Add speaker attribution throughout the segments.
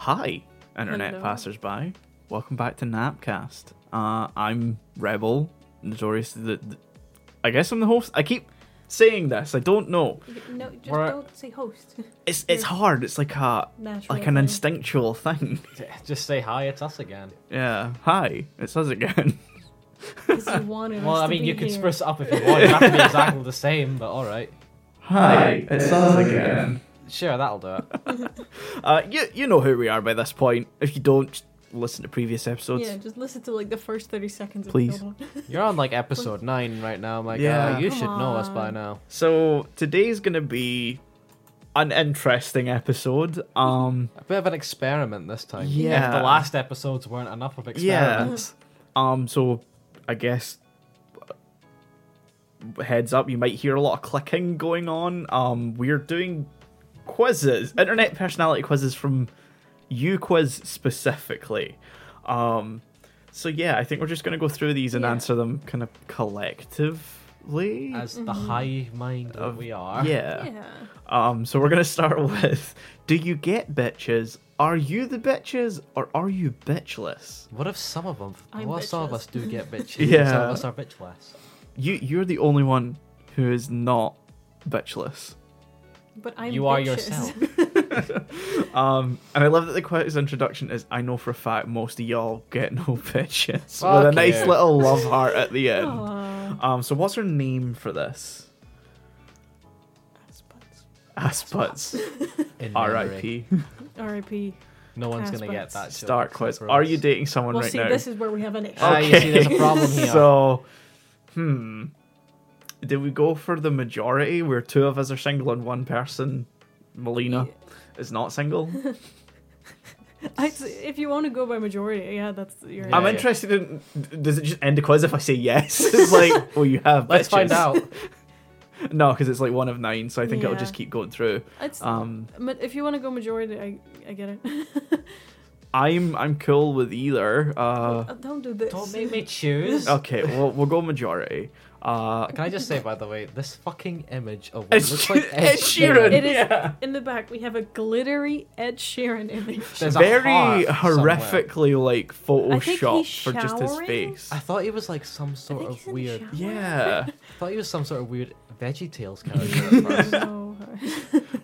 Speaker 1: Hi, internet
Speaker 2: Hello.
Speaker 1: passersby. Welcome back to Napcast. Uh, I'm Rebel, notorious. The, the- I guess I'm the host. I keep saying this. I don't know.
Speaker 2: No, just
Speaker 3: We're-
Speaker 2: don't say host.
Speaker 1: It's it's hard. It's like a
Speaker 2: Natural.
Speaker 1: like an
Speaker 2: thing.
Speaker 1: instinctual thing.
Speaker 3: Just say hi, it's us again.
Speaker 1: Yeah. Hi, it's us again.
Speaker 2: 'Cause you wanted
Speaker 3: Well,
Speaker 2: us
Speaker 3: I
Speaker 2: to
Speaker 3: mean,
Speaker 2: be
Speaker 3: you could
Speaker 2: here.
Speaker 3: spruce it up if you want. It have to be exactly the same, but all right.
Speaker 1: Hi, it's us again.
Speaker 3: Sure, that'll do it.
Speaker 1: Uh, you you know who we are by this point. If you don't, just listen to previous episodes.
Speaker 2: Yeah, just listen to like the first thirty seconds. Of
Speaker 1: Please.
Speaker 2: the one.
Speaker 3: You're on like episode nine right now, my
Speaker 1: Yeah.
Speaker 3: guy. You
Speaker 2: Come
Speaker 3: should know us by
Speaker 2: on.
Speaker 3: now.
Speaker 1: So today's gonna be an interesting episode. Um,
Speaker 3: A bit of an experiment this time.
Speaker 1: Yeah.
Speaker 3: If the last episodes weren't enough of
Speaker 1: yeah.
Speaker 3: experiments.
Speaker 1: Um, so I guess heads up, you might hear a lot of clicking going on. Um, we're doing quizzes, internet personality quizzes from UQuiz specifically. Um, so yeah, I think we're just gonna go through these and
Speaker 2: Yeah.
Speaker 1: answer them kind of collectively.
Speaker 3: As
Speaker 2: Mm-hmm.
Speaker 3: the high mind that
Speaker 1: Of-
Speaker 3: we are.
Speaker 1: yeah.
Speaker 2: yeah.
Speaker 1: Um, so we're gonna start with: Do you get bitches? Are you the bitches, or are you bitchless?
Speaker 3: What if some of them,
Speaker 2: I'm
Speaker 3: well, some of
Speaker 2: bitchless.
Speaker 3: us do get bitchy.
Speaker 1: Yeah.
Speaker 3: Some of us are bitchless.
Speaker 1: You you're the only one who is not bitchless.
Speaker 2: But I'm.
Speaker 3: You are
Speaker 2: bitches.
Speaker 3: yourself.
Speaker 1: Um, and I love that the quiz introduction is: I know for a fact most of y'all get no bitches, with a
Speaker 3: Fuck
Speaker 1: nice
Speaker 3: you.
Speaker 1: little love heart at the end.
Speaker 2: Aw,
Speaker 1: Um, so what's her name for this?
Speaker 2: ass butts.
Speaker 1: Asputs.
Speaker 3: In memory.
Speaker 1: R.I.P.
Speaker 2: R.I.P.
Speaker 3: No one's
Speaker 2: Ass
Speaker 3: gonna
Speaker 2: butts.
Speaker 3: get that. joke
Speaker 1: Start
Speaker 3: except
Speaker 1: quiz.
Speaker 3: for
Speaker 1: Are
Speaker 3: us.
Speaker 1: you dating someone
Speaker 2: Well,
Speaker 1: right
Speaker 2: see,
Speaker 1: now?
Speaker 2: this is where we have an issue.
Speaker 3: Ah, you see, there's a problem here.
Speaker 1: So, hmm. Did we go for the majority where two of us are single and one person, Melina, is not single?
Speaker 2: I'd say if you want to go by majority, yeah, that's your.
Speaker 3: Yeah.
Speaker 1: I'm interested in. Does it just end the quiz if I say yes? It's like, well, you have.
Speaker 3: Let's find
Speaker 1: bitches.
Speaker 3: out.
Speaker 1: No, because it's like one of nine, so I think it'll
Speaker 2: Yeah.
Speaker 1: just keep going through.
Speaker 2: It's,
Speaker 1: Um,
Speaker 2: ma- if you want to go majority, I, I get it.
Speaker 1: I'm I'm cool with either. Uh,
Speaker 2: Uh, Don't do this.
Speaker 3: Don't make me choose.
Speaker 1: okay, well we'll go majority. Uh,
Speaker 3: Can I just say, by the way, this fucking image of what
Speaker 1: Ed
Speaker 3: looks like
Speaker 1: Sheer-
Speaker 3: Ed
Speaker 1: Ed Sheeran.
Speaker 2: It is-
Speaker 1: yeah.
Speaker 2: In the back, we have a glittery Ed Sheeran image.
Speaker 3: There's a
Speaker 1: Very
Speaker 3: heart somewhere.
Speaker 1: horrifically like
Speaker 2: he's
Speaker 1: photoshopped for just his
Speaker 2: showering.
Speaker 1: face.
Speaker 3: I thought he was like some sort
Speaker 2: think
Speaker 3: of
Speaker 2: he's in the
Speaker 3: weird.
Speaker 2: shower.
Speaker 1: Yeah.
Speaker 3: I thought he was some sort of weird Veggie Tales character. at first.
Speaker 2: No.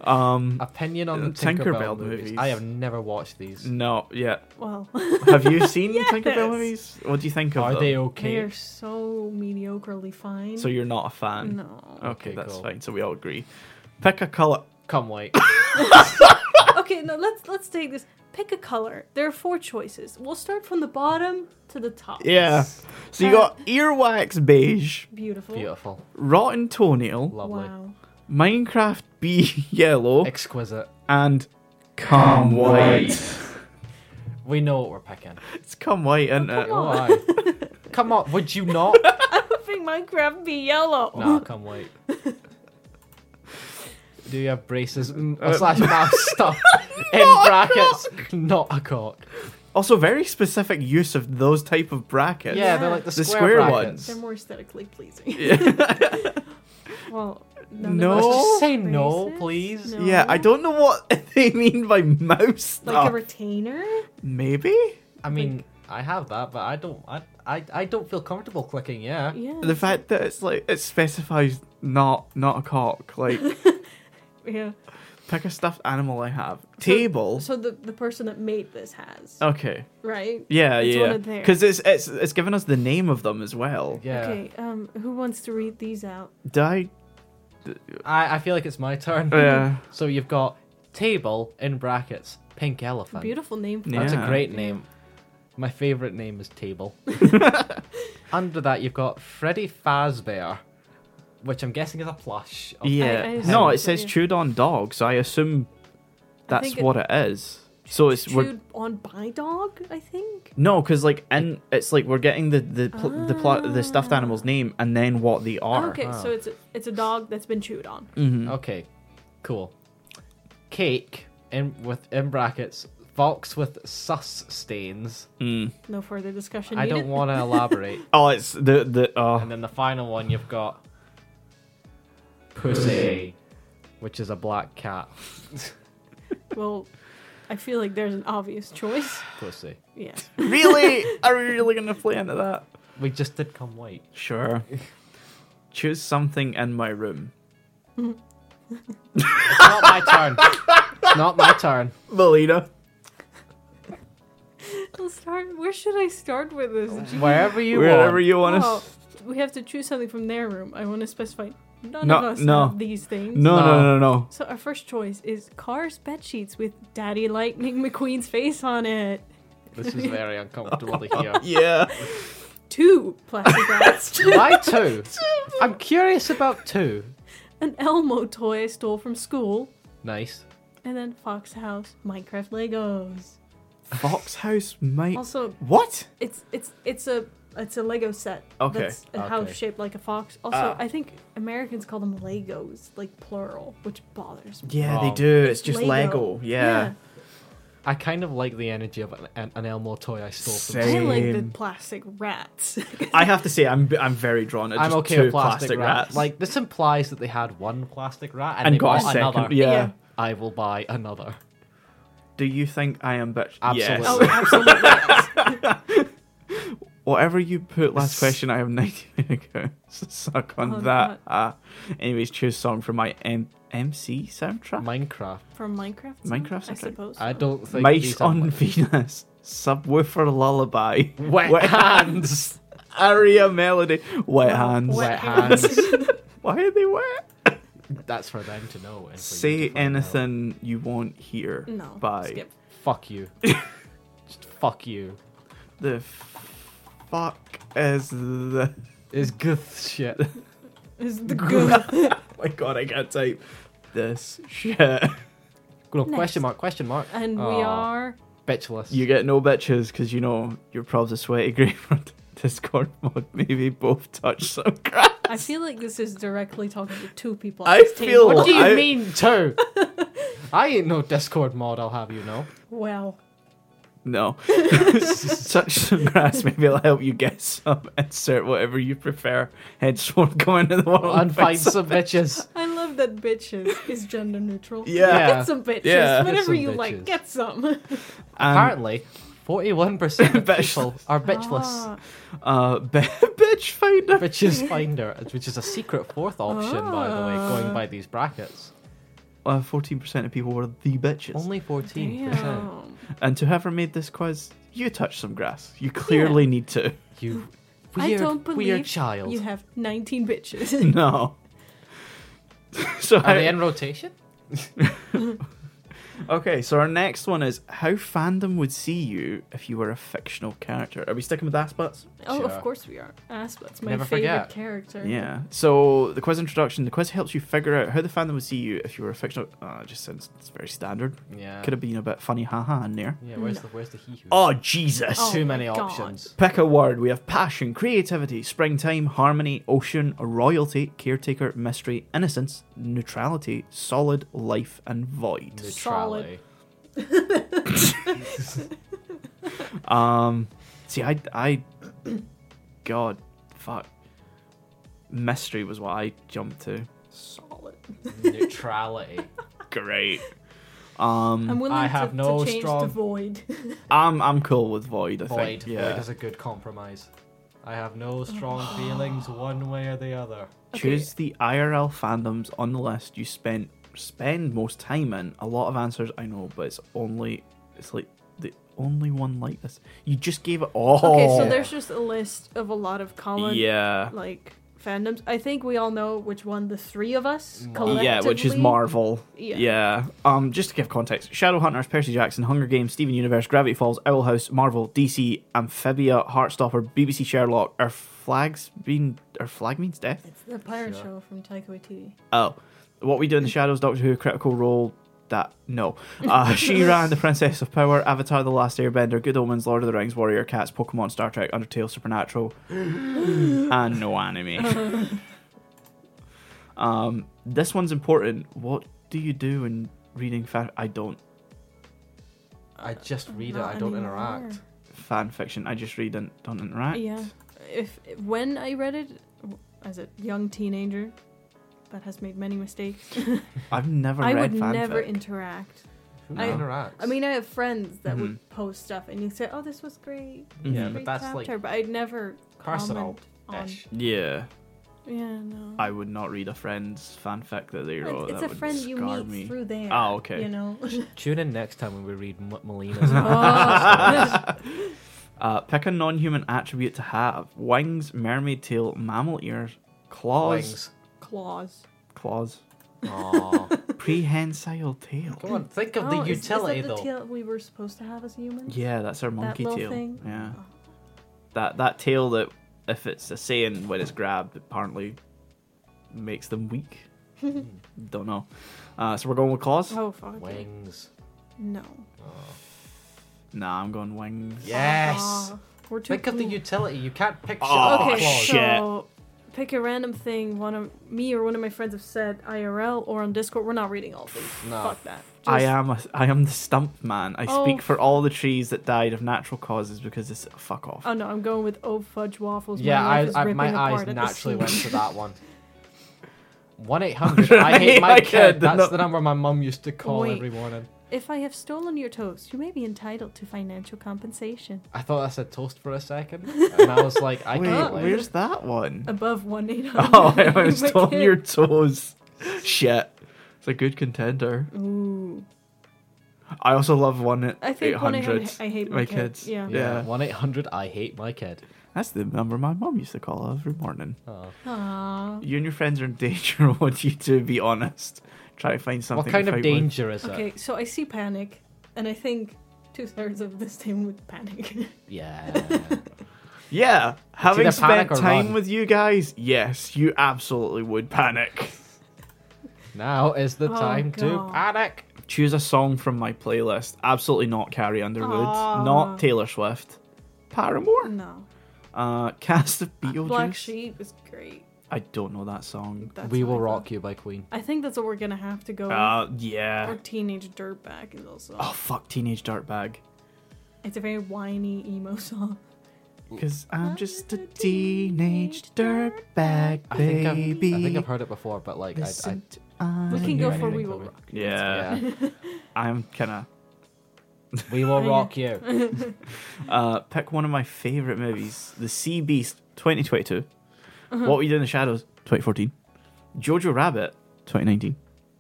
Speaker 1: Um.
Speaker 3: Opinion on
Speaker 1: Uh,
Speaker 3: the Tinkerbell,
Speaker 1: Tinkerbell
Speaker 3: movies.
Speaker 1: movies.
Speaker 3: I have never watched these.
Speaker 1: No. Yeah.
Speaker 2: Well,
Speaker 1: Have you seen
Speaker 2: Yes.
Speaker 1: Tinkerbell movies? What do you think of
Speaker 3: Are
Speaker 1: them?
Speaker 3: they
Speaker 2: they
Speaker 3: okay?
Speaker 2: are so mediocrely fine.
Speaker 1: So you're not a fan.
Speaker 2: no.
Speaker 1: Okay,
Speaker 3: Okay,
Speaker 1: that's
Speaker 3: cool.
Speaker 1: fine. So we all agree. Pick a color.
Speaker 3: Come wait.
Speaker 2: Okay, no. Let's let's take this. Pick a color. There are four choices. We'll start from the bottom to the top.
Speaker 1: Yeah. So you got earwax beige,
Speaker 2: Beautiful.
Speaker 3: Beautiful,
Speaker 1: rotten toenail,
Speaker 3: lovely,
Speaker 2: Wow.
Speaker 1: Minecraft bee yellow,
Speaker 3: exquisite.
Speaker 1: and calm white.
Speaker 3: We know what we're picking.
Speaker 1: It's calm white, isn't it?
Speaker 2: Come on.
Speaker 3: Why? come on, would you not?
Speaker 2: I think Minecraft be yellow.
Speaker 3: nah, come wait. Do you have braces mm,
Speaker 1: Uh,
Speaker 3: or slash mouth stuff in brackets? Not a cock.
Speaker 1: Also, very specific use of those type of brackets.
Speaker 3: Yeah, they're like the
Speaker 1: The
Speaker 3: square,
Speaker 1: square
Speaker 3: brackets.
Speaker 2: They're more aesthetically pleasing. well,
Speaker 1: No.
Speaker 2: Of us
Speaker 1: Let's
Speaker 3: just
Speaker 2: have
Speaker 3: say no,
Speaker 2: braces.
Speaker 3: please.
Speaker 2: No.
Speaker 1: Yeah, I don't Oh. know what they mean by mouse
Speaker 2: Like
Speaker 1: stuff.
Speaker 2: a retainer?
Speaker 1: Maybe
Speaker 3: I mean, I have that, but I don't. I, I, I don't feel comfortable clicking. Yeah.
Speaker 2: Yeah.
Speaker 1: the fact that it's like it specifies not not a cock. Like
Speaker 2: yeah.
Speaker 1: pick a stuffed animal I have. Table.
Speaker 2: So the, the person that made this has,
Speaker 1: Okay.
Speaker 2: right?
Speaker 1: Yeah,
Speaker 2: It's one
Speaker 1: yeah.
Speaker 2: of theirs.
Speaker 1: Because it's it's it's given us the name of them as well.
Speaker 3: Yeah.
Speaker 2: Okay, um, who wants to read these out?
Speaker 1: Die.
Speaker 3: I, I feel like it's my turn.
Speaker 1: Oh, Yeah.
Speaker 3: So you've got table in brackets, pink elephant.
Speaker 2: Beautiful name for
Speaker 1: Yeah.
Speaker 3: That's a great name. My favorite name is table. Under that you've got Freddy Fazbear, which I'm guessing is a plush. Of
Speaker 1: Yeah.
Speaker 2: I
Speaker 1: no,
Speaker 2: assume
Speaker 1: it
Speaker 2: so,
Speaker 1: says
Speaker 2: yeah.
Speaker 1: chewed on dog, so I assume that's
Speaker 2: think it-
Speaker 1: what it is. So it's we're,
Speaker 2: Chewed on by dog, I think.
Speaker 1: no, because like and it's like we're getting the the pl- the pl- the stuffed
Speaker 2: Ah.
Speaker 1: animal's name and then what they are.
Speaker 2: Oh, okay, so it's a, it's a dog that's been chewed on.
Speaker 1: Mhm.
Speaker 3: Okay, cool. Cake in with in brackets, fox with sus stains.
Speaker 1: Mm.
Speaker 2: No further discussion.
Speaker 3: I
Speaker 2: needed.
Speaker 3: don't want to elaborate.
Speaker 1: Oh, it's the the uh,
Speaker 3: And then the final one you've got pussy, which is a black cat.
Speaker 2: Well, I feel like there's an obvious choice.
Speaker 3: Pussy.
Speaker 2: Yeah.
Speaker 1: Really? Are we really gonna play into that?
Speaker 3: We just did come white.
Speaker 1: Sure. Choose something in my room.
Speaker 3: It's not my turn. It's not my turn.
Speaker 1: Melina.
Speaker 2: Let's start. Where should I start with this?
Speaker 1: Oh.
Speaker 2: Gee,
Speaker 3: Wherever you
Speaker 1: Wherever
Speaker 3: want.
Speaker 1: you want to.
Speaker 2: oh, we have to choose something from their room. I want to specify none
Speaker 1: No,
Speaker 2: of us
Speaker 1: no.
Speaker 2: have these things.
Speaker 1: No, no, no,
Speaker 3: No.
Speaker 1: no.
Speaker 2: So our first choice is Cars bed sheets with Daddy Lightning McQueen's face on it.
Speaker 3: This is very uncomfortable to hear.
Speaker 1: Yeah.
Speaker 2: Two plastic bags.
Speaker 3: Why two? I'm curious about two.
Speaker 2: An Elmo toy I stole from school.
Speaker 3: Nice.
Speaker 2: And then Fox House Minecraft Legos.
Speaker 1: Fox House might.
Speaker 2: Also,
Speaker 1: What?
Speaker 2: it's it's it's a it's a Lego set.
Speaker 1: Okay.
Speaker 2: That's a house
Speaker 3: Okay.
Speaker 2: shaped like a fox. Also,
Speaker 1: Ah.
Speaker 2: I think Americans call them Legos, like plural, which bothers me.
Speaker 1: Yeah, they
Speaker 3: Wrong.
Speaker 1: do. It's just Lego. Yeah.
Speaker 3: I kind of like the energy of an- an, an Elmo toy I stole from.
Speaker 1: Same.
Speaker 2: I like the plastic rats.
Speaker 1: I have to say, I'm I'm very drawn. At
Speaker 3: I'm
Speaker 1: just
Speaker 3: okay
Speaker 1: two
Speaker 3: with plastic, rats.
Speaker 1: rats.
Speaker 3: Like this implies that they had one plastic rat and,
Speaker 1: and
Speaker 3: they
Speaker 1: got a
Speaker 3: bought
Speaker 1: second.
Speaker 3: another.
Speaker 1: Yeah.
Speaker 2: Yeah.
Speaker 3: I will buy another.
Speaker 1: Do you think I am bitch?
Speaker 3: Absolutely.
Speaker 2: oh,
Speaker 1: Yes.
Speaker 2: absolutely.
Speaker 1: Oh. Whatever you put last question, I have 90 minutes ago. So suck on
Speaker 2: Oh,
Speaker 1: that. Uh, anyways, choose song from my M- MC soundtrack.
Speaker 3: Minecraft.
Speaker 2: From Minecraft.
Speaker 1: Minecraft
Speaker 2: I
Speaker 1: soundtrack?
Speaker 2: suppose.
Speaker 3: I
Speaker 2: so.
Speaker 3: don't think
Speaker 1: Mice
Speaker 3: these are
Speaker 1: on
Speaker 3: like-
Speaker 1: Venus. Subwoofer lullaby.
Speaker 3: Wet hands.
Speaker 1: Aria melody. Wet hands.
Speaker 2: Wet
Speaker 3: wet hands.
Speaker 1: Why are they wet?
Speaker 3: That's for them to know. and for you to
Speaker 1: Say
Speaker 3: find out.
Speaker 1: anything you want here.
Speaker 2: No.
Speaker 1: By
Speaker 2: Skip.
Speaker 3: Fuck you. Just fuck you.
Speaker 1: the fuck is the?
Speaker 3: It's good shit.
Speaker 2: Is the good.
Speaker 1: my god, I can't type this shit.
Speaker 3: Well,
Speaker 2: Next.
Speaker 3: question mark, question mark. Ah,
Speaker 2: And we
Speaker 3: Aw,
Speaker 2: are.
Speaker 3: bitchless.
Speaker 1: You get no bitches because you know your probs a sweaty grave on Discord mod. Maybe both touch some crap.
Speaker 2: I feel like this is directly talking to two people. at
Speaker 1: I
Speaker 2: this
Speaker 1: feel-
Speaker 2: table.
Speaker 3: what do you
Speaker 1: I-
Speaker 3: mean two? I ain't no Discord mod. I'll have you know.
Speaker 2: Well,
Speaker 1: No. Touch some grass, maybe it'll help you get some. Insert whatever you prefer. Headstone, go into the world
Speaker 3: And find
Speaker 1: some-
Speaker 3: some bitches.
Speaker 2: I love that bitches is gender neutral.
Speaker 1: Yeah.
Speaker 2: Get some bitches.
Speaker 1: Yeah. Get
Speaker 2: Whatever
Speaker 3: some
Speaker 2: you like,
Speaker 3: bitches.
Speaker 2: get some.
Speaker 1: And,
Speaker 3: Apparently, forty-one percent of
Speaker 1: Bitchless.
Speaker 3: people are bitchless.
Speaker 2: Ah.
Speaker 1: uh, b- bitch finder.
Speaker 3: Bitches Finder, which is a secret fourth option, by the way, going by these brackets.
Speaker 1: Uh, 14% of people were the bitches.
Speaker 3: Only fourteen percent.
Speaker 2: Damn.
Speaker 1: And to whoever made this quiz, you touch some grass. You clearly need to.
Speaker 3: You
Speaker 2: I
Speaker 3: weird,
Speaker 2: don't believe
Speaker 3: weird child.
Speaker 2: You have 19 bitches.
Speaker 1: No. so
Speaker 3: Are they
Speaker 1: I-
Speaker 3: in rotation?
Speaker 1: okay, so our next one is how fandom would see you if you were a fictional character. Are we sticking with ass butts?
Speaker 2: oh,
Speaker 3: Sure.
Speaker 2: of course we are. Aspet's my
Speaker 3: Never
Speaker 2: favorite
Speaker 3: forget.
Speaker 2: character.
Speaker 1: Yeah. So the quiz introduction. The quiz helps you figure out how the fandom would see you if you were a fictional. Uh, just sounds it's very standard.
Speaker 3: Yeah.
Speaker 1: Could have been a bit funny, haha, in there.
Speaker 3: Yeah. Where's the Where's the he? Who?
Speaker 1: Oh Jesus!
Speaker 2: Oh.
Speaker 3: Too many
Speaker 2: my God.
Speaker 3: options.
Speaker 1: Pick a word. E We have passion, creativity, springtime, harmony, ocean, royalty, caretaker, mystery, innocence, neutrality, solid, life, and void.
Speaker 3: Neutrality.
Speaker 1: Um, see, I, I, God, fuck, mystery was what I jumped to.
Speaker 2: Solid.
Speaker 3: Neutrality.
Speaker 1: Great.
Speaker 2: I'm
Speaker 1: Um,
Speaker 2: willing
Speaker 3: I
Speaker 2: to-
Speaker 3: have
Speaker 2: to,
Speaker 3: no
Speaker 2: change the
Speaker 3: strong-
Speaker 2: void.
Speaker 1: I'm I'm cool with void. I
Speaker 3: Void.
Speaker 1: think. Yeah.
Speaker 3: Void is a good compromise. I have
Speaker 2: Oh.
Speaker 3: no strong feelings one way or the other.
Speaker 1: Choose the IRL fandoms on the list you spent spend most time in. A lot of answers I know, but it's only it's like the only one like this. You just gave it all.
Speaker 2: Okay, so there's just a list of a lot of common
Speaker 1: Oh. yeah,
Speaker 2: like fandoms. I think we all know which one the three of us collectively.
Speaker 1: yeah, which is Marvel.
Speaker 2: Yeah.
Speaker 1: yeah. Um, just to give context: Shadowhunters, Percy Jackson, Hunger Games, Steven Universe, Gravity Falls, Owl House, Marvel, DC, Amphibia, Heartstopper, BBC Sherlock. Our flags been our flag means death.
Speaker 2: It's the pirate
Speaker 3: Sure.
Speaker 2: show from Taika Waititi.
Speaker 1: Oh, what we do in the shadows, Doctor Who, Critical Role. That no, uh, She-Ra and the Princess of Power, Avatar: The Last Airbender, Good Omens, Lord of the Rings, Warrior Cats, Pokemon, Star Trek, Undertale, Supernatural, and no anime. um, this one's important. What do you do when reading fan? I don't
Speaker 3: I just read it.
Speaker 2: Not
Speaker 3: I don't
Speaker 2: anymore.
Speaker 3: interact.
Speaker 1: fan fiction. I just read and don't interact.
Speaker 2: Yeah. If when I read it as a young teenager, that has made many mistakes.
Speaker 1: I've never
Speaker 2: I
Speaker 1: read
Speaker 2: would
Speaker 1: fanfic.
Speaker 2: never interact.
Speaker 3: Who
Speaker 2: I-
Speaker 3: interacts?
Speaker 2: I mean, I have friends that would post stuff, and you say, "Oh, this was great."
Speaker 3: Mm-hmm. yeah,
Speaker 1: Mhm.
Speaker 3: but
Speaker 2: great
Speaker 3: that's
Speaker 2: chapter,"
Speaker 3: like
Speaker 2: but I'd never
Speaker 3: personal
Speaker 2: comment on.
Speaker 3: ish.
Speaker 1: Yeah,
Speaker 2: Yeah, no.
Speaker 1: I would not read a friend's fanfic that they wrote.
Speaker 2: it's it's
Speaker 1: that
Speaker 2: a
Speaker 1: would
Speaker 2: friend you
Speaker 1: scar
Speaker 2: meet
Speaker 1: me.
Speaker 2: through there.
Speaker 1: Ah, okay.
Speaker 2: You know.
Speaker 3: Tune in next time when we read M- Melina's.
Speaker 2: Oh.
Speaker 1: Uh, pick a non-human attribute to have: wings, mermaid tail, mammal ears, claws,
Speaker 3: wings.
Speaker 2: claws.
Speaker 1: claws,
Speaker 3: Aw.
Speaker 1: prehensile tail.
Speaker 3: Come on, think of
Speaker 2: Oh,
Speaker 3: the
Speaker 2: is-
Speaker 3: utility
Speaker 2: is that the
Speaker 3: though.
Speaker 2: tail we were supposed to have as humans.
Speaker 1: Yeah, that's our monkey
Speaker 2: little
Speaker 1: tail.
Speaker 2: thing?
Speaker 1: Yeah, that that tail that if it's a saying when it's grabbed, apparently makes them weak. Don't know. Uh, so we're going with claws.
Speaker 2: Oh fuck. it.
Speaker 3: Wings.
Speaker 2: No.
Speaker 1: Nah, I'm going wings.
Speaker 3: Yes.
Speaker 2: Ah, we're too
Speaker 3: Think of the
Speaker 2: cool.
Speaker 3: utility. You can't picture
Speaker 1: Oh,
Speaker 3: the
Speaker 2: okay,
Speaker 3: claws.
Speaker 1: shit.
Speaker 2: so pick a random thing one of me or one of my friends have said IRL or on Discord. We're not reading all of these.
Speaker 3: No.
Speaker 2: Fuck that.
Speaker 1: I uh,
Speaker 2: Just-
Speaker 1: am a, I am the stump man. I
Speaker 2: Oh.
Speaker 1: speak for all the trees that died of natural causes because it's fuck off.
Speaker 2: Oh no, I'm going with oh fudge waffles.
Speaker 3: Yeah,
Speaker 2: my, life
Speaker 3: I,
Speaker 2: is
Speaker 3: I,
Speaker 2: ripping
Speaker 3: my
Speaker 2: apart
Speaker 3: eyes
Speaker 2: at the
Speaker 3: naturally went
Speaker 2: seams.
Speaker 3: to that one. 1 800. I hate my
Speaker 1: I
Speaker 3: kid.
Speaker 1: can't,
Speaker 3: That's
Speaker 1: no.
Speaker 3: the number my mum used to call
Speaker 2: Wait.
Speaker 3: every morning.
Speaker 2: If I have stolen your toast, you may be entitled to financial compensation
Speaker 3: I thought I said toast for a second. And I was like, I
Speaker 1: Wait,
Speaker 3: can't. like-
Speaker 1: where's that one?
Speaker 2: above one eight hundred.
Speaker 1: Oh, I was on your toes. Shit, it's a good contender.
Speaker 2: Ooh, I
Speaker 1: I also love one
Speaker 2: I
Speaker 1: eight
Speaker 2: think one eight
Speaker 1: hundred.
Speaker 2: hundred. I hate
Speaker 1: my
Speaker 2: my kid.
Speaker 1: kids.
Speaker 2: Yeah.
Speaker 3: Yeah,
Speaker 1: Yeah.
Speaker 3: 1 800. I hate my kid.
Speaker 1: That's the number my mom used to call every morning.
Speaker 3: Oh.
Speaker 2: Aw.
Speaker 1: You and your friends are in danger. What do you do? Be honest. Try to find something.
Speaker 3: What
Speaker 1: to
Speaker 3: kind of
Speaker 1: fight with.
Speaker 3: danger is it?
Speaker 2: Okay, so I see panic, and I think two thirds of this team would panic.
Speaker 3: Yeah.
Speaker 1: Yeah, having
Speaker 3: either panic
Speaker 1: spent
Speaker 3: or
Speaker 1: time
Speaker 3: run.
Speaker 1: with you guys, yes, you absolutely would panic.
Speaker 3: now is the
Speaker 2: Oh,
Speaker 3: time
Speaker 2: God.
Speaker 3: to panic.
Speaker 1: Choose a song from my playlist. Absolutely not Carrie Underwood.
Speaker 2: Aw.
Speaker 1: Not Taylor Swift. Paramore.
Speaker 2: no,
Speaker 1: Uh, cast of Beetlejuice.
Speaker 2: Black Sheep is great.
Speaker 1: I don't know that song.
Speaker 2: That's
Speaker 3: we
Speaker 2: what
Speaker 3: Will
Speaker 2: I
Speaker 3: Rock
Speaker 2: thought.
Speaker 3: You by Queen.
Speaker 2: I think that's what we're gonna have to go. with.
Speaker 1: Uh,
Speaker 2: Or
Speaker 1: yeah.
Speaker 2: Teenage Dirtbag is also.
Speaker 1: Oh fuck, Teenage Dirtbag.
Speaker 2: It's a very whiny emo song.
Speaker 1: Cause I'm just a teenage dirtbag
Speaker 3: I think, I've, I
Speaker 1: baby.
Speaker 3: think I've heard it before, but like, I, I,
Speaker 1: Listen to I.
Speaker 2: We
Speaker 3: I
Speaker 2: can
Speaker 3: knew
Speaker 2: go
Speaker 3: I
Speaker 2: for
Speaker 3: knew
Speaker 2: We
Speaker 3: it,
Speaker 2: Will
Speaker 3: but-
Speaker 2: Rock.
Speaker 1: yeah, I'm kind of
Speaker 3: we will
Speaker 2: Yeah.
Speaker 3: rock you.
Speaker 1: Uh, pick one of my favorite movies: The Sea Beast, 2022.
Speaker 2: Uh-huh.
Speaker 1: What We Do in the Shadows, 2014. Jojo Rabbit, 2019.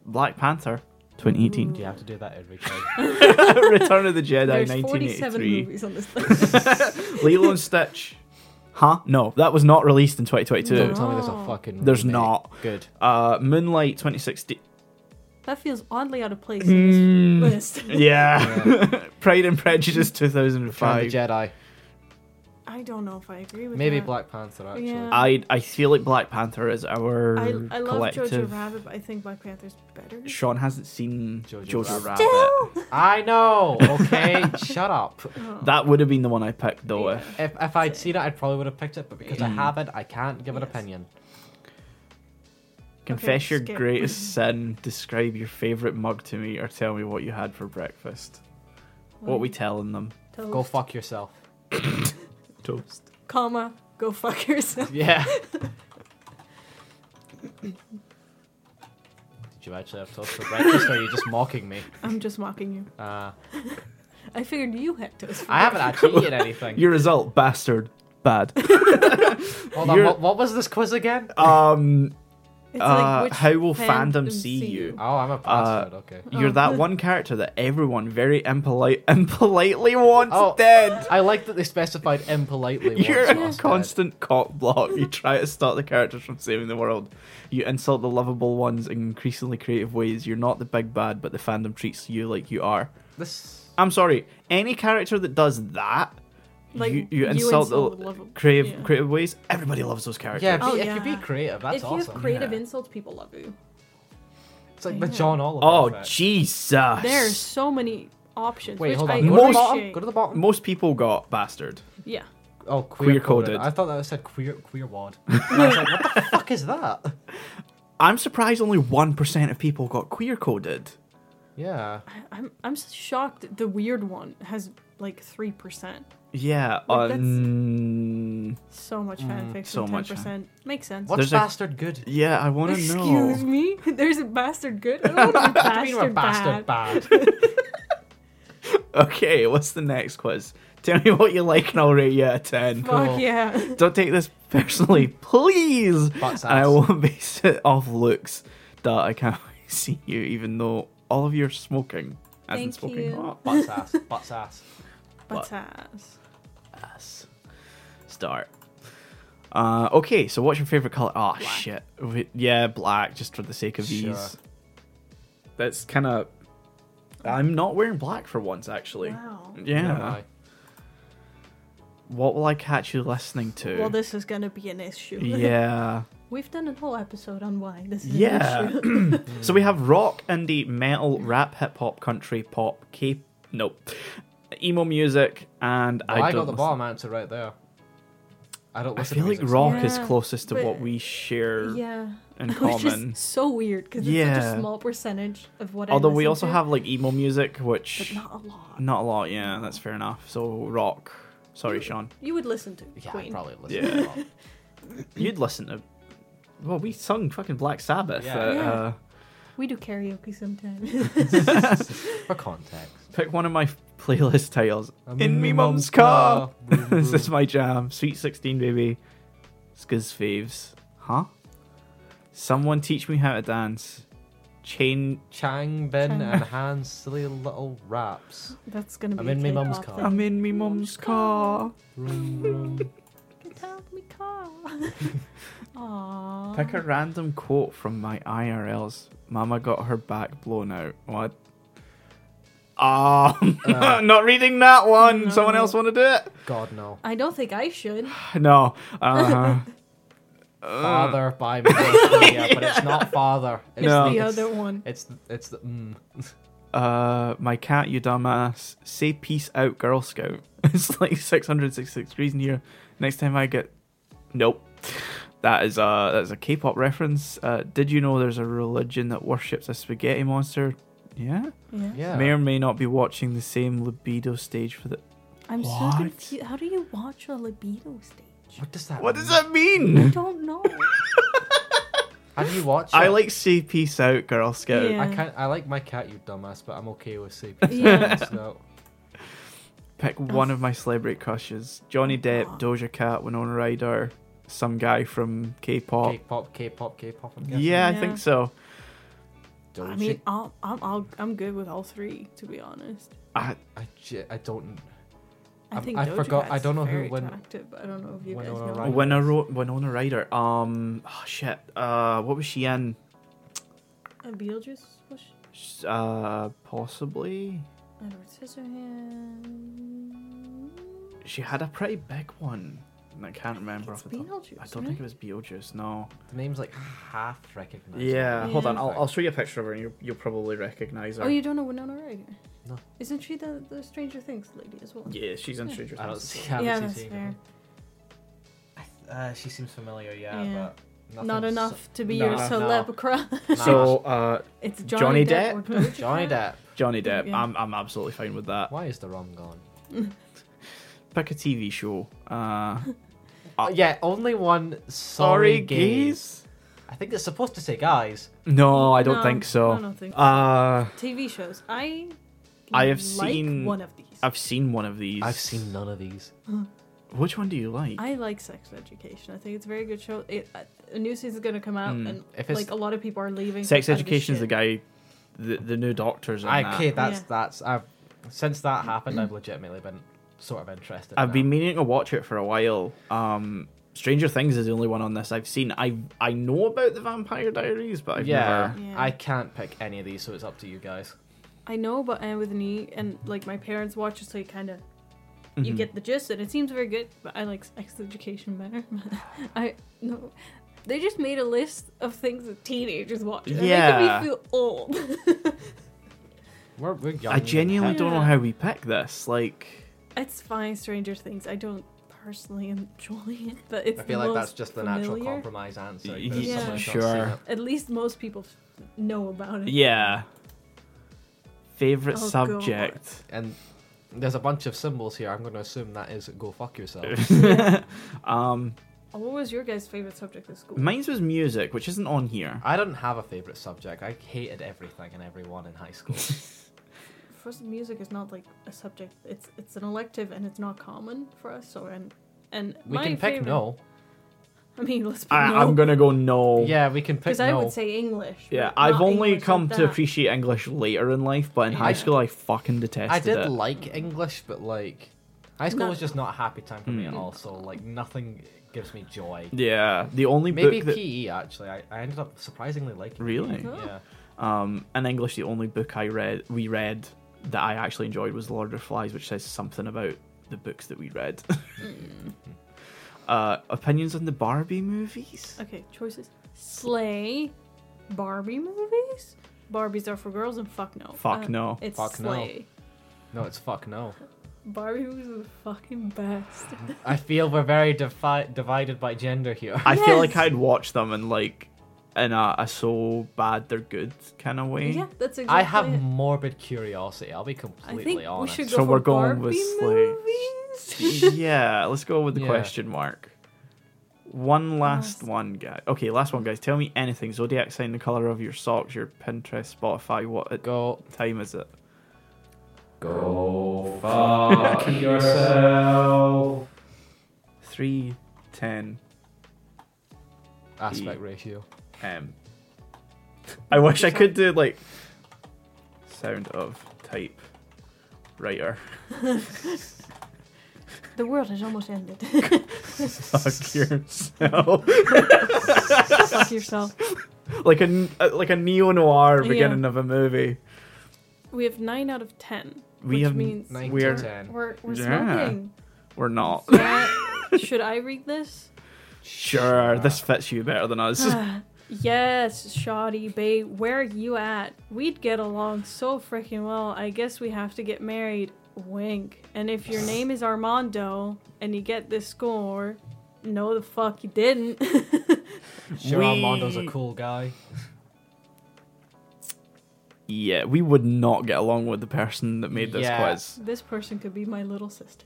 Speaker 1: Black Panther, 2018.
Speaker 3: Do you have to do that every time?
Speaker 1: Return of the Jedi,
Speaker 2: There's 47
Speaker 1: 1983.
Speaker 2: movies on this list.
Speaker 1: Lilo and Stitch. Huh? No, that was not released in 2022.
Speaker 3: Don't tell me there's a
Speaker 2: No.
Speaker 3: fucking.
Speaker 1: There's
Speaker 3: remake.
Speaker 1: not.
Speaker 3: Good.
Speaker 1: Uh, Moonlight, 2016.
Speaker 2: that feels oddly out of place in this list.
Speaker 1: Mm. Yeah. Pride and Prejudice,
Speaker 3: Find the
Speaker 1: 2005.
Speaker 3: Jedi.
Speaker 2: I don't know if I agree with
Speaker 3: Maybe
Speaker 2: that.
Speaker 3: Black Panther actually.
Speaker 2: Yeah.
Speaker 1: I I feel like Black Panther is our
Speaker 2: I, I love
Speaker 1: collective.
Speaker 2: Jojo Rabbit, but I think Black Panther's better.
Speaker 1: Sean hasn't seen
Speaker 3: Jojo
Speaker 1: Jojo,
Speaker 3: Rabbit.
Speaker 1: Rabbit.
Speaker 3: I know. Okay, shut up.
Speaker 1: That would have been the one I picked though.
Speaker 2: Oh. Yeah.
Speaker 1: If
Speaker 3: If, if I'd seen it, I probably would have picked it, but because I
Speaker 1: Mm.
Speaker 3: haven't, I can't give an
Speaker 2: Yes.
Speaker 3: opinion.
Speaker 1: confess your
Speaker 2: skip.
Speaker 1: greatest sin, describe your favorite mug to me, or tell me what you had for breakfast. What we telling them?
Speaker 2: Toast,
Speaker 3: Go fuck yourself.
Speaker 1: Toast.
Speaker 2: comma, go fuck yourself.
Speaker 3: Yeah. Did you actually have toast for breakfast, or are you just mocking me?
Speaker 2: I'm just mocking you.
Speaker 3: Uh,
Speaker 2: I figured you had toast.
Speaker 3: I haven't actually eaten anything.
Speaker 1: Your result, bastard. Bad.
Speaker 3: Hold on,
Speaker 1: you're-
Speaker 3: what, what was this quiz again?
Speaker 1: Um,
Speaker 2: It's
Speaker 1: uh,
Speaker 2: which
Speaker 1: how will
Speaker 2: fan
Speaker 1: fandom
Speaker 2: did
Speaker 1: see you?
Speaker 3: Oh, I'm a bastard.
Speaker 1: Uh,
Speaker 3: okay.
Speaker 1: you're that one character that everyone very impolite, impolitely wants
Speaker 3: Oh.
Speaker 1: dead.
Speaker 3: I like that they specified impolitely. once
Speaker 1: You're a
Speaker 3: last
Speaker 1: constant cock block. You try to stop the characters from saving the world. You insult the lovable ones in increasingly creative ways. You're not the big bad, but the fandom treats you like you are.
Speaker 3: bit. This.
Speaker 1: I'm sorry. Any character that does that,
Speaker 2: Like,
Speaker 1: you,
Speaker 2: you
Speaker 1: you insult,
Speaker 2: insult
Speaker 1: the
Speaker 2: the lovable-
Speaker 1: creative
Speaker 2: yeah.
Speaker 1: creative ways. Everybody loves those characters.
Speaker 3: Yeah,
Speaker 2: Oh,
Speaker 3: be, if you
Speaker 2: yeah.
Speaker 3: be creative, that's
Speaker 2: if you
Speaker 3: awesome.
Speaker 2: have creative
Speaker 1: yeah.
Speaker 2: insults, people love you.
Speaker 3: It's like the John Oliver.
Speaker 1: Oh
Speaker 3: effect.
Speaker 1: Jesus!
Speaker 2: There are so many options.
Speaker 3: Wait,
Speaker 2: which
Speaker 3: hold
Speaker 2: I
Speaker 3: on. Go to the bottom.
Speaker 2: appreciate.
Speaker 3: Go to the bottom.
Speaker 1: Most people got bastard.
Speaker 2: Yeah.
Speaker 3: Oh, queer, coded.
Speaker 1: Queer-coded.
Speaker 3: I thought that said queer queer wad. And I was like, what the fuck is that?
Speaker 1: I'm surprised only one percent of people got queer coded.
Speaker 3: Yeah.
Speaker 2: I'm I'm s- shocked. The weird one has like three percent.
Speaker 1: Yeah,
Speaker 2: Like, that's-
Speaker 1: um, Mm.
Speaker 2: So much fan fiction.
Speaker 1: so much
Speaker 2: 10%. Makes sense.
Speaker 3: What's
Speaker 1: There's a-
Speaker 3: bastard good?
Speaker 1: Yeah, I want to know.
Speaker 2: Excuse me? There's a bastard good? I don't want to be
Speaker 3: I
Speaker 2: bastard,
Speaker 3: mean, we're bastard
Speaker 2: bad.
Speaker 3: bad.
Speaker 1: Okay, what's the next quiz? Tell me what you like and I'll rate you a 10.
Speaker 2: Fuck
Speaker 3: Cool.
Speaker 2: yeah.
Speaker 1: Don't take this personally, please.
Speaker 3: Butts
Speaker 1: And I
Speaker 3: ass.
Speaker 1: won't base it off looks. Duh, I can't see you, even though all of you are smoking. As in
Speaker 2: Thank
Speaker 1: smoking
Speaker 2: you.
Speaker 1: hot.
Speaker 3: Butts ass. Butts ass.
Speaker 2: Butt ass.
Speaker 1: Ass. Start. Uh, okay, so what's your favorite color? Oh shit. We- Yeah, black, just for the sake of
Speaker 3: Sure.
Speaker 1: ease. That's kind of. I'm not wearing black for once, actually.
Speaker 2: Wow.
Speaker 1: Yeah.
Speaker 3: No, no.
Speaker 1: What will I catch you listening to?
Speaker 2: Well, this is gonna be an issue.
Speaker 1: yeah.
Speaker 2: We've done a whole episode on why this is
Speaker 1: Yeah.
Speaker 2: an issue.
Speaker 1: so we have rock, indie, metal, rap, hip hop, country, pop, K. Nope. Emo music, and
Speaker 3: Well,
Speaker 1: I,
Speaker 3: I,
Speaker 1: don't
Speaker 3: got the
Speaker 1: listen-
Speaker 3: bomb answer right there. I don't
Speaker 1: I
Speaker 3: listen
Speaker 1: feel
Speaker 3: to
Speaker 1: like
Speaker 3: music, so-
Speaker 1: rock
Speaker 2: Yeah,
Speaker 1: is closest to
Speaker 2: but-
Speaker 1: what we share
Speaker 2: yeah.
Speaker 1: in
Speaker 2: Which
Speaker 1: common.
Speaker 2: is so weird because it's such
Speaker 1: Yeah.
Speaker 2: a small percentage of what
Speaker 1: Although
Speaker 2: I
Speaker 1: we also
Speaker 2: listen to,
Speaker 1: have like emo music, which
Speaker 2: But not a lot.
Speaker 1: not a lot. Yeah, that's fair enough. So rock. Sorry, Sean.
Speaker 2: You would listen to
Speaker 3: Yeah, I
Speaker 2: Queen.
Speaker 3: probably listen to rock.
Speaker 1: You'd listen to. Well, we sung fucking Black Sabbath.
Speaker 3: Yeah.
Speaker 1: uh,
Speaker 2: Yeah.
Speaker 1: uh,
Speaker 2: We do karaoke sometimes.
Speaker 3: For context.
Speaker 1: pick one of my playlist titles.
Speaker 3: I'm
Speaker 1: in me mum's car. this is my jam. Sweet 16, baby. Skiz faves. Huh? Someone teach me how to dance. Chain.
Speaker 3: Chang Bin
Speaker 2: Chang.
Speaker 3: and Hans silly little raps.
Speaker 2: That's gonna be.
Speaker 3: I'm
Speaker 2: a
Speaker 3: in me
Speaker 2: K-pop
Speaker 3: mum's car.
Speaker 2: thing.
Speaker 1: I'm in me mum's car.
Speaker 3: Vroom, vroom.
Speaker 2: Get out of me car. Aww.
Speaker 1: Pick a random quote from my IRLs. Mama got her back blown out. What? Ah,
Speaker 3: Uh,
Speaker 1: not reading that one. Someone
Speaker 2: no.
Speaker 1: else want to do it?
Speaker 3: God no.
Speaker 2: I don't think I should.
Speaker 1: No. Uh,
Speaker 3: Father by Media, but it's not father. It's
Speaker 1: No.
Speaker 2: The
Speaker 3: it's-
Speaker 2: other one.
Speaker 3: It's the, it's the mm.
Speaker 1: uh, my cat, you dumbass. Say peace out, Girl Scout. It's like 666 degrees in here. Next time I get, nope. That is a that is a K-pop reference. Uh, did you know there's a religion that worships a spaghetti monster? Yeah.
Speaker 2: Yeah.
Speaker 3: yeah.
Speaker 1: May or may not be watching the same libido stage for the.
Speaker 2: I'm
Speaker 1: What?
Speaker 2: so confused. How do you watch a libido stage?
Speaker 3: What does that?
Speaker 1: What does
Speaker 3: mean?
Speaker 1: that mean?
Speaker 2: Don't know.
Speaker 3: Have you watched?
Speaker 1: I
Speaker 3: it?
Speaker 1: like say peace out, Girl Scout.
Speaker 2: Yeah.
Speaker 3: I can I like my cat, you dumbass, but I'm okay with sleeping.
Speaker 2: Yeah.
Speaker 3: So
Speaker 1: Pick one of my celebrity crushes: Johnny Depp, Doja Cat, Winona Ryder, some guy from K-pop.
Speaker 3: K-pop, K-pop, K-pop. I'm guessing.
Speaker 1: Oh. Yeah, I
Speaker 2: Yeah.
Speaker 1: think so.
Speaker 3: Doja.
Speaker 2: I mean, I'll, I'm I'll, I'm good with all three, to be honest.
Speaker 1: I,
Speaker 3: I, j- I don't.
Speaker 2: I
Speaker 3: I'm-
Speaker 2: think
Speaker 3: I
Speaker 2: Doja
Speaker 3: forgot-
Speaker 2: Cat's
Speaker 3: I don't know who
Speaker 2: very
Speaker 3: win-
Speaker 2: attractive, but I don't know if you guys
Speaker 3: Winona
Speaker 2: know.
Speaker 3: Ryder.
Speaker 1: When I wrote Winona Ryder, um, oh shit, uh, what was she in?
Speaker 2: Uh, Beetlejuice? Was she?
Speaker 1: Uh, possibly
Speaker 2: Edward Scissorhands.
Speaker 1: she had a pretty big one. and I can't remember.
Speaker 2: it's
Speaker 1: off the top-
Speaker 2: Beetlejuice,
Speaker 1: I don't think
Speaker 2: right?
Speaker 1: it was Beetlejuice. No.
Speaker 3: The name's like half recognized.
Speaker 1: Yeah, hold on.
Speaker 2: Yeah.
Speaker 1: I'll, I'll show you a picture of her, and you'll, you'll probably recognize her.
Speaker 2: Oh, you don't know Winona Ryder?
Speaker 3: No.
Speaker 2: Isn't she the, the Stranger Things lady as well?
Speaker 1: Yeah, she's in Stranger
Speaker 3: I don't
Speaker 1: Things.
Speaker 3: see.
Speaker 1: as
Speaker 3: I haven't
Speaker 2: Yeah,
Speaker 3: seen
Speaker 2: that's
Speaker 3: Taken.
Speaker 2: fair.
Speaker 3: I th- Uh, she seems familiar, yeah,
Speaker 2: Yeah.
Speaker 3: but
Speaker 2: Not
Speaker 3: nothing's-
Speaker 2: enough to be
Speaker 1: No,
Speaker 2: your
Speaker 1: no.
Speaker 2: celeb crush.
Speaker 1: well. So, uh,
Speaker 2: It's
Speaker 1: Johnny
Speaker 2: Johnny, Depp.
Speaker 1: Depp?
Speaker 2: or Doja
Speaker 3: Johnny
Speaker 2: Cat.
Speaker 3: Depp.
Speaker 1: Johnny Depp.
Speaker 2: Yeah.
Speaker 1: I'm I'm absolutely fine with that.
Speaker 3: Why is the rum gone?
Speaker 1: Pick a TV show. Uh,
Speaker 3: Oh, yeah, only one. Sorry,
Speaker 1: sorry,
Speaker 3: gays.
Speaker 1: gays.
Speaker 3: I think it's supposed to say guys.
Speaker 1: No, I don't
Speaker 2: No,
Speaker 1: think so.
Speaker 2: I don't think so.
Speaker 1: Uh,
Speaker 2: TV shows. I.
Speaker 1: I have
Speaker 2: like
Speaker 1: seen-
Speaker 2: one of these. i
Speaker 1: I've seen one of these.
Speaker 3: I've seen none of these.
Speaker 1: Which one do you like?
Speaker 2: like Sex Education. I think it's a very good show. It, uh, a new season's gonna come out,
Speaker 1: Mm.
Speaker 2: and
Speaker 3: If it's-
Speaker 2: like a lot of people are leaving.
Speaker 1: Sex
Speaker 2: out of
Speaker 1: Education is the
Speaker 2: shit.
Speaker 1: guy, the, the new doctors. In
Speaker 3: I,
Speaker 1: that.
Speaker 3: okay, that's
Speaker 2: Yeah.
Speaker 3: that's. I've since that happened, I've legitimately been sort of interested.
Speaker 1: Mm. I've
Speaker 3: now.
Speaker 1: been meaning to watch it for a while. Um, Stranger Things is the only one on this I've seen. I I know about the Vampire Diaries, but I've
Speaker 3: yeah,
Speaker 1: never.
Speaker 2: Yeah.
Speaker 3: I can't pick any of these, so it's up to you guys.
Speaker 2: I know, but I am with knee, and like my parents watch it, so you kind of you
Speaker 1: Mhm.
Speaker 2: get the gist, and it seems very good. But I like Sex Education better. I no, they just made a list of things that teenagers watch. And
Speaker 1: Yeah.
Speaker 2: yeah, making me feel old.
Speaker 3: We're, we're young.
Speaker 1: I genuinely don't know
Speaker 2: Yeah.
Speaker 1: how we pick this. Like,
Speaker 2: it's fine, Stranger Things. I don't personally enjoy it, but it's
Speaker 3: I feel
Speaker 2: the
Speaker 3: like
Speaker 2: most
Speaker 3: that's just the natural
Speaker 2: familiar.
Speaker 3: compromise answer. but
Speaker 1: Yeah,
Speaker 3: it's someone who's not
Speaker 1: sure.
Speaker 3: seen it.
Speaker 2: At least most people f- know about it.
Speaker 1: yeah. Favorite
Speaker 2: Oh, God.
Speaker 1: subject.
Speaker 3: And There's a bunch of symbols here. I'm going to assume that is go fuck yourself.
Speaker 1: um,
Speaker 2: Oh, what was your guys' favorite subject at school?
Speaker 1: mine's was music, which isn't on here.
Speaker 3: I didn't have a favorite subject. I hated everything and everyone in high school.
Speaker 2: For us, music is not like a subject. It's it's an elective and it's not common for us. So and and
Speaker 3: we
Speaker 2: my
Speaker 3: can pick
Speaker 2: favorite-
Speaker 3: no.
Speaker 2: I mean, let's pick
Speaker 1: I,
Speaker 2: no.
Speaker 1: I'm gonna go no.
Speaker 3: Yeah, we can pick
Speaker 2: Because
Speaker 3: no.
Speaker 2: I would say English.
Speaker 1: Yeah,
Speaker 2: but
Speaker 1: I've
Speaker 2: not
Speaker 1: only
Speaker 2: English
Speaker 1: come
Speaker 2: like
Speaker 1: to
Speaker 2: that.
Speaker 1: appreciate English later in life, but in
Speaker 3: Yeah.
Speaker 1: high school I fucking detested
Speaker 3: I did
Speaker 1: it.
Speaker 3: like English, but like high school
Speaker 2: No.
Speaker 3: was just not a happy time for me
Speaker 1: Hmm.
Speaker 3: at all. So like nothing gives me joy.
Speaker 1: yeah, the only
Speaker 3: Maybe
Speaker 1: book that
Speaker 3: PE actually. I, I ended up surprisingly liking.
Speaker 1: really,
Speaker 2: Oh.
Speaker 3: Yeah.
Speaker 1: um, in English the only book I read we read that I actually enjoyed was Lord of Flies, which says something about the books that we read. uh, opinions on the Barbie movies?
Speaker 2: Okay, choices: Slay, Barbie movies. Barbies are for girls, and fuck no.
Speaker 1: Fuck
Speaker 2: Uh,
Speaker 1: no.
Speaker 2: It's
Speaker 3: Fuck no.
Speaker 2: Slay.
Speaker 3: No, it's fuck no.
Speaker 2: Barbie movies are the fucking best.
Speaker 3: I feel we're very defi- divided by gender here.
Speaker 1: I feel like
Speaker 2: Yes.
Speaker 1: I'd watch them and like in a, a so bad they're good kind of way.
Speaker 2: yeah, that's exactly.
Speaker 3: I have
Speaker 2: It.
Speaker 3: morbid curiosity. I'll be
Speaker 2: I
Speaker 3: completely
Speaker 2: think we
Speaker 3: honest.
Speaker 2: should go
Speaker 1: So
Speaker 2: for
Speaker 1: we're going
Speaker 2: Barbie
Speaker 1: with Slay.
Speaker 2: movies.
Speaker 1: yeah, let's go with the
Speaker 3: Yeah.
Speaker 1: question mark. One last
Speaker 2: Last.
Speaker 1: one, guy. Okay, last one, guys. Tell me anything. Zodiac sign, the color of your socks, your Pinterest, Spotify. What at
Speaker 3: go.
Speaker 1: time is it?
Speaker 3: Go fuck yourself.
Speaker 1: Three, ten,
Speaker 3: Aspect ratio.
Speaker 1: m. I wish I could do like sound of type writer.
Speaker 2: the world has almost ended.
Speaker 1: Fuck yourself.
Speaker 2: fuck yourself.
Speaker 1: like a uh, like a neo noir
Speaker 2: Yeah.
Speaker 1: beginning of a movie.
Speaker 2: We have nine out of ten.
Speaker 1: We
Speaker 2: which
Speaker 1: have
Speaker 2: means
Speaker 3: Nine
Speaker 1: We're-
Speaker 3: to ten.
Speaker 2: we're we're
Speaker 1: Yeah.
Speaker 2: smoking.
Speaker 1: We're not.
Speaker 2: Yeah. Should I read this? Ah,
Speaker 1: Sure, this fits you better than us.
Speaker 2: yes, shoddy babe. Where you at? We'd get along so freaking well. I guess we have to get married. Wink. And if your name is Armando and you get this score, no, the fuck you didn't.
Speaker 3: Sure,
Speaker 1: We-
Speaker 3: Armando's a cool guy.
Speaker 1: Yeah, we would not get along with the person that made this
Speaker 3: Yeah.
Speaker 1: quiz.
Speaker 2: this person could be my little sister.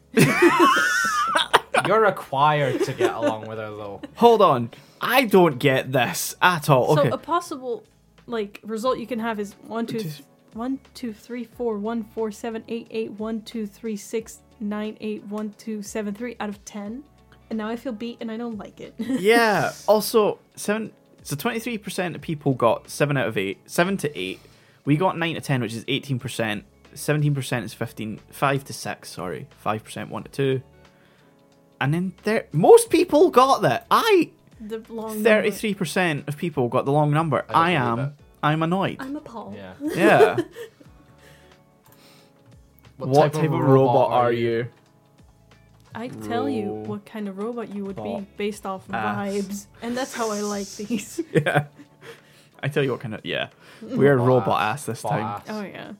Speaker 3: You're required to get along with her, though.
Speaker 1: Hold on. I don't get this at all. Okay.
Speaker 2: So a possible like result you can have is one two th- one two three four one four seven eight eight one two three six nine eight one two seven three out of ten. And now I feel beat and I don't like it.
Speaker 1: yeah. Also, seven so twenty three percent of people got seven out of eight. Seven to eight. We got nine to ten, which is eighteen percent. Seventeen percent is fifteen five to six, sorry. Five percent one to two. And then there most people got that. I
Speaker 2: the long
Speaker 1: thirty three percent of people got the long number.
Speaker 3: I don't
Speaker 1: I, am
Speaker 3: believe it.
Speaker 1: I'm annoyed.
Speaker 2: number. I'm appalled.
Speaker 3: Yeah.
Speaker 1: yeah. What type of robot are you?
Speaker 2: I tell you
Speaker 1: Roll.
Speaker 2: what kind of robot you would
Speaker 1: Ball.
Speaker 2: be based off
Speaker 1: Ass.
Speaker 2: vibes. And that's how I like these.
Speaker 1: Yeah. I tell you what kind of yeah. We're
Speaker 3: Bot
Speaker 1: robot
Speaker 3: ass.
Speaker 1: ass this
Speaker 3: Bot
Speaker 1: time.
Speaker 3: ass.
Speaker 2: oh yeah.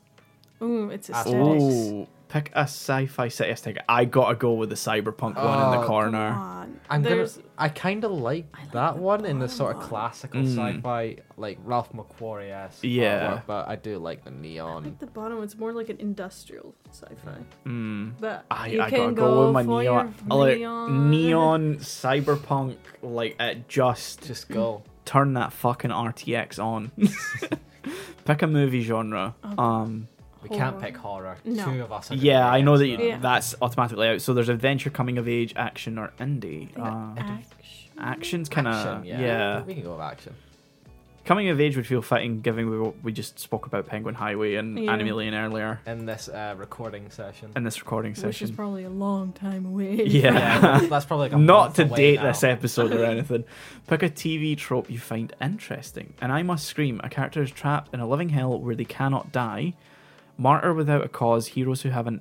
Speaker 2: Ooh, it's
Speaker 3: Ass
Speaker 2: aesthetics.
Speaker 3: Ooh.
Speaker 1: Oh, pick a sci-fi city aesthetic. I gotta go with the cyberpunk one in
Speaker 3: Oh,
Speaker 1: the corner.
Speaker 2: Come
Speaker 3: I'm
Speaker 2: on. There's
Speaker 3: gonna, I kind of like
Speaker 2: like
Speaker 3: that
Speaker 2: the
Speaker 3: one in the
Speaker 2: bottom
Speaker 3: sort of
Speaker 2: one.
Speaker 3: classical
Speaker 1: Mm.
Speaker 3: sci-fi, like Ralph McQuarrie esque.
Speaker 1: Yeah.
Speaker 3: but I do like the
Speaker 2: I
Speaker 3: neon.
Speaker 2: think the bottom it's more like an industrial sci-fi.
Speaker 1: Mm.
Speaker 2: But
Speaker 1: I,
Speaker 2: you
Speaker 1: I gotta
Speaker 2: can
Speaker 1: go with my
Speaker 2: for
Speaker 1: neon, oh,
Speaker 2: your
Speaker 1: like neon cyberpunk. Like it just
Speaker 3: Just go.
Speaker 1: turn that fucking RTX on. pick a movie genre. Um,
Speaker 3: We can't
Speaker 2: Horror.
Speaker 3: pick horror.
Speaker 2: No.
Speaker 3: Two of us. Are
Speaker 1: yeah, I know that you,
Speaker 2: Yeah.
Speaker 1: that's automatically out. So there's adventure, coming of age, action, or indie. Uh,
Speaker 2: action.
Speaker 1: action's kind of
Speaker 3: yeah.
Speaker 1: yeah.
Speaker 3: We can go with action.
Speaker 1: Coming of age would feel fitting, given we we just spoke about Penguin Highway and
Speaker 2: Yeah.
Speaker 1: Animalian earlier
Speaker 3: In this uh, recording session.
Speaker 1: in this recording
Speaker 2: Which is
Speaker 1: session.
Speaker 2: probably a long time away.
Speaker 1: Yeah.
Speaker 3: yeah, that's, that's probably like a
Speaker 1: Not
Speaker 3: month
Speaker 1: to
Speaker 3: away
Speaker 1: date
Speaker 3: now.
Speaker 1: this episode or anything. Pick a TV trope you find interesting, and I must scream: a character is trapped in a living hell where they cannot die. Martyr without a cause, heroes who have an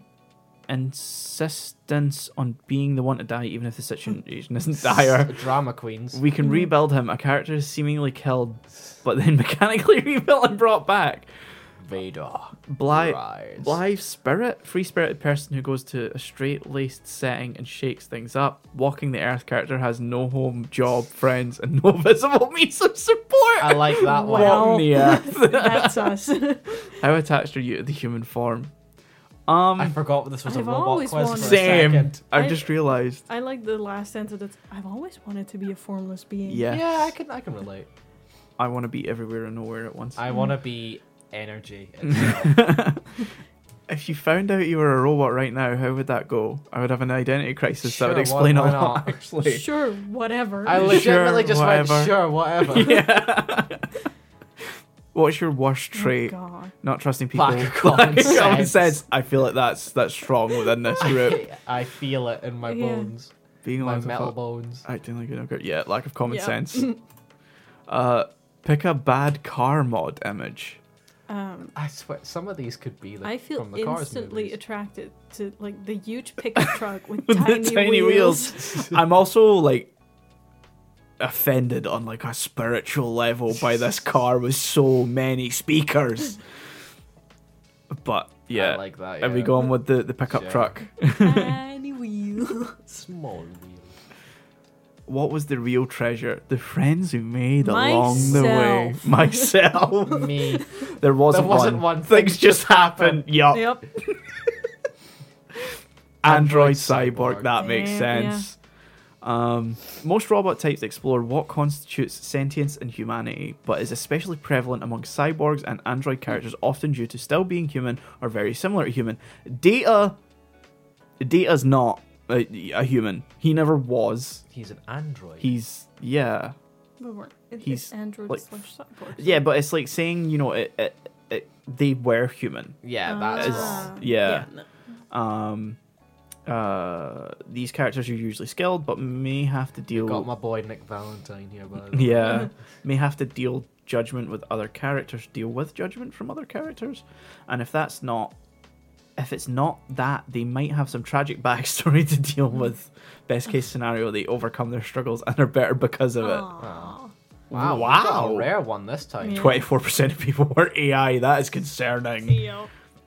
Speaker 1: insistence on being the one to die, even if the situation isn't dire.
Speaker 3: Drama queens.
Speaker 1: We
Speaker 2: Mm-hmm.
Speaker 1: can rebuild him. A character is seemingly killed, but then mechanically rebuilt and brought back.
Speaker 3: Vader.
Speaker 1: Bly,
Speaker 3: Rise.
Speaker 1: Live spirit, free spirited person who goes to a straight laced setting and shakes things up. Walking the earth character has no home, job, friends, and no visible means of support.
Speaker 3: I like that one.
Speaker 2: Wow.
Speaker 1: Walking the earth.
Speaker 2: That's us.
Speaker 1: How attached are you to the human form? Um,
Speaker 3: I forgot this was a
Speaker 2: I've
Speaker 3: robot
Speaker 2: always
Speaker 3: quiz for a
Speaker 2: wondered-
Speaker 1: same.
Speaker 3: second.
Speaker 1: I've
Speaker 2: I-
Speaker 1: just realized.
Speaker 2: I like the last sentence. It's, I've always wanted to be a formless being.
Speaker 1: Yes.
Speaker 3: Yeah, I can I can relate.
Speaker 1: I want to be everywhere and nowhere at once.
Speaker 2: Mm.
Speaker 3: I want to be energy.
Speaker 1: if you found out you were a robot right now, how would that go? I would have an identity crisis. that
Speaker 3: Sure,
Speaker 1: would explain
Speaker 3: why-
Speaker 1: a
Speaker 3: why
Speaker 1: lot,
Speaker 3: not?
Speaker 1: actually.
Speaker 2: Sure, whatever.
Speaker 3: I legitimately just
Speaker 1: whatever.
Speaker 3: went sure whatever.
Speaker 1: Yeah. What's your worst
Speaker 2: Oh,
Speaker 1: trait?
Speaker 2: God.
Speaker 1: Not trusting people.
Speaker 3: Lack of common
Speaker 1: Lack of common
Speaker 3: sense.
Speaker 1: sense. I feel like that's that's strong within this group.
Speaker 3: I feel it in my
Speaker 2: Yeah.
Speaker 3: bones,
Speaker 1: Being
Speaker 3: my
Speaker 1: allowed to
Speaker 3: metal
Speaker 1: fuck-
Speaker 3: bones.
Speaker 1: Acting like an ogre. Yeah, lack of common
Speaker 2: Yeah.
Speaker 1: sense. uh, pick a bad car mod image.
Speaker 2: Um,
Speaker 3: I swear, some of these could be the,
Speaker 2: I feel
Speaker 3: from the Cars
Speaker 2: instantly
Speaker 3: movies.
Speaker 2: attracted to like the huge pickup truck with,
Speaker 1: With
Speaker 2: tiny,
Speaker 1: the tiny
Speaker 2: wheels.
Speaker 1: wheels. I'm also like offended on like a spiritual level by this car with so many speakers. But yeah,
Speaker 3: I like that. Yeah.
Speaker 1: are we going with the the pickup
Speaker 3: Sure.
Speaker 1: truck?
Speaker 2: tiny wheel.
Speaker 3: small wheel?
Speaker 1: what was the real treasure? The friends who made along the way.
Speaker 2: Myself.
Speaker 1: Myself.
Speaker 3: Me.
Speaker 1: there wasn't,
Speaker 3: wasn't
Speaker 1: one.
Speaker 3: one.
Speaker 1: Things just happened. Yup.
Speaker 2: Yep.
Speaker 1: Android
Speaker 3: Android
Speaker 1: cyborg.
Speaker 3: cyborg.
Speaker 1: That makes
Speaker 2: Damn, yeah.
Speaker 1: sense. Um, most robot types explore what constitutes sentience and humanity, but is especially prevalent among cyborgs and android characters, often due to still being human or very similar to human. Data, Data's not a, a human. He never was.
Speaker 3: He's an android.
Speaker 1: He's yeah,
Speaker 2: But we're- It's
Speaker 1: He's,
Speaker 2: He's android
Speaker 1: like,
Speaker 2: slash cyborg.
Speaker 1: yeah, but it's like saying you know it. it, it they were human.
Speaker 3: yeah, that's
Speaker 1: is-
Speaker 2: Ah.
Speaker 3: wrong.
Speaker 1: yeah.
Speaker 2: no.
Speaker 1: Um, uh, these characters are usually skilled, but may have to deal.
Speaker 3: Got my boy Nick Valentine here, by the way.
Speaker 1: Yeah. May have to deal judgment with other characters, deal with judgment from other characters. And if that's not if it's not that, they might have some tragic backstory to deal with. Best case scenario, they overcome their struggles and are better because of it.
Speaker 3: Oh.
Speaker 2: Aw.
Speaker 3: Wow, we got a
Speaker 1: Wow.
Speaker 3: rare one this time.
Speaker 2: Yeah.
Speaker 1: Twenty-four percent of people were AI. That is concerning.
Speaker 2: Yeah.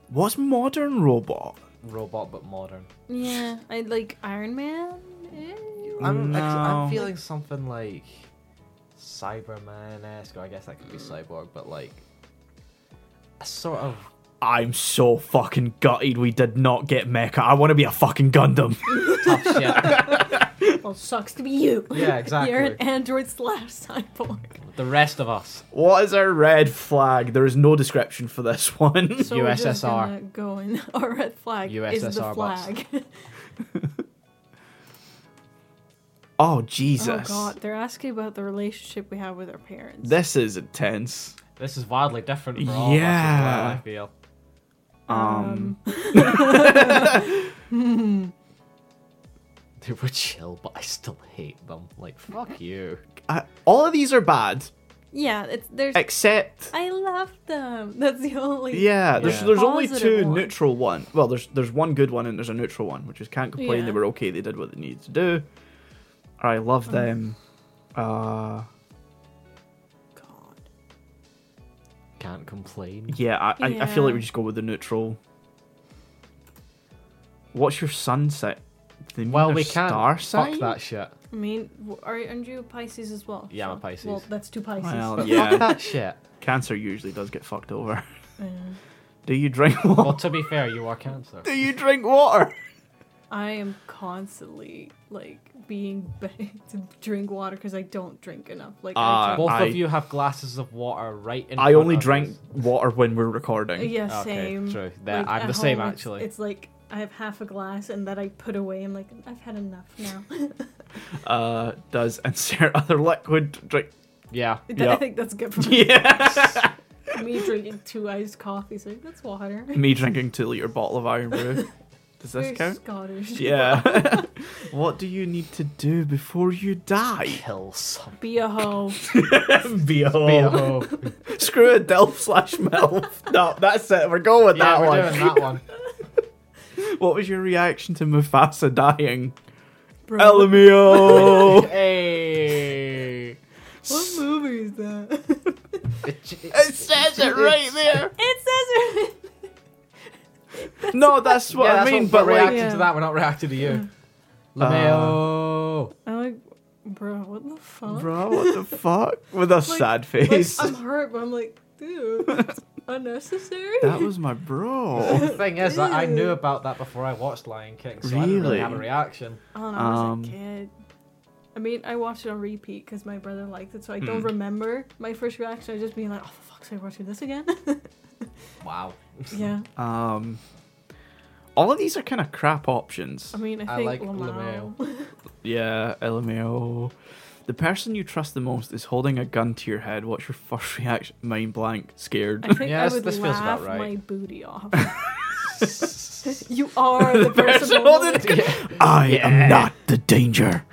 Speaker 1: What's modern robot?
Speaker 3: Robot but modern.
Speaker 2: Yeah, I like Iron Man. eh?
Speaker 3: I'm, ex-
Speaker 1: No.
Speaker 3: I'm feeling something like Cyberman esque, or I guess that could be cyborg, but like a sort of.
Speaker 1: I'm so fucking gutted. We did not get Mecha. I want to be a fucking Gundam.
Speaker 3: Tough shit.
Speaker 2: Well, sucks to be you.
Speaker 3: Yeah, exactly.
Speaker 2: You're an android slash cyborg.
Speaker 3: the rest of us.
Speaker 1: what is our red flag? There is no description for this one.
Speaker 2: So we're just
Speaker 3: USSR.
Speaker 2: gonna go in. Our red flag is the
Speaker 3: USSR box.
Speaker 2: flag.
Speaker 1: Oh
Speaker 2: oh
Speaker 1: Jesus!
Speaker 2: God, they're asking about the relationship we have with our parents.
Speaker 1: This is intense.
Speaker 3: This is wildly different for all
Speaker 1: Yeah.
Speaker 3: of us as well,
Speaker 1: Um,
Speaker 3: I feel. They were chill, but I still hate them. Like, fuck you.
Speaker 1: I- all of these are bad
Speaker 2: yeah, it's there's.
Speaker 1: except
Speaker 2: I love them. That's the only.
Speaker 1: yeah. There's
Speaker 3: Yeah.
Speaker 1: there's only
Speaker 2: Positive
Speaker 1: two
Speaker 2: one.
Speaker 1: neutral one. Well, there's there's one good one and there's a neutral one, which is can't complain. They
Speaker 2: Yeah. Oh.
Speaker 1: were okay. They did what they needed to do. I love them. Uh,
Speaker 2: God.
Speaker 3: Can't complain.
Speaker 1: yeah, I, I, I feel like
Speaker 2: Yeah.
Speaker 1: we just go with the neutral. What's your sunset? They mean
Speaker 3: Well,
Speaker 1: their
Speaker 3: we can't.
Speaker 1: Star sign?
Speaker 3: fuck that shit.
Speaker 2: I mean, w- are aren't you a Pisces as well?
Speaker 3: Yeah, I'm a
Speaker 2: So-
Speaker 3: Pisces.
Speaker 2: Well, that's two Pisces.
Speaker 1: Well,
Speaker 3: Fuck
Speaker 1: yeah,
Speaker 3: that shit.
Speaker 1: Cancer usually does get fucked over.
Speaker 2: Yeah.
Speaker 1: Do you drink water?
Speaker 3: Well, to be fair, you are cancer.
Speaker 1: Do you drink water?
Speaker 2: I am constantly like being begged to drink water because I don't drink enough. Like
Speaker 1: Ah,
Speaker 2: I
Speaker 3: Both
Speaker 1: I-
Speaker 3: of you have glasses of water right in.
Speaker 1: I
Speaker 3: front
Speaker 1: only
Speaker 3: of
Speaker 1: drink
Speaker 3: us.
Speaker 1: water when we're recording.
Speaker 2: drink. Yeah,
Speaker 3: Okay,
Speaker 2: same.
Speaker 3: true. Yeah,
Speaker 2: Like,
Speaker 3: I'm
Speaker 2: at
Speaker 3: the same,
Speaker 2: home, it's-
Speaker 3: actually.
Speaker 2: It's like I have half a glass and that I put away. I'm like, I've had enough now.
Speaker 1: Uh, does insert other liquid drink?
Speaker 3: Yeah.
Speaker 1: Yeah.
Speaker 2: I think that's good for me.
Speaker 1: Yeah.
Speaker 2: me drinking two iced coffees. Like that's water.
Speaker 1: Me drinking two liter bottle of iron brew. Does this
Speaker 2: We're
Speaker 1: count?
Speaker 2: Scottish.
Speaker 1: Yeah. what do you need to do before you die?
Speaker 3: Kill some.
Speaker 2: Be a hoe.
Speaker 1: Be a hoe. Screw a delf slash milf. No, that's it. We're going with that
Speaker 3: yeah, we're
Speaker 1: one.
Speaker 3: doing that one.
Speaker 1: What was your reaction to Mufasa dying?
Speaker 2: Bro,
Speaker 1: Elmeo.
Speaker 3: hey.
Speaker 2: What movie is that?
Speaker 1: it says it right there.
Speaker 2: it says
Speaker 1: No, that's what
Speaker 3: yeah,
Speaker 1: I
Speaker 3: that's
Speaker 1: mean.
Speaker 3: what
Speaker 1: but
Speaker 3: we're
Speaker 1: like,
Speaker 3: reacting
Speaker 2: Yeah.
Speaker 3: to that. We're not reacting to you.
Speaker 1: Uh,
Speaker 3: Lameo.
Speaker 2: I'm like, bro, what the fuck?
Speaker 1: Bro, what the fuck? With a sad
Speaker 2: Like,
Speaker 1: face.
Speaker 2: I'm hurt, but I'm like, dude, unnecessary.
Speaker 1: That was my bro.
Speaker 3: The thing is that I knew about that before I watched Lion King, so I didn't
Speaker 1: Really?
Speaker 3: really have a reaction.
Speaker 2: I don't know, I was
Speaker 1: Um,
Speaker 2: a kid. I mean, I watched it on repeat because my brother liked it, so I don't
Speaker 1: Hmm.
Speaker 2: remember my first reaction. I just being like, "Oh, for fuck's sake, we're watching this again."
Speaker 3: Wow.
Speaker 2: yeah,
Speaker 1: Um, all of these are kind of crap options.
Speaker 2: I mean, I
Speaker 3: I
Speaker 2: think
Speaker 3: like
Speaker 2: Lamau.
Speaker 1: Yeah, LMAO. The person you trust the most is holding a gun to your head. What's your first reaction? Mind blank, scared.
Speaker 2: I think
Speaker 3: Yes,
Speaker 2: I would
Speaker 3: this feels
Speaker 2: laugh
Speaker 3: about right.
Speaker 2: my booty off. you are the, person.
Speaker 1: person
Speaker 2: holding
Speaker 1: holding
Speaker 2: it.
Speaker 1: I
Speaker 3: Yeah.
Speaker 1: am not the danger.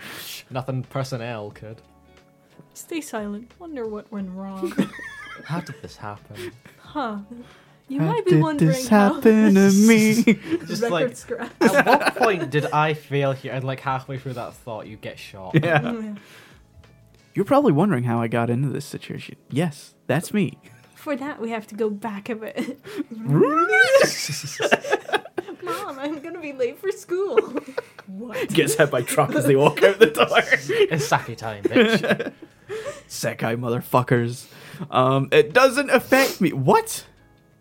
Speaker 3: Nothing personnel could.
Speaker 2: Stay silent. Wonder what went wrong,
Speaker 3: How did this happen?
Speaker 2: huh? You
Speaker 1: How
Speaker 2: might be
Speaker 1: did
Speaker 2: wondering
Speaker 1: this happen to me?
Speaker 2: how
Speaker 3: Just
Speaker 2: record
Speaker 3: like-
Speaker 2: scratch.
Speaker 3: At what point did I fail here? And like halfway through that thought, you get shot.
Speaker 1: yeah.
Speaker 2: Mm, yeah.
Speaker 1: You're probably wondering how I got into this situation. Yes, that's me.
Speaker 2: For that, we have to go back a bit. Mom, I'm gonna be late for school. what?
Speaker 1: Gets hit by truck as they walk out the door.
Speaker 3: It's sake time, bitch.
Speaker 1: Sekai motherfuckers. Um, it doesn't affect me. What?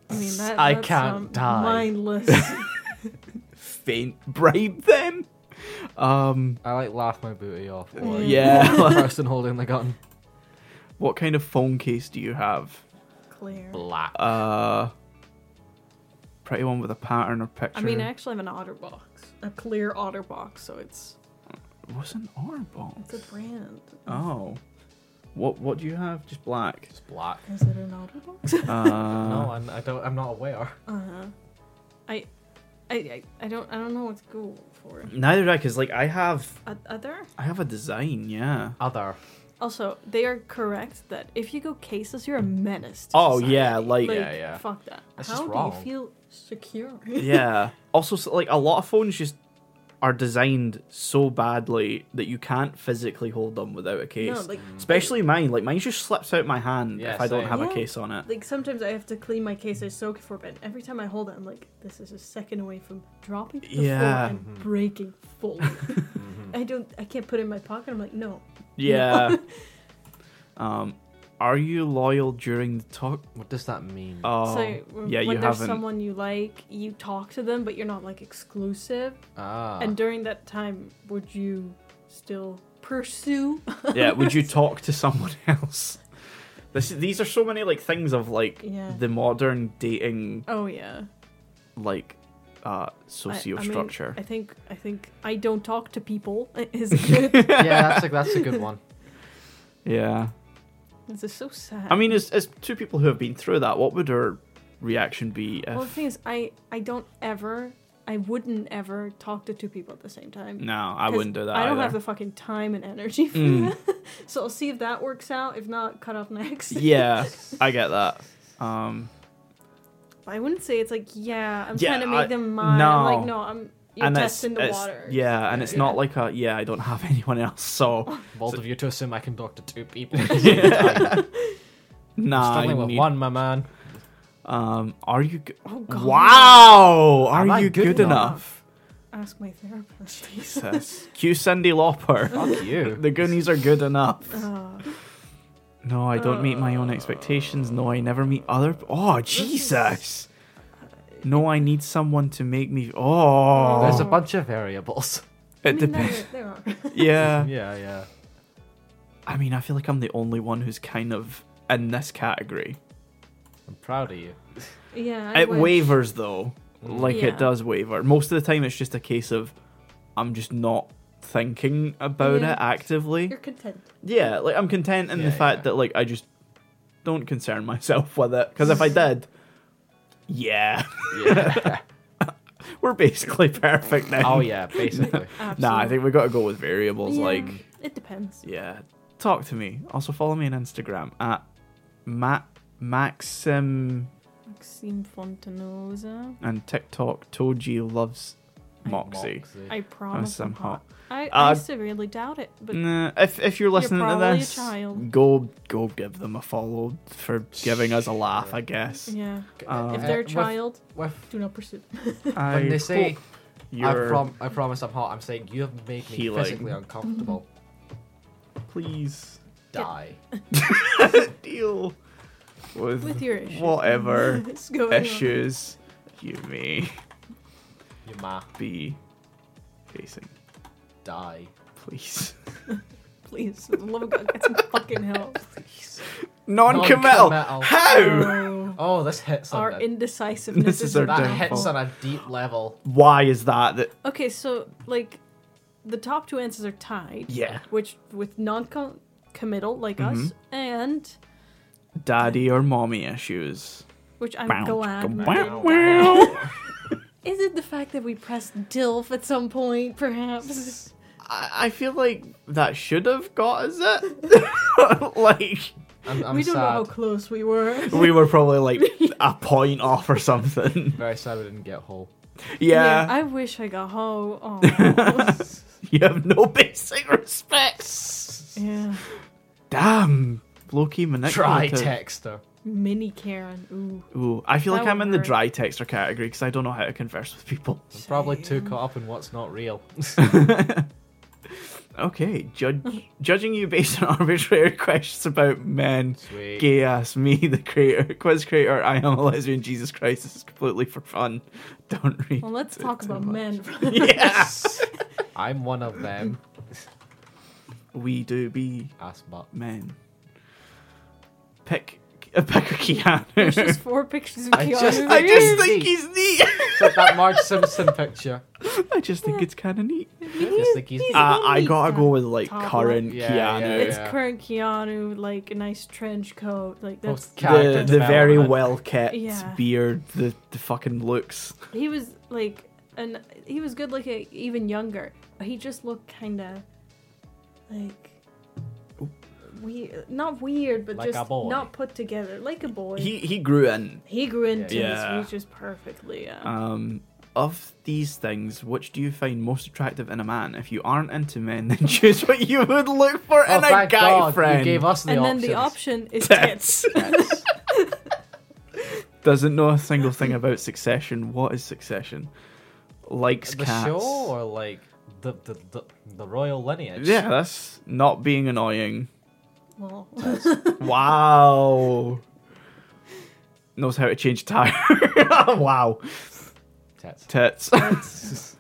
Speaker 2: I mean, that,
Speaker 3: I
Speaker 2: that's,
Speaker 3: can't
Speaker 2: um,
Speaker 3: die.
Speaker 2: Mindless.
Speaker 1: Faint bribe then? Um,
Speaker 3: I like laugh my booty off. Or
Speaker 1: yeah.
Speaker 3: the person holding the gun.
Speaker 1: what kind of phone case do you have?
Speaker 2: Claire.
Speaker 3: Black.
Speaker 1: Uh, pretty one with a pattern or picture.
Speaker 2: I mean, I actually have an otter box, a clear otter box, so it's
Speaker 1: what's an Arbonne?
Speaker 2: it's a brand.
Speaker 1: Oh, what what do you have? Just black.
Speaker 3: It's black.
Speaker 2: Is it an otter box?
Speaker 1: Uh,
Speaker 3: No, I'm, I don't. I'm not aware.
Speaker 2: Uh huh. I, I, I, I don't, I don't know what to go for.
Speaker 1: neither do I, cause like I have
Speaker 2: O- Other.
Speaker 1: I have a design, yeah.
Speaker 3: Other.
Speaker 2: Also, they are correct that if you go cases, you're a menace. To
Speaker 1: Oh
Speaker 2: society.
Speaker 1: yeah, like,
Speaker 2: Like,
Speaker 3: Yeah, yeah.
Speaker 2: Fuck that.
Speaker 3: That's
Speaker 2: How
Speaker 3: just
Speaker 2: do
Speaker 3: wrong.
Speaker 2: you feel secure?
Speaker 1: yeah. Also, so, like a lot of phones just are designed so badly that you can't physically hold them without a case.
Speaker 2: No, like
Speaker 1: Especially mine, like mine just slips out my hand
Speaker 3: Yeah,
Speaker 1: if I don't
Speaker 3: same.
Speaker 1: have a
Speaker 2: Yeah.
Speaker 1: case on it.
Speaker 2: Like sometimes I have to clean my case. I soak it for a bit. Every time I hold it, I'm like, this is a second away from dropping to the
Speaker 1: Yeah.
Speaker 2: floor and breaking full.
Speaker 1: Mm-hmm.
Speaker 2: I don't. I can't put it in my pocket. I'm like, no.
Speaker 1: Yeah. um, are you loyal during the talk?
Speaker 3: What does that mean?
Speaker 1: Oh,
Speaker 2: so w-
Speaker 1: yeah,
Speaker 2: when
Speaker 1: you
Speaker 2: there's
Speaker 1: haven't.
Speaker 2: someone you like, you talk to them, but you're not like exclusive.
Speaker 3: ah.
Speaker 2: And during that time, would you still pursue?
Speaker 1: yeah, would you talk to someone else? This these are so many like things of like
Speaker 2: Yeah.
Speaker 1: the modern dating
Speaker 2: oh yeah.
Speaker 1: like uh
Speaker 2: I- I mean,
Speaker 1: socio structure.
Speaker 2: I, think. I think I don't talk to people. Is it good?
Speaker 3: yeah, that's a, that's a good one.
Speaker 1: yeah.
Speaker 2: this is so sad.
Speaker 1: I mean, as, as two people who have been through that, what would our reaction be if
Speaker 2: Well, the thing is, I I don't ever, I wouldn't ever talk to two people at the same time.
Speaker 1: No, I
Speaker 2: 'Cause
Speaker 1: wouldn't do that
Speaker 2: I don't
Speaker 1: either.
Speaker 2: have the fucking time and energy for
Speaker 1: Mm.
Speaker 2: that. so I'll see if that works out. If not, cut off next.
Speaker 1: yeah, I get that. Um,
Speaker 2: But I wouldn't say it's like, yeah, I'm
Speaker 1: Yeah,
Speaker 2: trying to make
Speaker 1: I-
Speaker 2: them mine. I'm like,
Speaker 1: no.
Speaker 2: no, I'm you're testing the
Speaker 1: it's,
Speaker 2: water.
Speaker 1: Yeah, and it's not like a yeah, I don't have anyone else, so
Speaker 3: Bold of you to assume I can talk to two people. at the same time.
Speaker 1: nah. I
Speaker 3: Struggling with
Speaker 1: need-
Speaker 3: one, my man.
Speaker 1: Um, are you? Go-
Speaker 2: Oh, God.
Speaker 1: Wow, are
Speaker 3: Am I
Speaker 1: you
Speaker 3: good
Speaker 1: good,
Speaker 3: enough?
Speaker 1: enough?
Speaker 2: Ask my therapist.
Speaker 1: Jesus. Cue Cindy Lauper.
Speaker 3: Fuck you.
Speaker 1: the Goonies are good enough.
Speaker 2: Uh,
Speaker 1: No, I don't meet my own expectations. No, I never meet other. Oh, Jesus. No, I need someone to make me. Oh,
Speaker 3: There's a bunch of variables.
Speaker 2: I
Speaker 1: it
Speaker 2: mean,
Speaker 1: depends.
Speaker 2: There, there are.
Speaker 1: Yeah.
Speaker 3: Yeah, yeah.
Speaker 1: I mean, I feel like I'm the only one who's kind of in this category.
Speaker 3: I'm proud of you.
Speaker 2: Yeah. I
Speaker 1: it
Speaker 2: wish.
Speaker 1: wavers though. Like
Speaker 2: Yeah.
Speaker 1: it does waver. Most of the time, it's just a case of I'm just not thinking about
Speaker 2: Yeah.
Speaker 1: it actively.
Speaker 2: You're content.
Speaker 1: Yeah, like I'm content in
Speaker 3: Yeah,
Speaker 1: the fact
Speaker 3: yeah.
Speaker 1: that like I just don't concern myself with it because if I did, yeah,
Speaker 3: Yeah.
Speaker 1: we're basically perfect now.
Speaker 3: oh yeah, basically.
Speaker 1: Nah, I
Speaker 2: Absolutely.
Speaker 1: think we got to go with variables.
Speaker 2: Yeah,
Speaker 1: Like,
Speaker 2: it depends.
Speaker 1: yeah, talk to me. Also, follow me on Instagram at Matt Maxim
Speaker 2: Maxime Fontanosa.
Speaker 1: and TikTok. Toji loves Moxie.
Speaker 2: I promise I'm
Speaker 1: I'm hot.
Speaker 2: hot. I, I
Speaker 1: Uh, Mm.
Speaker 2: severely doubt it, but
Speaker 1: Nah, if if you're listening to
Speaker 2: probably a
Speaker 1: this,
Speaker 2: child.
Speaker 1: go go give them a follow for giving us a laugh. I guess.
Speaker 2: yeah.
Speaker 1: Um,
Speaker 2: if they're a
Speaker 3: Uh, with-
Speaker 2: child,
Speaker 3: With-
Speaker 2: do not pursue. them.
Speaker 1: I
Speaker 3: when they
Speaker 1: hope
Speaker 3: say I,
Speaker 1: you're-
Speaker 3: prom- I promise I'm hot, I'm saying you have made me
Speaker 1: Healing.
Speaker 3: physically uncomfortable.
Speaker 1: please
Speaker 3: Die.
Speaker 1: deal. with,
Speaker 2: With your issues.
Speaker 1: whatever
Speaker 2: What's going on?
Speaker 1: issues you may
Speaker 3: You ma
Speaker 1: be facing.
Speaker 3: die.
Speaker 1: Please.
Speaker 2: Please, for the love of God, get some fucking help. Please.
Speaker 1: Non-committal.
Speaker 3: Non-committal.
Speaker 1: How?
Speaker 3: Oh, this hits on
Speaker 2: Our
Speaker 3: a,
Speaker 2: indecisiveness
Speaker 1: This is our
Speaker 2: bad.
Speaker 3: that
Speaker 1: downfall.
Speaker 3: hits on a deep level.
Speaker 1: Why is that? That
Speaker 2: Okay, so like, the top two answers are tied.
Speaker 1: yeah,
Speaker 2: Which with non-committal like us,
Speaker 1: Mm-hmm.
Speaker 2: and
Speaker 1: daddy or mommy issues.
Speaker 2: which I'm
Speaker 1: Bounce,
Speaker 2: glad.
Speaker 1: go
Speaker 2: we
Speaker 1: bounce.
Speaker 2: didn't.
Speaker 1: Wow.
Speaker 2: Is it the fact that we pressed DILF at some point, perhaps?
Speaker 1: I, I feel like that should have got us it. like
Speaker 3: I'm, I'm
Speaker 2: we
Speaker 3: sad.
Speaker 2: don't know how close we were.
Speaker 1: we were probably like a point off or something.
Speaker 3: Very sad we didn't get whole.
Speaker 1: Yeah,
Speaker 2: I wish I got home. Oh.
Speaker 1: you have no basic respects.
Speaker 2: yeah.
Speaker 1: Damn, Loki manipulative.
Speaker 3: Try texter.
Speaker 2: Mini Karen. Ooh.
Speaker 1: Ooh, I feel
Speaker 2: That
Speaker 1: like I'm
Speaker 2: would
Speaker 1: in the
Speaker 2: hurt.
Speaker 1: dry texter category because I don't know how to converse with people.
Speaker 3: I'm probably too caught up in what's not real.
Speaker 1: Okay, judge, judging you based on arbitrary questions about men.
Speaker 3: Sweet.
Speaker 1: Gay ass me, the creator, quiz creator. I am a lesbian. Jesus Christ, this is completely for fun. Don't read.
Speaker 2: Well, let's
Speaker 1: it
Speaker 2: talk
Speaker 1: too
Speaker 2: about
Speaker 1: much.
Speaker 2: men.
Speaker 1: Yes,
Speaker 3: I'm one of them.
Speaker 1: we do be
Speaker 3: Ass butt.
Speaker 1: men. Pick, uh, pick a
Speaker 2: There's just
Speaker 1: Keanu.
Speaker 2: four pictures of
Speaker 3: I
Speaker 2: Keanu
Speaker 3: just-
Speaker 1: I just
Speaker 2: Reeves.
Speaker 1: think he's neat.
Speaker 3: It's like that Marge Simpson picture.
Speaker 1: I just think it's kind of neat.
Speaker 3: Just like he's
Speaker 1: Uh, I
Speaker 2: neat
Speaker 1: gotta go
Speaker 2: guy.
Speaker 1: with like
Speaker 2: Top
Speaker 1: current
Speaker 2: one.
Speaker 3: Yeah,
Speaker 1: Keanu.
Speaker 3: yeah, Oh,
Speaker 2: It's current Keanu, like a nice trench coat. Like that's
Speaker 3: Post-
Speaker 1: the,
Speaker 3: character
Speaker 1: the very
Speaker 3: development.
Speaker 1: well kept
Speaker 2: Yeah.
Speaker 1: beard, the, the fucking looks.
Speaker 2: he was like and he was good looking even younger. But he just looked kind of like we not weird, but
Speaker 3: Like a
Speaker 2: just
Speaker 3: boy.
Speaker 2: not put together, like a boy.
Speaker 1: He he grew in.
Speaker 2: He grew into
Speaker 1: Yeah.
Speaker 2: his features perfectly. Yeah.
Speaker 1: Um, of these things, which do you find most attractive in a man? If you aren't into men, then choose what you would look for
Speaker 3: Oh,
Speaker 1: in a guy
Speaker 3: thank God, you
Speaker 1: friend.
Speaker 3: gave us the
Speaker 2: and
Speaker 3: options.
Speaker 2: then the option is tits.
Speaker 1: Tits. Doesn't know a single thing about Succession. What is Succession? Likes
Speaker 3: the
Speaker 1: cats.
Speaker 3: show or like the, the, the, the royal lineage?
Speaker 1: Yeah, that's not being annoying.
Speaker 2: Well,
Speaker 1: Wow. Knows how to change tire. wow.
Speaker 3: Tits.
Speaker 1: Tits.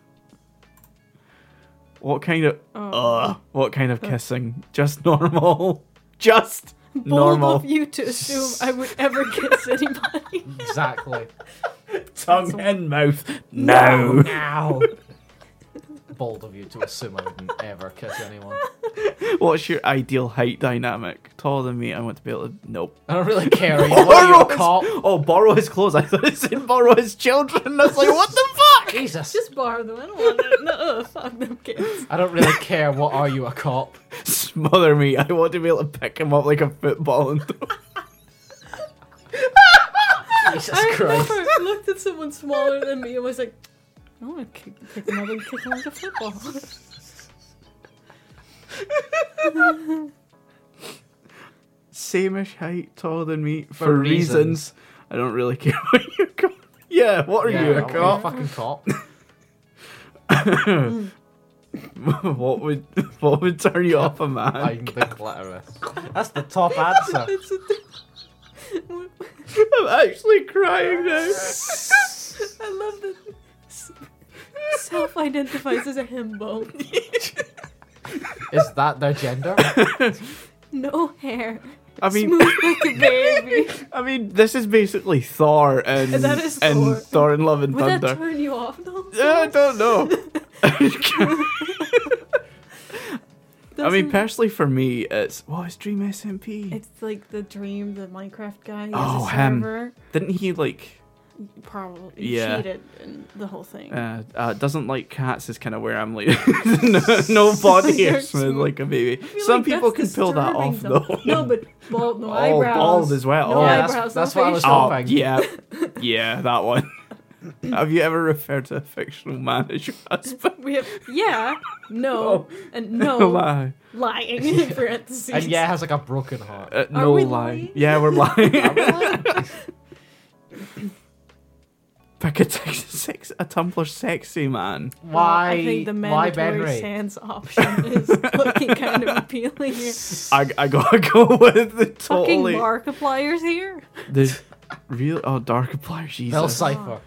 Speaker 1: what kind of uh what kind of kissing? Just normal. Just
Speaker 2: bold
Speaker 1: normal.
Speaker 2: of you to assume I would ever kiss anybody.
Speaker 3: Exactly.
Speaker 1: Tongue and mouth. No.
Speaker 3: Ow. Bold of you to assume I wouldn't ever kiss anyone.
Speaker 1: What's your ideal height dynamic? Taller than me, I want to be able to nope.
Speaker 3: I don't really care. You are you a cop?
Speaker 1: oh, borrow his clothes. I thought it said borrow his children. I was like, what the fuck?
Speaker 3: Jesus.
Speaker 2: Just borrow them. I don't want them. No, uh, fuck them kids.
Speaker 3: I don't really care. What are you a cop?
Speaker 1: smother me. I want to be able to pick him up like a football and throw.
Speaker 3: Jesus
Speaker 2: I
Speaker 3: Christ.
Speaker 2: remember I looked at someone smaller than me and was like, I want to kick, pick them up and kick them like a football.
Speaker 1: Sameish height, taller than me for, reasons.
Speaker 3: reasons.
Speaker 1: I don't really care what you're called. Yeah, what are you
Speaker 3: Yeah,
Speaker 1: a
Speaker 3: I'm
Speaker 1: cop?
Speaker 3: fucking cop.
Speaker 1: what would what would turn you off a man?
Speaker 3: I'm the clitoris. That's the top answer.
Speaker 2: That's what the-
Speaker 1: I'm actually crying now.
Speaker 2: I love that. s- Self-identifies as a himbo.
Speaker 3: Is that their gender?
Speaker 2: No hair.
Speaker 1: I mean,
Speaker 2: Smooth like a baby.
Speaker 1: I mean, this is basically Thor and
Speaker 2: That is
Speaker 1: and
Speaker 2: Thor.
Speaker 1: Thor. and Love and
Speaker 2: Would that
Speaker 1: Thunder.
Speaker 2: turn you off though?
Speaker 1: Yeah, I don't know. I mean,
Speaker 2: Doesn't-
Speaker 1: personally, for me, it's what is Dream SMP?
Speaker 2: It's like the dream, the Minecraft guy is
Speaker 1: Oh,
Speaker 2: a
Speaker 1: him.
Speaker 2: server.
Speaker 1: Didn't he like?
Speaker 2: Probably
Speaker 1: Yeah.
Speaker 2: cheated and the whole thing.
Speaker 1: uh, uh, doesn't like cats is kind of where I'm like no, no body
Speaker 2: You're
Speaker 1: hair smooth
Speaker 2: smooth.
Speaker 1: like a baby.
Speaker 2: I feel
Speaker 1: Some
Speaker 2: like
Speaker 1: people can
Speaker 2: that's
Speaker 1: pull that
Speaker 2: disturbing
Speaker 1: off
Speaker 2: though.
Speaker 1: though.
Speaker 2: No, but bald, no
Speaker 1: Bald-
Speaker 2: eyebrows.
Speaker 1: bald as well.
Speaker 2: No
Speaker 1: Oh,
Speaker 3: yeah, that's-
Speaker 2: eyebrows.
Speaker 3: that's
Speaker 2: no
Speaker 3: what I was
Speaker 2: facial.
Speaker 1: oh
Speaker 3: told. Something.
Speaker 1: yeah, yeah, that one. Have you ever referred to a fictional man as your husband?
Speaker 2: We have yeah, no,
Speaker 1: Oh.
Speaker 2: and
Speaker 1: No
Speaker 2: no
Speaker 1: lie.
Speaker 2: lying in parentheses.
Speaker 3: And yeah, has like a broken heart.
Speaker 1: Uh, no
Speaker 2: we
Speaker 1: lie.
Speaker 2: lying?
Speaker 1: Yeah, we're lying. Pick a, t- sex, a Tumblr sexy man.
Speaker 3: Why?
Speaker 2: I think the
Speaker 3: why Ben
Speaker 2: mandatory
Speaker 3: Ray?
Speaker 2: sans option is looking kind of appealing here.
Speaker 1: I, I gotta go with the
Speaker 2: Fucking
Speaker 1: totally.
Speaker 2: Markiplier's here.
Speaker 1: There's real oh Darkiplier
Speaker 3: Bill
Speaker 1: Jesus.
Speaker 3: Cipher.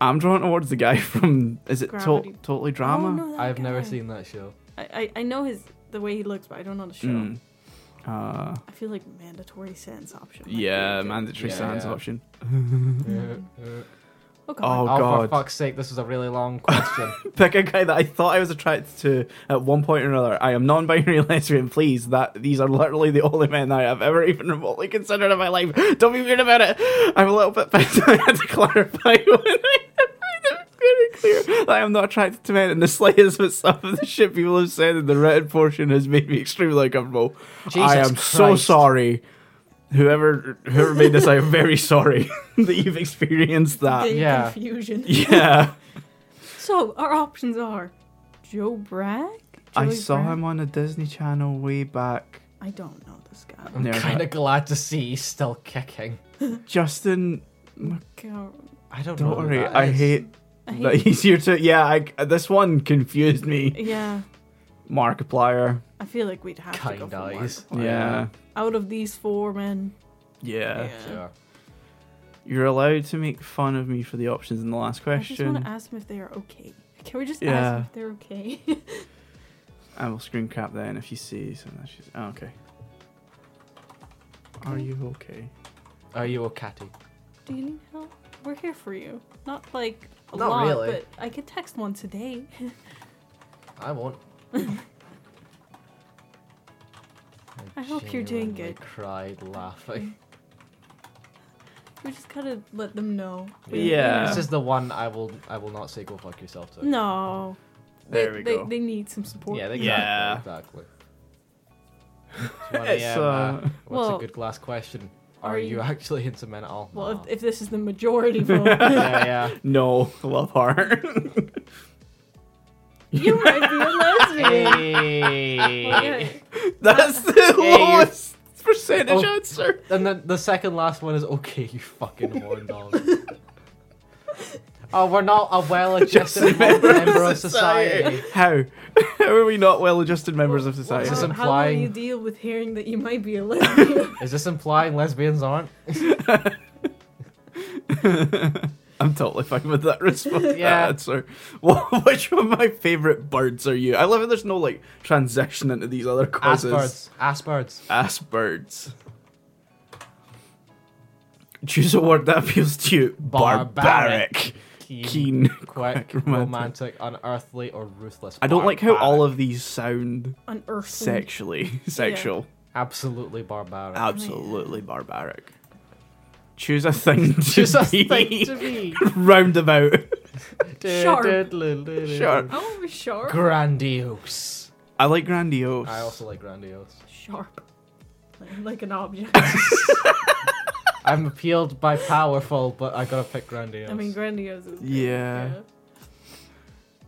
Speaker 1: I'm drawn towards the guy from is it to-
Speaker 2: Gravity. Oh,
Speaker 1: totally
Speaker 2: I don't
Speaker 1: drama?
Speaker 2: know that
Speaker 3: I've never
Speaker 2: guy.
Speaker 3: seen that show.
Speaker 2: I, I I know his the way he looks, but I don't know the show.
Speaker 1: Mm. Uh,
Speaker 2: I feel like mandatory sans option. might be
Speaker 1: yeah,
Speaker 2: good.
Speaker 1: mandatory
Speaker 3: Yeah,
Speaker 1: sans
Speaker 3: yeah.
Speaker 1: option.
Speaker 2: Oh
Speaker 1: Mm-hmm. Oh,
Speaker 2: god.
Speaker 3: Uh, oh for
Speaker 1: God.
Speaker 3: fuck's sake! This is a really long question.
Speaker 1: Pick a guy that I thought I was attracted to at one point or another. I am non-binary lesbian. Please, that these are literally the only men I have ever even remotely considered in my life. Don't be weird about it. I'm a little bit pissed. I had to clarify. When I made it very clear that I am not attracted to men in the slightest, but some of the shit people have said in the written portion has made me extremely uncomfortable.
Speaker 3: Jesus
Speaker 1: I am so
Speaker 3: Christ.
Speaker 1: sorry. Whoever whoever made this, I am very sorry that you've experienced
Speaker 2: Big
Speaker 1: that.
Speaker 3: yeah.
Speaker 2: confusion.
Speaker 1: Yeah.
Speaker 2: So our options are Joe Bragg.
Speaker 1: I
Speaker 2: Joey
Speaker 1: saw
Speaker 2: Bragg?
Speaker 1: him on the Disney Channel way back.
Speaker 2: I don't know this guy.
Speaker 3: I'm
Speaker 1: Yeah,
Speaker 3: kind
Speaker 1: but-
Speaker 3: of glad to see he's still kicking.
Speaker 1: Justin,
Speaker 2: God,
Speaker 3: I don't,
Speaker 1: don't
Speaker 3: know. who
Speaker 1: worry,
Speaker 3: that
Speaker 1: I
Speaker 3: is.
Speaker 1: hate
Speaker 2: I
Speaker 1: that
Speaker 2: hate,
Speaker 1: he's here too. Yeah, I, this one confused me.
Speaker 2: yeah,
Speaker 1: Markiplier.
Speaker 2: I feel like we'd have to go
Speaker 3: Kind
Speaker 2: for
Speaker 3: eyes.
Speaker 2: Markiplier.
Speaker 1: yeah.
Speaker 2: Out of these four men,
Speaker 1: yeah,
Speaker 2: Yeah.
Speaker 3: Sure.
Speaker 1: You're allowed to make fun of me for the options in the last
Speaker 2: I just
Speaker 1: question.
Speaker 2: want to ask him if they are okay. Can we just ask
Speaker 1: Yeah.
Speaker 2: them if they're okay?
Speaker 1: I will screen cap then if you see something. She's oh, okay. Are you okay?
Speaker 3: Are you a catty?
Speaker 2: Do you need help? We're here for you. Not like a
Speaker 3: Not
Speaker 2: lot,
Speaker 3: really.
Speaker 2: but I can text once a day.
Speaker 3: I won't.
Speaker 2: I hope you're doing
Speaker 3: genuinely
Speaker 2: good.
Speaker 3: Cried laughing.
Speaker 2: We just gotta let them know.
Speaker 1: Yeah.
Speaker 3: This is the one I will. I will not say go fuck yourself to.
Speaker 2: No.
Speaker 1: There
Speaker 2: they,
Speaker 1: we
Speaker 2: they,
Speaker 1: go.
Speaker 2: They need some support.
Speaker 3: Yeah. Exactly.
Speaker 1: Yeah.
Speaker 3: Exactly.
Speaker 1: It's,
Speaker 3: yeah,
Speaker 1: uh,
Speaker 3: what's
Speaker 2: Well,
Speaker 3: a good last question?
Speaker 2: are
Speaker 3: Are, you,
Speaker 2: you-
Speaker 3: actually into men at all?
Speaker 2: Well,
Speaker 3: Nah.
Speaker 2: if, if this is the majority vote,
Speaker 3: yeah, yeah.
Speaker 1: No, love heart.
Speaker 2: you might be a lesbian.
Speaker 3: Hey.
Speaker 2: Okay.
Speaker 1: That's the
Speaker 3: you're-
Speaker 1: lowest percentage
Speaker 3: Oh.
Speaker 1: answer.
Speaker 3: And then the second last one is okay, you fucking horn dog. oh, we're not a well adjusted member, of society.
Speaker 1: How? How are we not well-adjusted members of
Speaker 2: Well,
Speaker 1: society?
Speaker 3: This is
Speaker 2: how,
Speaker 3: a-
Speaker 2: how will you
Speaker 3: implying-
Speaker 2: deal with hearing that you might be a lesbian?
Speaker 3: Is this implying lesbians aren't?
Speaker 1: I'm totally fine with that response.
Speaker 3: Yeah.
Speaker 1: yeah. Answer. Wh- Which of my favorite birds are you? I love it. There's no like transition into these other causes.
Speaker 3: Aspards. Aspards.
Speaker 1: Ass birds. Choose a word that appeals to you.
Speaker 3: Barbaric.
Speaker 1: Barbaric.
Speaker 3: Keen,
Speaker 1: Keen.
Speaker 3: quick,
Speaker 1: romantic.
Speaker 3: romantic, unearthly, or ruthless.
Speaker 1: I don't like how all
Speaker 3: Barbaric. Mm.
Speaker 1: of these sound
Speaker 2: Unearthly.
Speaker 1: sexually sexual.
Speaker 3: Absolutely barbaric.
Speaker 1: Absolutely barbaric. Choose a thing to
Speaker 3: Just a
Speaker 1: be
Speaker 3: thing to be.
Speaker 1: roundabout.
Speaker 2: Sharp.
Speaker 1: Sharp.
Speaker 2: I want to be Oh, sharp.
Speaker 3: Grandiose.
Speaker 1: I like grandiose.
Speaker 3: I also like grandiose.
Speaker 2: sharp. Like, like an object.
Speaker 3: I'm appealed by powerful, but I gotta pick grandiose.
Speaker 2: I mean, grandiose is. good,
Speaker 1: Yeah.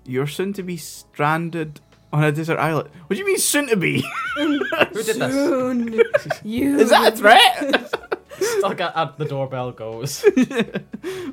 Speaker 1: You're soon to be stranded on a desert islet. What do you mean soon to be?
Speaker 3: Who did this?
Speaker 2: Soon. you.
Speaker 1: Is that a threat?
Speaker 3: Stuck at, at the doorbell goes.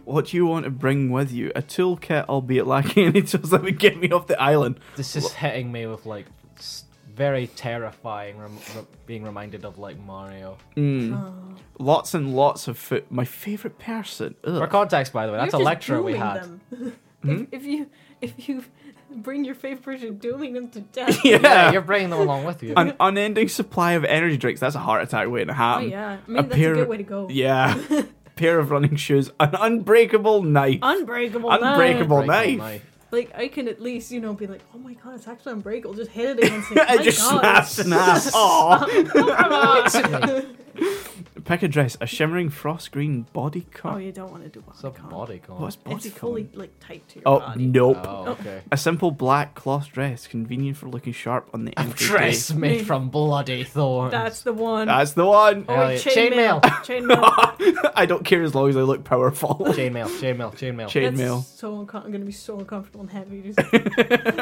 Speaker 1: what do you want to bring with you? A toolkit, albeit lacking any tools that would get me off the island.
Speaker 3: This is hitting me with like s- very terrifying, rem- re- being reminded of like Mario.
Speaker 2: Oh.
Speaker 1: Hmm. Lots and lots of food. My favorite person.
Speaker 3: For
Speaker 1: Ugh. Hmm?
Speaker 3: context, by the way, that's
Speaker 2: You're
Speaker 3: a
Speaker 2: just
Speaker 3: lecture we
Speaker 2: dooming
Speaker 3: had.
Speaker 2: them. if, if you if you bring your favorite person, dooming them to death.
Speaker 1: Yeah.
Speaker 3: Yeah, you're bringing them along with you.
Speaker 1: An unending supply of energy drinks. That's a heart attack waiting to
Speaker 2: Oh
Speaker 1: happen.
Speaker 2: yeah. I mean,
Speaker 1: a
Speaker 2: that's
Speaker 1: pair-
Speaker 2: a good way to go.
Speaker 1: Yeah. Pair of running shoes, an unbreakable knife.
Speaker 2: Oh,
Speaker 1: Unbreakable.
Speaker 2: Unbreakable. Unbreakable.
Speaker 1: Well,
Speaker 3: Breaking
Speaker 1: knife.
Speaker 2: Like I can at least you know be like, oh my god, it's actually unbreakable. Just hit it against it.
Speaker 1: it
Speaker 2: my
Speaker 1: just
Speaker 2: god.
Speaker 1: snaps in half. Aw.
Speaker 3: knife.
Speaker 1: Pick a dress, a shimmering frost green body
Speaker 2: Oh,
Speaker 1: cut.
Speaker 2: you don't want to do body
Speaker 3: It's a
Speaker 2: con.
Speaker 3: body con.
Speaker 1: What's
Speaker 2: It's
Speaker 1: body
Speaker 2: fully
Speaker 1: con?
Speaker 2: like tight to your
Speaker 1: Oh,
Speaker 2: body.
Speaker 1: nope.
Speaker 3: Oh, okay.
Speaker 1: A simple black cloth dress, convenient for looking sharp on the everyday.
Speaker 3: Dress made from bloody thorns.
Speaker 2: That's the one.
Speaker 1: That's the one.
Speaker 2: oh, wait,
Speaker 3: Hell yeah.
Speaker 2: chainmail. Chainmail.
Speaker 3: Oh.
Speaker 1: I don't care as long as I look powerful.
Speaker 3: chainmail, chainmail, chainmail.
Speaker 1: Chainmail.
Speaker 2: That's so uncom- I'm gonna be so uncomfortable and heavy. Just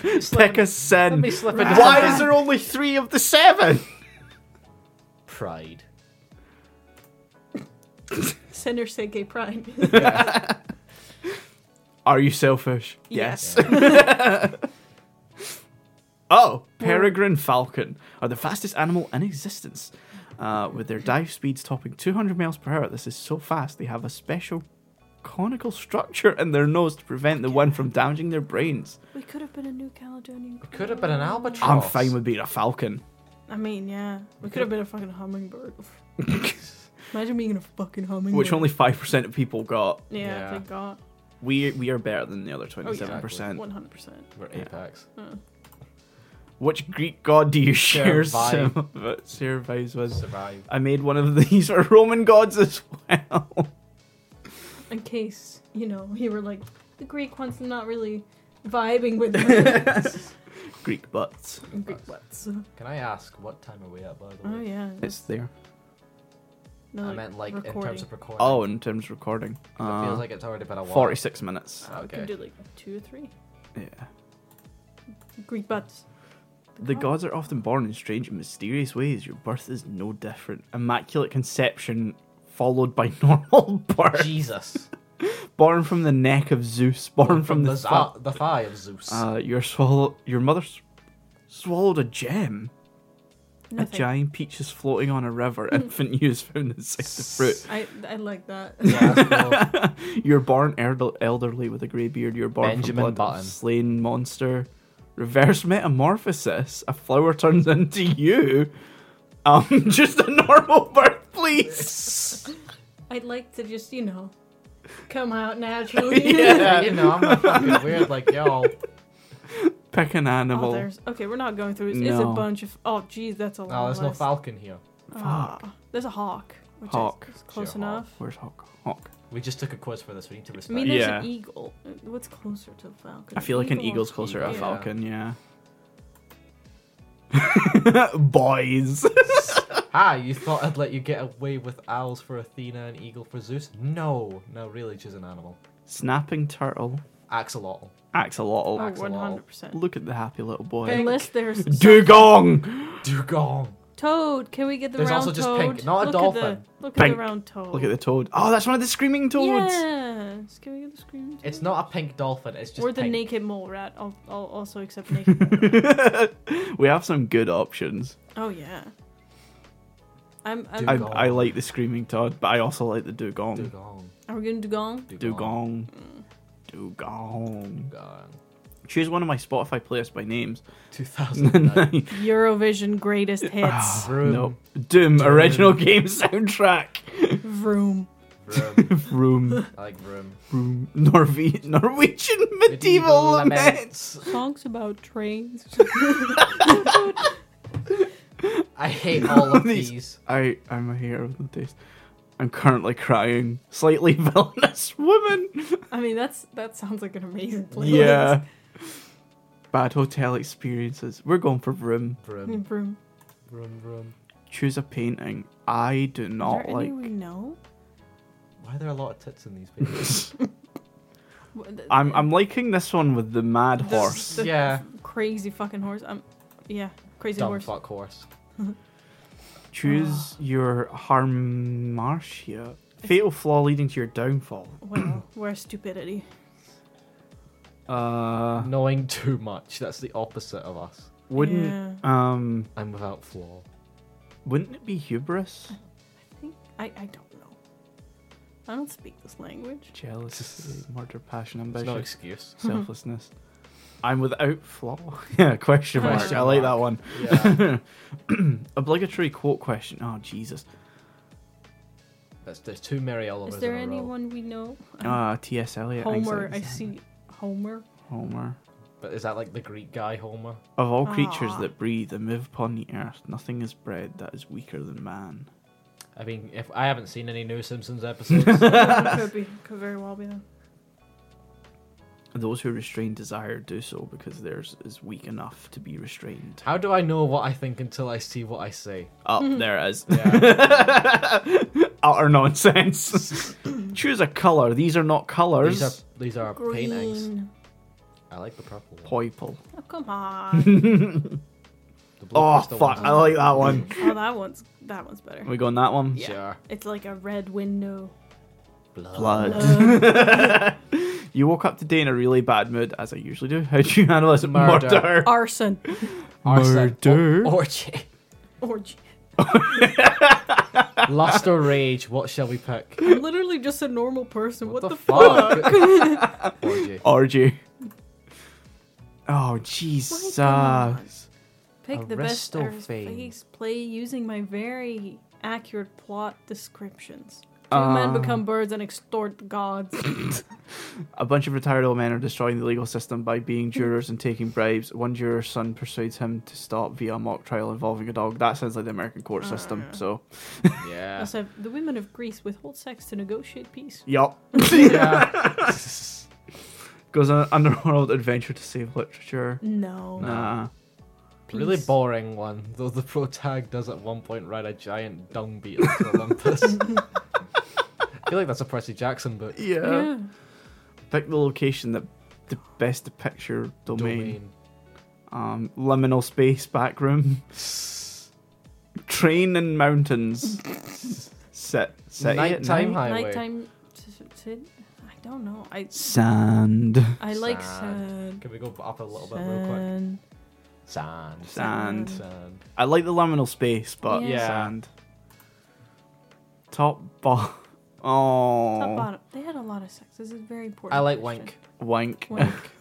Speaker 1: Pick a
Speaker 3: Let me
Speaker 1: sin.
Speaker 3: slip into
Speaker 1: Why
Speaker 3: something-
Speaker 1: is there only three of the seven?
Speaker 3: pride?
Speaker 2: Sender Sege Prime.
Speaker 1: Are you selfish?
Speaker 2: Yes.
Speaker 1: oh, peregrine falcon are the fastest animal in existence. Uh, with their dive speeds topping 200 miles per hour, this is so fast they have a special conical structure in their nose to prevent the wind from damaging their brains.
Speaker 2: we could have been a New Caledonian.
Speaker 3: It could have been an albatross.
Speaker 1: I'm fine with being a falcon.
Speaker 2: I mean, yeah. We could have been a fucking hummingbird. Imagine being a fucking hummingbird.
Speaker 1: Which only 5% of people got.
Speaker 2: Yeah,
Speaker 3: Yeah.
Speaker 2: thank God.
Speaker 1: We, we are better than the
Speaker 3: Oh,
Speaker 1: other 27%.
Speaker 2: 100%.
Speaker 3: We're apex.
Speaker 2: Uh,
Speaker 1: Which Greek god do you share
Speaker 3: Cervi.
Speaker 1: some of it- Cervi's with?
Speaker 3: Survive.
Speaker 1: I made one of these for Roman gods as well.
Speaker 2: In case, you know, you were like, the Greek ones are not really vibing with the
Speaker 1: Greek butts.
Speaker 2: Greek ones.
Speaker 3: Can I ask what time are we at, by the way?
Speaker 2: Oh, yeah.
Speaker 1: It's there.
Speaker 2: No,
Speaker 3: I meant like in terms of recording.
Speaker 1: Oh, in terms of recording.
Speaker 3: it
Speaker 1: Uh,
Speaker 3: feels like it's already been a while.
Speaker 1: 46 minutes.
Speaker 2: We
Speaker 3: Ah, Okay.
Speaker 2: can do like two or three.
Speaker 1: Yeah.
Speaker 2: Greek butts.
Speaker 1: The
Speaker 2: God.
Speaker 1: gods are often born in strange and mysterious ways. Your birth is no different. Immaculate conception followed by normal birth.
Speaker 3: Jesus.
Speaker 1: Born from the neck of Zeus. Born from,
Speaker 3: the,
Speaker 1: the,
Speaker 3: za-
Speaker 1: fa-
Speaker 3: the thigh of Zeus.
Speaker 1: Uh, your swallow, your mother s- swallowed a gem. A
Speaker 2: Nothing.
Speaker 1: giant peach is floating on a river. Infant you is found inside the fruit.
Speaker 2: I, I like that.
Speaker 3: Yeah, that's cool.
Speaker 1: You're born eld- elderly with a grey beard. You're born
Speaker 3: Benjamin
Speaker 1: from blood of
Speaker 3: Button.
Speaker 1: slain monster. Reverse metamorphosis. A flower turns into you. Um, just a normal birth, please.
Speaker 2: I'd like to just, you know, come out naturally.
Speaker 1: Yeah.
Speaker 3: yeah, you know, I'm not fucking weird like y'all.
Speaker 1: Pick an
Speaker 2: Oh,
Speaker 1: animal.
Speaker 2: there's, okay, we're not going through. It's, it's a
Speaker 1: No.
Speaker 2: bunch of. Oh, geez, that's a lot. Ah,
Speaker 3: No, there's no falcon here.
Speaker 1: Fuck.
Speaker 2: there's a hawk. Which
Speaker 1: Hawk.
Speaker 2: Is, is close
Speaker 3: Sure, hawk.
Speaker 2: enough.
Speaker 1: Where's Hawk? Hawk.
Speaker 3: We just took a quiz for this. We need to
Speaker 2: I
Speaker 3: respect.
Speaker 2: mean, there's an
Speaker 1: Yeah.
Speaker 2: eagle. Uh, What's closer to a falcon?
Speaker 1: I feel like an
Speaker 2: Eagle.
Speaker 1: eagle's closer to a
Speaker 2: Yeah.
Speaker 1: falcon, yeah. Boys.
Speaker 3: ah, you thought I'd let you get away with owls for Athena and eagle for Zeus? No, no, really, she's an animal.
Speaker 1: Snapping turtle.
Speaker 3: Axolotl.
Speaker 2: Oh,
Speaker 1: Axolotl.
Speaker 3: Axolotl.
Speaker 2: 100%.
Speaker 1: Look at the happy little boy.
Speaker 3: Pink.
Speaker 2: Unless there's.
Speaker 1: Dugong!
Speaker 3: Dugong.
Speaker 2: Toad! Can we get the
Speaker 3: There's
Speaker 2: round
Speaker 3: also just
Speaker 2: toad?
Speaker 3: pink, not a
Speaker 2: look At
Speaker 3: dolphin.
Speaker 2: the, look at
Speaker 1: Pink.
Speaker 2: the round toad.
Speaker 1: Look at the toad. Oh, that's one of the screaming toads.
Speaker 2: Yes! Can we get the screaming toad?
Speaker 3: It's not a pink dolphin. It's just
Speaker 2: Or the
Speaker 3: pink.
Speaker 2: naked mole rat. I'll, I'll also accept naked mole
Speaker 1: we have some good options.
Speaker 2: Oh yeah. I'm. I'm
Speaker 1: I,
Speaker 3: Dugong.
Speaker 1: I like the screaming toad, but I also like the dugong. Dugong.
Speaker 3: Dugong.
Speaker 2: are we gonna do gong?
Speaker 1: Dugong.
Speaker 3: Dugong.
Speaker 1: Choose one of my Spotify playlists by names.
Speaker 3: 2009.
Speaker 2: Eurovision greatest
Speaker 1: Ah,
Speaker 2: hits.
Speaker 3: Vroom.
Speaker 1: No. Doom, original game soundtrack.
Speaker 2: Vroom.
Speaker 3: Vroom.
Speaker 1: Vroom,
Speaker 3: I like Vroom.
Speaker 1: vroom. Norve- Norwegian medieval lament.
Speaker 2: Songs about trains.
Speaker 3: I hate all of
Speaker 1: These-
Speaker 3: these.
Speaker 1: I, I'm a hero of the taste. I'm currently crying. Slightly villainous woman.
Speaker 2: I mean, that's that sounds like an amazing playlist.
Speaker 1: Yeah. Bad hotel experiences. We're going for room.
Speaker 3: Vroom.
Speaker 2: Vroom.
Speaker 3: Vroom, vroom.
Speaker 1: Choose a painting. I do
Speaker 2: Are
Speaker 1: not
Speaker 2: there
Speaker 1: like.
Speaker 2: any we know?
Speaker 3: Why are there a lot of tits in these videos?
Speaker 2: Wh- the-
Speaker 1: I'm I'm liking this one with the mad
Speaker 2: the-
Speaker 1: horse.
Speaker 2: the
Speaker 3: Yeah.
Speaker 2: Crazy fucking horse. Um, yeah. Crazy
Speaker 3: Dumb
Speaker 2: horse.
Speaker 3: fuck horse.
Speaker 2: Ah.
Speaker 1: Choose your harmartia. Fatal flaw leading to your downfall.
Speaker 2: Well, where's stupidity?
Speaker 1: Uh,
Speaker 3: Knowing too much. That's the opposite of us.
Speaker 1: wouldn't
Speaker 2: Yeah.
Speaker 1: um
Speaker 3: I'm without flaw.
Speaker 1: wouldn't it be hubris?
Speaker 2: I think I, I don't know. I don't speak this language.
Speaker 1: Jealousy, murder, passion,
Speaker 3: There's no
Speaker 1: ambition,
Speaker 3: excuse.
Speaker 1: selflessness. I'm without flaw. yeah, question mark.
Speaker 2: Question
Speaker 1: I like that
Speaker 3: mark.
Speaker 1: one.
Speaker 3: Yeah.
Speaker 1: Obligatory quote question. Oh Jesus.
Speaker 3: That's, there's too Mary Oliver's
Speaker 2: Is there
Speaker 3: in a row.
Speaker 2: anyone we know?
Speaker 1: Ah, T.S. Eliot.
Speaker 2: Um, Homer.
Speaker 1: anxiety
Speaker 2: I
Speaker 1: disorder.
Speaker 2: see Homer.
Speaker 1: Homer.
Speaker 3: But is that like the Greek guy Homer?
Speaker 1: Of all creatures
Speaker 2: Aw.
Speaker 1: that breathe and live upon the earth, nothing is bred that is weaker than man.
Speaker 3: I mean, if I haven't seen any new Simpsons episodes,
Speaker 2: could be. Could very well be. Them.
Speaker 1: Those who restrain desire do so because theirs is weak enough to be restrained.
Speaker 3: how do I know what I think until I see what I say?
Speaker 1: Up
Speaker 2: Hmm.
Speaker 1: there it is.
Speaker 3: Yeah.
Speaker 1: Utter nonsense. Choose a color. These are not colors.
Speaker 3: these are these are paintings.
Speaker 2: Green.
Speaker 3: I like the purple. One.
Speaker 1: Poiple.
Speaker 2: Oh, come on.
Speaker 3: The blue
Speaker 1: Oh
Speaker 3: crystal
Speaker 1: fuck!
Speaker 3: one's-
Speaker 1: I like that one.
Speaker 2: oh, that one's that one's better.
Speaker 1: we go on that one.
Speaker 3: Sure.
Speaker 2: It's like a red window.
Speaker 3: Blood.
Speaker 1: Blood. you woke up today in a really bad mood, as I usually do. How'd you handle this
Speaker 3: Murder. "Oh,
Speaker 1: murder?
Speaker 2: Arson.
Speaker 3: Arson.
Speaker 1: Murder.
Speaker 3: Or- orgy.
Speaker 2: Orgy.
Speaker 3: Lust or rage. What shall we pick?
Speaker 2: I'm literally just a normal person. What, the, fuck?
Speaker 3: fuck? orgy.
Speaker 1: Orgy. Oh uh, Jesus!
Speaker 2: God. Pick the best
Speaker 3: Aristophane.
Speaker 2: face play using my very accurate plot descriptions. Two
Speaker 3: Um,
Speaker 1: Uh.
Speaker 2: men become birds and extort the gods.
Speaker 1: A bunch of retired old men are destroying the legal system by being jurors and taking bribes. One juror's son persuades him to stop via a mock trial involving a dog. That sounds like the American court system. So,
Speaker 3: Yeah.
Speaker 2: Also, the women of Greece withhold sex to negotiate peace.
Speaker 1: yup.
Speaker 3: yeah.
Speaker 1: Goes on an underworld adventure to save literature.
Speaker 2: No.
Speaker 1: Nah.
Speaker 2: Peace.
Speaker 3: Really boring one. Though the pro tag does at one point ride a giant dung beetle to Olympus. I feel like that's a Percy Jackson book.
Speaker 2: Yeah.
Speaker 1: Pick the location that the best depicts your domain.
Speaker 3: Domain.
Speaker 1: Um, liminal space back room. Train and mountains. Set. Set
Speaker 3: Nighttime
Speaker 1: night.
Speaker 3: highway.
Speaker 2: Nighttime. t- t- t- I don't know. I
Speaker 1: Sand.
Speaker 2: I like
Speaker 3: Sand.
Speaker 2: sand.
Speaker 3: Can we go up a little bit real quick?
Speaker 2: Sand.
Speaker 3: Sand.
Speaker 1: Sand.
Speaker 3: Sand.
Speaker 1: I like the liminal space, but
Speaker 2: Yeah. Yeah.
Speaker 1: sand. Top bottom. Oh,
Speaker 2: Top bottom. They had a lot of sex. This is very important.
Speaker 3: I like
Speaker 2: question.
Speaker 3: wank.
Speaker 1: wank.
Speaker 2: Wank.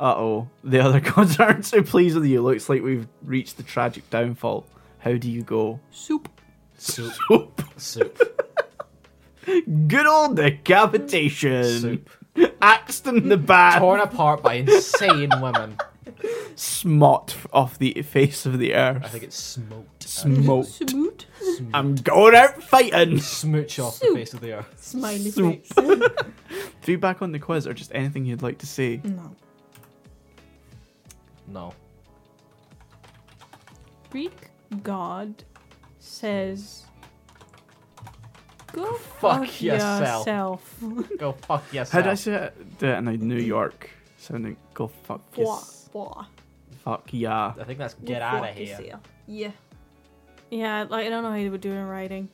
Speaker 1: Uh oh, the other gods aren't so pleased with you. Looks like we've reached the tragic downfall. How do you go?
Speaker 2: Soup.
Speaker 3: Soup.
Speaker 1: Soup.
Speaker 3: Soup.
Speaker 1: Good old decapitation.
Speaker 3: Soup.
Speaker 1: Axed in the back.
Speaker 3: Torn apart by insane women.
Speaker 1: Smot off the face of the earth.
Speaker 3: I think it's smoked. Uh,
Speaker 1: Smote.
Speaker 2: Smoot.
Speaker 1: I'm going out fighting.
Speaker 3: Smooch off
Speaker 2: Soup.
Speaker 3: the face of the earth.
Speaker 2: Smiley
Speaker 1: Soup.
Speaker 2: face.
Speaker 1: Three back on the quiz, or just anything you'd like to say.
Speaker 2: no.
Speaker 3: No.
Speaker 2: Greek god says, "Go
Speaker 3: Fuck yourself."
Speaker 2: yourself.
Speaker 3: Go fuck
Speaker 1: How
Speaker 3: yourself.
Speaker 1: did I say it? Do it in a New York sounding? Go fuck
Speaker 2: Blah,
Speaker 1: yes.
Speaker 2: blah.
Speaker 1: Fuck yeah.
Speaker 3: I think that's
Speaker 2: Go
Speaker 3: get out of
Speaker 2: fuck
Speaker 3: here.
Speaker 2: yourself. Yeah. Yeah, like I don't know how you would do it in writing.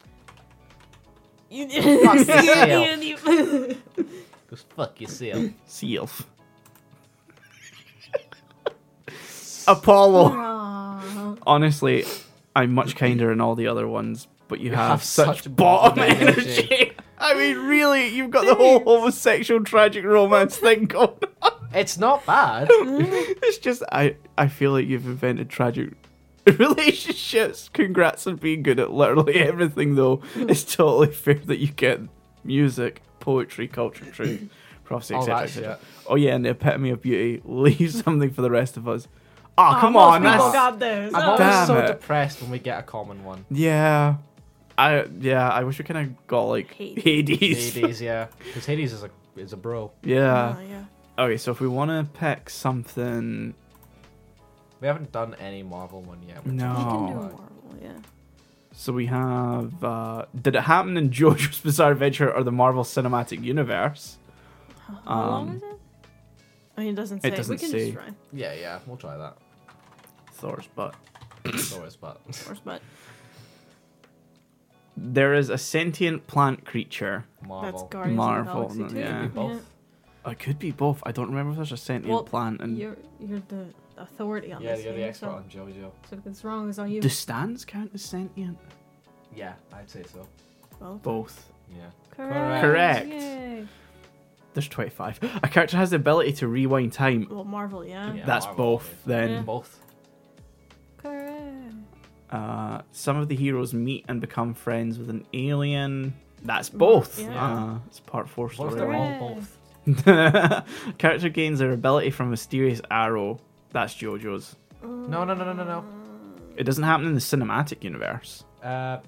Speaker 2: You-
Speaker 3: yourself. Go fuck yourself.
Speaker 1: Self.
Speaker 3: Oh,
Speaker 1: Apollo.
Speaker 2: Aw.
Speaker 1: Honestly, I'm much kinder in all the other ones, but you, have,
Speaker 3: have
Speaker 1: such,
Speaker 3: such
Speaker 1: bottom,
Speaker 3: bottom
Speaker 1: energy. I mean, really, you've got the whole homosexual tragic romance thing going on.
Speaker 3: It's not bad.
Speaker 1: It's just, I, I feel like you've invented tragic relationships. Congrats on being good at literally everything, though. It's totally fair that you get music, poetry, culture, truth, prophecy,
Speaker 3: All
Speaker 1: etc.
Speaker 3: that
Speaker 1: etc.
Speaker 3: shit.
Speaker 1: Oh yeah, and the epitome of beauty. Leave something for the rest of us. Ah, come
Speaker 2: most
Speaker 1: on,
Speaker 2: people
Speaker 1: that's
Speaker 2: got those.
Speaker 3: I'm
Speaker 2: Oh.
Speaker 1: Damn
Speaker 3: always so
Speaker 1: it.
Speaker 3: depressed when we get a common one.
Speaker 1: yeah. I yeah, I wish we kind of got like
Speaker 2: Hades.
Speaker 1: Hades.
Speaker 3: Hades, yeah. Because Hades is a is a bro.
Speaker 1: Yeah.
Speaker 2: Oh, yeah.
Speaker 1: Okay, so if we want to pick something,
Speaker 3: We haven't done any Marvel one yet. which-
Speaker 2: You can
Speaker 1: no.
Speaker 2: do a Marvel, yeah.
Speaker 1: So we have. Uh, did it happen in JoJo's Bizarre Adventure or the Marvel Cinematic Universe?
Speaker 2: How long
Speaker 1: Um,
Speaker 2: is it? I mean, it doesn't say.
Speaker 1: doesn't
Speaker 2: we can
Speaker 1: say.
Speaker 2: just try.
Speaker 3: Yeah, yeah. We'll try that.
Speaker 1: Thor's butt.
Speaker 3: It's always but.
Speaker 2: Of course, but
Speaker 1: There is a sentient plant creature.
Speaker 3: Marvel.
Speaker 2: that's Guardians
Speaker 1: Marvel,
Speaker 2: of the Galaxy too.
Speaker 1: yeah.
Speaker 3: Maybe both.
Speaker 1: It could be both. I don't remember if there's a sentient
Speaker 2: Well,
Speaker 1: plant. And
Speaker 2: You're you're the authority on
Speaker 3: Yeah,
Speaker 2: this.
Speaker 3: you're the
Speaker 2: game,
Speaker 3: expert
Speaker 2: so-
Speaker 3: on JoJo.
Speaker 2: So if it's wrong, it's on you.
Speaker 1: do stands count as sentient?
Speaker 3: Yeah, I'd say so.
Speaker 2: Well,
Speaker 1: Both.
Speaker 3: Yeah.
Speaker 2: correct.
Speaker 1: Correct.
Speaker 2: Yay.
Speaker 1: There's 25. A character has the ability to rewind time.
Speaker 2: Well, Marvel, yeah.
Speaker 3: Yeah.
Speaker 1: That's
Speaker 3: Marvel,
Speaker 1: both,
Speaker 3: yeah.
Speaker 1: then.
Speaker 3: Both.
Speaker 2: Correct.
Speaker 1: Uh, some of the heroes meet and become friends with an alien. That's both.
Speaker 2: Mm, Yeah.
Speaker 1: Uh, it's part four
Speaker 3: What if they're
Speaker 1: story.
Speaker 3: all
Speaker 2: Correct.
Speaker 3: both?
Speaker 1: Character gains their ability from mysterious arrow. That's JoJo's.
Speaker 3: No, no, no, no, no, no.
Speaker 1: It doesn't happen in the cinematic universe.
Speaker 3: Uh,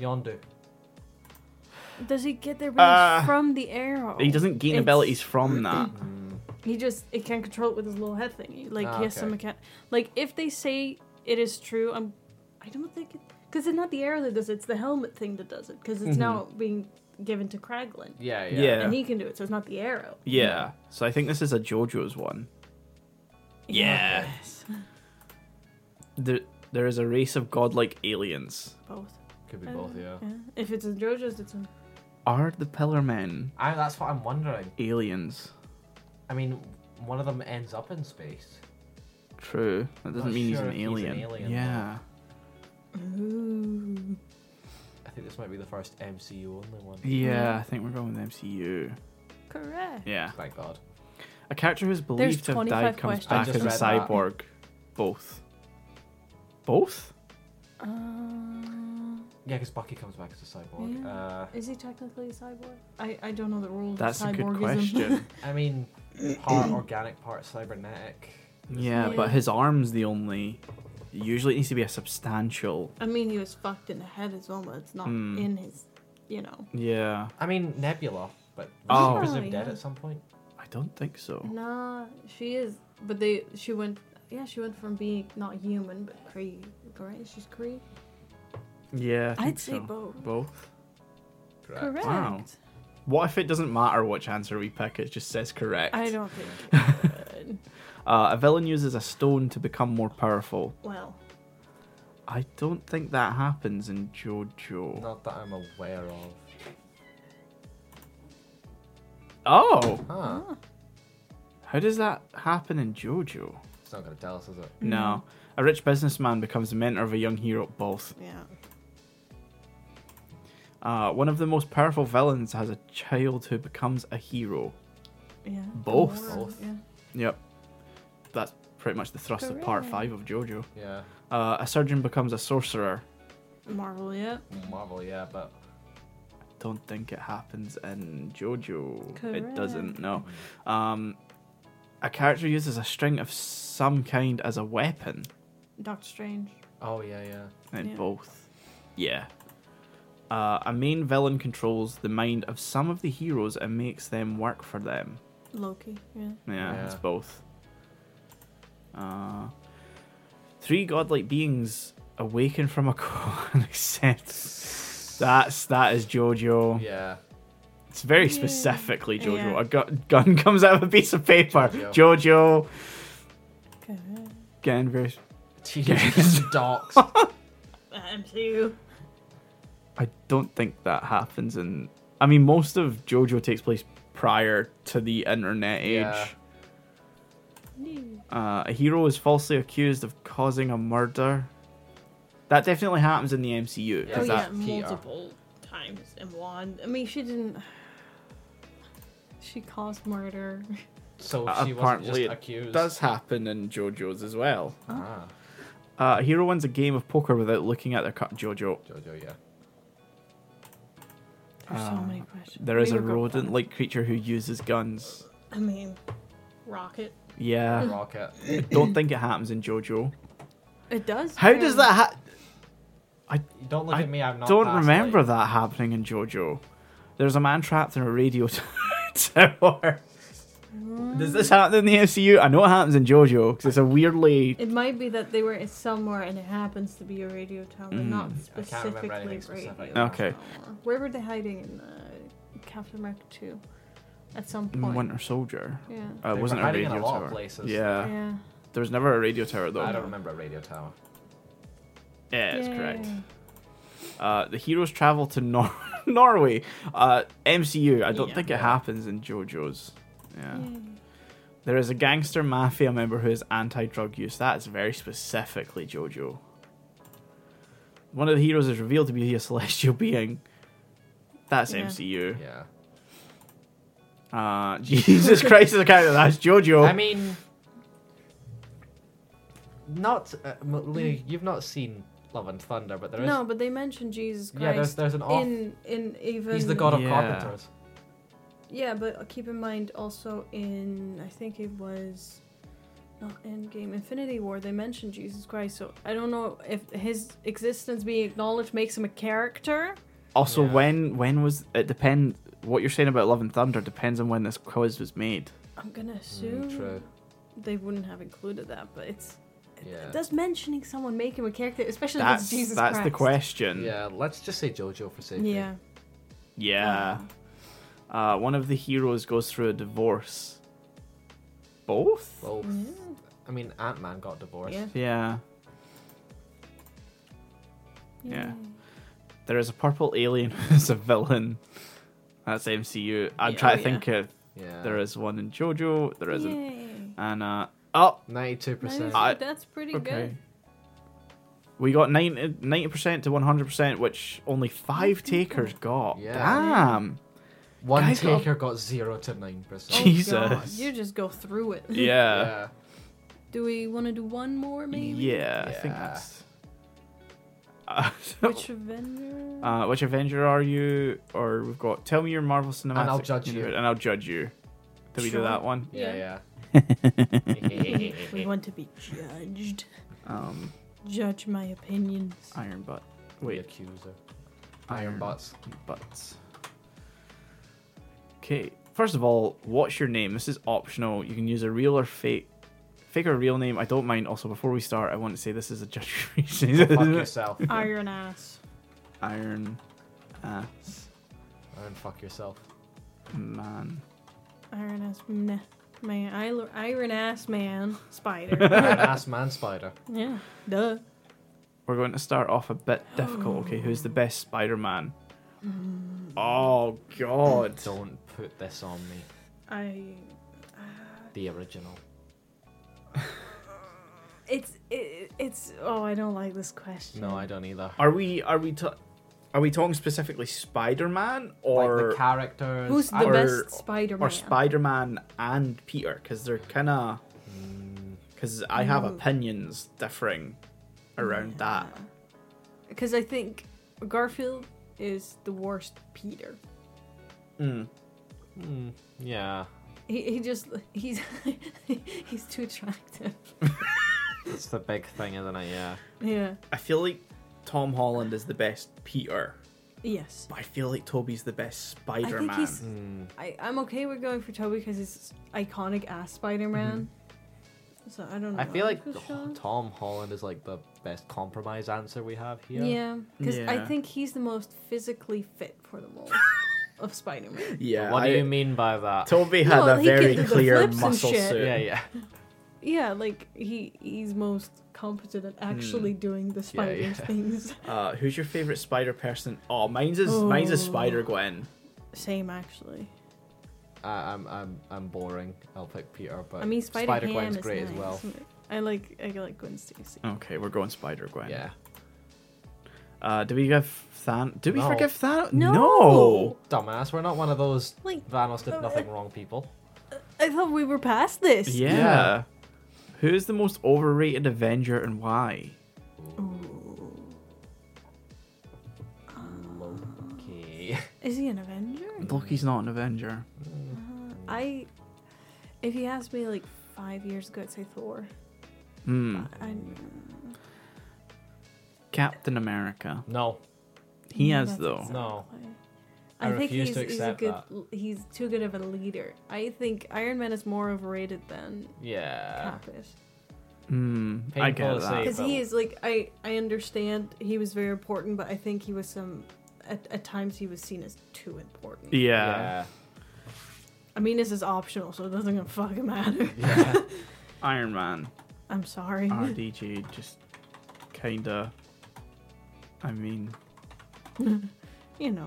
Speaker 3: Yondu.
Speaker 2: Does he get their
Speaker 1: Uh,
Speaker 2: abilities from the arrow?
Speaker 3: Oh.
Speaker 1: He doesn't gain
Speaker 2: It's-
Speaker 1: abilities from that.
Speaker 2: He just it can't control it with his little head thingy. Like
Speaker 3: Ah,
Speaker 2: he has some
Speaker 3: okay.
Speaker 2: mechan- Like if they say it is true, I'm. I don't think it because it's not the arrow that does it. It's the helmet thing that does it because it's now being given to Kraglin
Speaker 1: yeah.
Speaker 3: Yeah, yeah.
Speaker 1: Mm-hmm. Yeah.
Speaker 2: and he can do it. So it's not the arrow.
Speaker 1: Yeah. So I think this is a JoJo's one. Yes. There, there is a race of godlike aliens.
Speaker 2: Both.
Speaker 3: Could be both, yeah.
Speaker 2: Uh, Yeah. If it's in JoJo's, it's in.
Speaker 1: Are the Pillar Men
Speaker 3: I, that's what I'm wondering.
Speaker 1: aliens?
Speaker 3: I mean, one of them ends up in space.
Speaker 1: True. That doesn't
Speaker 3: Not
Speaker 1: mean
Speaker 3: sure
Speaker 1: he's
Speaker 3: if
Speaker 1: an
Speaker 3: he's an
Speaker 1: alien.
Speaker 3: alien,
Speaker 1: yeah.
Speaker 2: Ooh.
Speaker 3: I think this might be the first MCU only one.
Speaker 1: Yeah, I think we're going with MCU.
Speaker 2: Correct.
Speaker 1: Yeah.
Speaker 3: Thank God.
Speaker 1: A character who's believed to have
Speaker 2: 25
Speaker 1: died comes
Speaker 2: questions.
Speaker 3: I
Speaker 1: back as
Speaker 3: just
Speaker 1: a
Speaker 3: read that.
Speaker 1: cyborg. Both. Both?
Speaker 2: Um,
Speaker 3: Yeah, because Bucky comes back as a cyborg.
Speaker 2: Yeah.
Speaker 3: Uh,
Speaker 2: is he technically a cyborg? I, I don't know the rules. of
Speaker 1: That's a good
Speaker 2: cyborgism.
Speaker 1: question.
Speaker 3: I mean, part organic, part cybernetic.
Speaker 1: yeah,
Speaker 2: Yeah.
Speaker 1: but his arm's the only. Usually it needs to be a substantial.
Speaker 2: I mean, he was fucked in the head as well, but it's not
Speaker 1: Hmm.
Speaker 2: in his, you know.
Speaker 1: Yeah.
Speaker 3: I mean, Nebula, but was
Speaker 1: Oh.
Speaker 3: she presumed
Speaker 2: Oh, yeah.
Speaker 3: dead at some point?
Speaker 1: I don't think so.
Speaker 2: Nah, she is. But they, she went, yeah, she went from being not human, but Cree, right? She's Cree?
Speaker 1: Yeah. I think
Speaker 2: I'd say
Speaker 1: so.
Speaker 2: both.
Speaker 1: Both.
Speaker 2: Correct.
Speaker 1: Wow. What if it doesn't matter which answer we pick? It just says correct.
Speaker 2: I don't think it would.
Speaker 1: Uh, a villain uses a stone to become more powerful.
Speaker 2: well,
Speaker 1: I don't think that happens in JoJo.
Speaker 3: Not that I'm aware of.
Speaker 1: Oh,
Speaker 3: Huh.
Speaker 1: how does that happen in JoJo?
Speaker 3: It's not going to tell us, is it?
Speaker 1: No, a rich businessman becomes the mentor of a young hero. Both.
Speaker 2: yeah.
Speaker 1: Uh, one of the most powerful villains has a child who becomes a hero.
Speaker 2: Yeah.
Speaker 1: Both.
Speaker 2: Gamora,
Speaker 3: Both.
Speaker 2: Yeah.
Speaker 1: Yep, that's pretty much the thrust of part
Speaker 2: Correct.
Speaker 1: five of JoJo.
Speaker 3: Yeah.
Speaker 1: Uh, a surgeon becomes a sorcerer.
Speaker 2: Marvel, yeah.
Speaker 3: Marvel, yeah, but
Speaker 1: Don't think it happens in JoJo. It doesn't.
Speaker 2: Correct.
Speaker 1: No. Um, a character uses a string of some kind as a weapon.
Speaker 2: Doctor Strange.
Speaker 3: oh yeah, yeah.
Speaker 1: And
Speaker 2: Yeah.
Speaker 1: both. Yeah. Uh, a main villain controls the mind of some of the heroes and makes them work for them.
Speaker 2: Loki, yeah.
Speaker 1: Yeah, it's
Speaker 3: Yeah.
Speaker 1: both. Uh, three godlike beings awaken from a coma and accept. That's that is Jojo.
Speaker 3: Yeah.
Speaker 1: It's very
Speaker 2: Yeah.
Speaker 1: specifically Jojo.
Speaker 2: Yeah.
Speaker 1: A gu- gun comes out of a piece of paper.
Speaker 3: Jojo.
Speaker 1: Jojo.
Speaker 2: Correct.
Speaker 1: Again, very.
Speaker 3: Jesus docs.
Speaker 2: MCU.
Speaker 1: I don't think that happens in. I mean, most of JoJo takes place prior to the internet age.
Speaker 3: Yeah.
Speaker 1: Uh, a hero is falsely accused of causing a murder. That definitely happens in the MCU.
Speaker 3: Yeah.
Speaker 2: Oh
Speaker 1: Is
Speaker 2: yeah,
Speaker 1: that
Speaker 3: Peter?
Speaker 2: multiple times in one. I mean, she didn't. She caused murder.
Speaker 3: So she wasn't just
Speaker 1: apparently it
Speaker 3: accused.
Speaker 1: does happen in JoJo's as well?
Speaker 3: Ah,
Speaker 1: Uh, a hero wins a game of poker without looking at their card. JoJo.
Speaker 3: Jojo, yeah.
Speaker 2: There's so
Speaker 1: Uh,
Speaker 2: many questions.
Speaker 1: There is
Speaker 2: We
Speaker 1: a
Speaker 2: were going for it.
Speaker 1: rodent-like creature who uses guns.
Speaker 2: I mean, Rocket.
Speaker 1: Yeah,
Speaker 3: Rocket.
Speaker 1: I don't think it happens in JoJo.
Speaker 2: It does.
Speaker 1: How does
Speaker 2: apparently.
Speaker 1: that? Ha-
Speaker 3: Don't look
Speaker 1: I
Speaker 3: at me. I'm not.
Speaker 1: don't
Speaker 3: past,
Speaker 1: remember
Speaker 3: like-
Speaker 1: that happening in JoJo. There's a man trapped in a radio tower. Does this happen in the MCU? I know it happens in JoJo because it's a weirdly.
Speaker 2: It might be that they were in somewhere and it happens to be a radio town,
Speaker 1: Mm.
Speaker 2: but not
Speaker 3: I can't remember
Speaker 2: specifically radio.
Speaker 3: anything specific.
Speaker 1: Okay.
Speaker 2: tower. Where were they hiding in uh, Captain America 2? At some point.
Speaker 1: Winter Soldier.
Speaker 2: Yeah.
Speaker 1: Uh, it
Speaker 3: They
Speaker 1: wasn't
Speaker 3: were
Speaker 1: a
Speaker 3: hiding
Speaker 1: radio
Speaker 3: in a lot
Speaker 1: tower.
Speaker 3: of places.
Speaker 1: Yeah.
Speaker 2: Yeah.
Speaker 1: there was never a radio tower though.
Speaker 3: I don't remember a radio tower.
Speaker 1: Yeah, that's correct.
Speaker 2: Yay.
Speaker 1: Uh, the heroes travel to Nor- Norway. Uh, MCU. I don't
Speaker 2: Yeah.
Speaker 1: think it happens in JoJo's. Yeah.
Speaker 2: Yay.
Speaker 1: There is a gangster mafia member who is anti-drug use. That's very specifically JoJo. One of the heroes is revealed to be a celestial being. That's
Speaker 2: Yeah.
Speaker 1: MCU.
Speaker 3: Yeah.
Speaker 1: Uh, Jesus Christ is a character. That's JoJo.
Speaker 3: I mean, not uh, m- Lee, You've not seen Love and Thunder, but there is.
Speaker 2: Hmm. No, but they mentioned Jesus Christ.
Speaker 3: yeah, there's there's an off.
Speaker 2: in in even
Speaker 3: He's the god of
Speaker 1: Yeah.
Speaker 3: carpenters.
Speaker 2: yeah but keep in mind also in i think it was not endgame infinity war they mentioned jesus christ so i don't know if his existence being acknowledged makes him a character
Speaker 1: also,
Speaker 3: Yeah.
Speaker 1: when when was it depend? What you're saying about Love and Thunder depends on when this quiz was made.
Speaker 2: i'm gonna assume
Speaker 3: Mm, true.
Speaker 2: they wouldn't have included that but it's
Speaker 3: Yeah.
Speaker 2: does mentioning someone make him a character especially if
Speaker 1: That's
Speaker 2: it's jesus
Speaker 1: that's
Speaker 2: christ
Speaker 1: the question.
Speaker 3: Yeah. Let's just say Jojo for safety.
Speaker 2: yeah
Speaker 1: Yeah. Uh, one of the heroes goes through a divorce. Both.
Speaker 3: Both.
Speaker 2: Yeah.
Speaker 3: I mean, Ant Man got divorced.
Speaker 2: Yeah.
Speaker 1: Yeah. Yeah.
Speaker 2: Yay.
Speaker 1: There is a purple alien who's a villain. That's MCU. I'm
Speaker 2: Yeah,
Speaker 1: trying
Speaker 2: oh,
Speaker 1: to think if
Speaker 3: Yeah.
Speaker 1: there is one in JoJo. There isn't.
Speaker 2: Yay.
Speaker 1: And uh, oh,
Speaker 3: 92%.
Speaker 1: I-
Speaker 2: that's pretty
Speaker 1: okay.
Speaker 2: good.
Speaker 1: We got 90 percent to one hundred percent, which only five takers got.
Speaker 3: Yeah.
Speaker 1: Damn.
Speaker 3: One
Speaker 1: Guys, oh.
Speaker 3: taker got 0 to 9%.
Speaker 1: Gee.
Speaker 2: Oh,
Speaker 1: Jesus.
Speaker 2: God, You just go through it.
Speaker 1: Yeah.
Speaker 3: Yeah.
Speaker 2: Do we want to do one
Speaker 1: Yeah.
Speaker 2: more, maybe?
Speaker 1: I think
Speaker 3: Yeah.
Speaker 1: that's. Uh,
Speaker 2: Which Avenger?
Speaker 1: Uh, which Avenger are you? Or we've got tell me your Marvel Cinematic
Speaker 3: And I'll judge you.
Speaker 1: Universe- and I'll judge you. Did we do
Speaker 2: Sure.
Speaker 1: that one?
Speaker 3: Yeah,
Speaker 2: we we
Speaker 3: yeah.
Speaker 2: want to be judged.
Speaker 1: Um,
Speaker 2: Judge my opinions.
Speaker 1: Iron Butt.
Speaker 3: We
Speaker 1: Wait,
Speaker 3: accuser. Iron butts.
Speaker 1: Butts. Okay. First of all, what's your name? This is optional. You can use a real or fake, fake or real name. I don't mind. Also, before we start, I want to say this is a
Speaker 3: Go Oh, fuck
Speaker 1: judge.
Speaker 3: yourself.
Speaker 2: Iron ass.
Speaker 1: Iron ass
Speaker 3: Iron fuck yourself.
Speaker 1: man.
Speaker 2: Iron ass meh. man. Iron- Iron ass man. Spider.
Speaker 3: Iron ass man spider.
Speaker 2: yeah. Duh.
Speaker 1: We're going to start off a bit difficult. Okay, who's the best Spider-Man? Oh God.
Speaker 3: Don't put this on me.
Speaker 2: I. uh,
Speaker 3: The original.
Speaker 2: It's it, it's oh I don't like this question.
Speaker 3: No, I don't either.
Speaker 1: Are we are we ta- are we talking specifically Spider Man
Speaker 3: like
Speaker 1: or
Speaker 3: the characters.
Speaker 2: Who's the
Speaker 3: I-
Speaker 1: Or-
Speaker 2: best Spider-Man?
Speaker 1: or Spider Man and Peter? Because they're kind of
Speaker 3: Hmm,
Speaker 1: because I have opinions differing around that.
Speaker 2: Because I think Garfield is the worst Peter.
Speaker 1: Mm.
Speaker 3: Mm, yeah.
Speaker 2: He, he just he's he's too attractive.
Speaker 3: That's the big thing, isn't it? Yeah.
Speaker 2: Yeah.
Speaker 1: I feel like Tom Holland is the best Peter,
Speaker 2: Yes.
Speaker 1: but I feel like Toby's the best
Speaker 2: I
Speaker 1: Spider
Speaker 2: think
Speaker 1: Man.
Speaker 2: he's.
Speaker 3: Hmm.
Speaker 2: I, I'm okay with going for Toby because he's iconic as Spider-Man. So I don't know.
Speaker 3: I feel like
Speaker 2: Mm-hmm. Who's Sean?
Speaker 3: Tom Holland is like the best compromise answer we have here.
Speaker 2: Yeah, because I
Speaker 1: Yeah.
Speaker 2: think he's the most physically fit for the role of Spider-Man.
Speaker 1: Yeah.
Speaker 3: What
Speaker 1: I-
Speaker 3: do you mean by that?
Speaker 1: Toby had
Speaker 2: Well,
Speaker 1: a
Speaker 2: he can
Speaker 1: very
Speaker 2: do the
Speaker 1: clear
Speaker 2: flips and
Speaker 1: muscle
Speaker 2: shit.
Speaker 1: suit.
Speaker 3: yeah, yeah.
Speaker 2: Yeah, like he he's most competent at actually doing the spider
Speaker 3: Hmm. yeah.
Speaker 2: things.
Speaker 1: Uh, who's your favorite Spider person? Oh, mine's is mine's is Spider Gwen.
Speaker 2: Same actually.
Speaker 3: I, I'm, I'm, I'm boring. I'll pick Peter, but
Speaker 2: I mean, Spider Ham
Speaker 3: Gwen's
Speaker 2: is
Speaker 3: great
Speaker 2: nice.
Speaker 3: as well.
Speaker 2: I like I like Gwen Stacy.
Speaker 1: Okay, we're going Spider Gwen.
Speaker 3: Yeah.
Speaker 1: Uh, do we give Than? Do we
Speaker 3: No.
Speaker 1: forgive Than?
Speaker 2: No!
Speaker 3: Dumbass, we're not one of those
Speaker 2: Like,
Speaker 3: Vanos did
Speaker 2: uh,
Speaker 3: nothing wrong people.
Speaker 2: I thought we were past this.
Speaker 1: Yeah.
Speaker 3: Yeah.
Speaker 1: Who is the most overrated Avenger and why?
Speaker 3: Okay.
Speaker 2: Is he an Avenger?
Speaker 1: Loki's not an Avenger.
Speaker 2: I, if you asked me like five years ago, I'd say Thor.
Speaker 1: Hmm.
Speaker 2: I,
Speaker 1: Captain America.
Speaker 3: No.
Speaker 1: He has
Speaker 2: that's
Speaker 1: though.
Speaker 3: No.
Speaker 2: exactly-
Speaker 3: I
Speaker 2: I, think
Speaker 3: refuse
Speaker 2: he's,
Speaker 3: to
Speaker 2: he's a
Speaker 3: accept
Speaker 2: good. He's too good of a leader. I think Iron Man is more overrated than
Speaker 3: Yeah.
Speaker 2: Capet.
Speaker 1: Hmm. I get
Speaker 3: Painful to
Speaker 1: that.
Speaker 3: say.
Speaker 2: because he is like I I understand he was very important, but I think he was some at, at times he was seen as too important.
Speaker 1: Yeah.
Speaker 2: I mean, this is optional, so it doesn't gonna fucking matter.
Speaker 3: Yeah.
Speaker 1: Iron Man.
Speaker 2: I'm sorry.
Speaker 1: RDG just kinda. I mean,
Speaker 2: you know,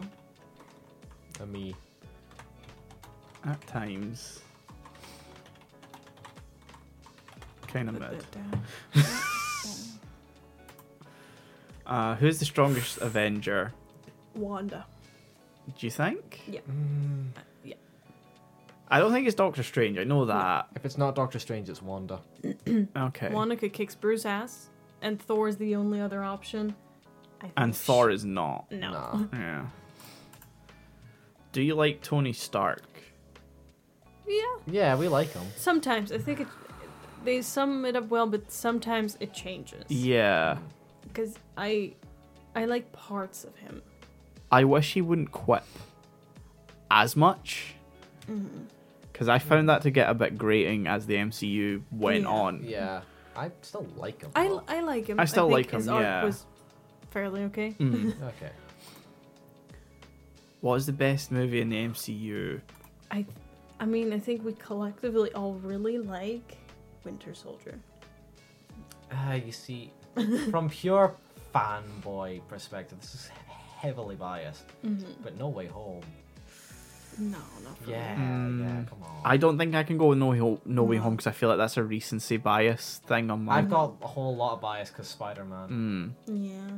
Speaker 3: A me.
Speaker 1: at times. Kind of
Speaker 2: put
Speaker 1: mid.
Speaker 2: that down.
Speaker 1: Uh, who's the strongest Avenger?
Speaker 2: Wanda.
Speaker 1: Do you think?
Speaker 2: Yeah.
Speaker 1: Mm. I don't think it's Doctor Strange. I know that.
Speaker 3: If it's not Doctor Strange, it's Wanda.
Speaker 1: Okay.
Speaker 2: Wanda could kick Bruce's ass, and Thor is the only other option. I think
Speaker 1: And
Speaker 2: sh-
Speaker 1: Thor is not.
Speaker 2: No.
Speaker 3: Nah.
Speaker 1: Yeah. Do you like Tony Stark?
Speaker 2: Yeah.
Speaker 3: Yeah, we like him.
Speaker 2: Sometimes I think it. They sum it up well, but sometimes it changes.
Speaker 1: Yeah.
Speaker 2: Because I, I like parts of him.
Speaker 1: I wish he wouldn't quip as much.
Speaker 3: Mm-hmm.
Speaker 1: Because I found that to get a bit grating as the MCU went
Speaker 2: Yeah.
Speaker 1: on.
Speaker 3: Yeah. I still like him.
Speaker 2: I,
Speaker 3: though.
Speaker 2: I like him.
Speaker 1: I still
Speaker 2: think
Speaker 1: like him,
Speaker 2: His arc
Speaker 1: yeah. Mm-hmm.
Speaker 2: was fairly okay.
Speaker 3: Okay.
Speaker 1: Mm. What is the best movie in the MCU?
Speaker 2: I, I mean, I think we collectively all really like Winter Soldier.
Speaker 3: Uh, Ah, you see, from pure fanboy perspective, this is heavily biased. But No Way Home.
Speaker 2: No, not for
Speaker 3: Mm-hmm. Yeah,
Speaker 2: me.
Speaker 3: yeah,
Speaker 1: Mm,
Speaker 3: come on.
Speaker 1: I don't think I can go with No Way Home, no Way
Speaker 2: No.
Speaker 1: Home because I feel like that's a recency bias thing on my.
Speaker 3: I've got a whole lot of bias because Spider Man.
Speaker 1: Mm.
Speaker 2: Yeah.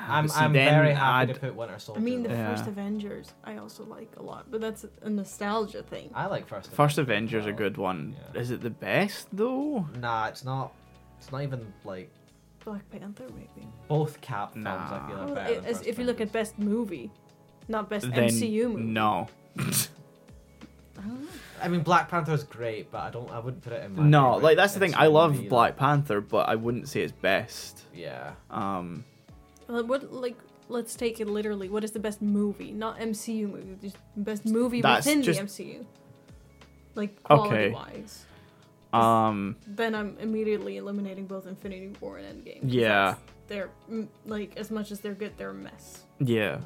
Speaker 3: I'm,
Speaker 1: See,
Speaker 3: I'm
Speaker 1: then
Speaker 3: very happy
Speaker 1: I'd-
Speaker 3: to put Winter Soldier.
Speaker 2: I mean, the
Speaker 3: though.
Speaker 1: Yeah.
Speaker 2: first Avengers I also like a lot, but that's a nostalgia thing.
Speaker 3: I like First
Speaker 1: First
Speaker 3: Avenger as
Speaker 1: Avengers a good one.
Speaker 3: Yeah.
Speaker 1: Is it the best though?
Speaker 3: well. Nah, it's not. It's not even like
Speaker 2: Black Panther, maybe.
Speaker 3: both Cap films. I
Speaker 1: Nah.
Speaker 3: feel are
Speaker 2: Well,
Speaker 3: better.
Speaker 2: i-
Speaker 3: than
Speaker 2: as-
Speaker 3: First
Speaker 2: if you look at
Speaker 3: Avengers.
Speaker 2: best movie, not best
Speaker 1: Then
Speaker 2: MCU movie.
Speaker 1: no,
Speaker 2: I don't know.
Speaker 3: I mean, Black Panther's great, but I don't. I wouldn't put it in. My
Speaker 1: no.
Speaker 3: favorite
Speaker 1: Like that's the thing. I
Speaker 3: MCU
Speaker 1: love
Speaker 3: movie,
Speaker 1: Black Panther, but I wouldn't say it's best.
Speaker 3: like- Yeah.
Speaker 1: Um,
Speaker 2: Well, Uh, What like let's take it literally. What is the best movie? Not MCU movie. Just best movie
Speaker 1: That's
Speaker 2: within
Speaker 1: just-
Speaker 2: the MCU. Like quality
Speaker 1: Okay.
Speaker 2: wise.
Speaker 1: um,
Speaker 2: Then I'm immediately eliminating both Infinity War and Endgame. 'cause
Speaker 1: Yeah.
Speaker 2: that's- They're mm, like as much as they're good, they're a mess.
Speaker 1: yeah.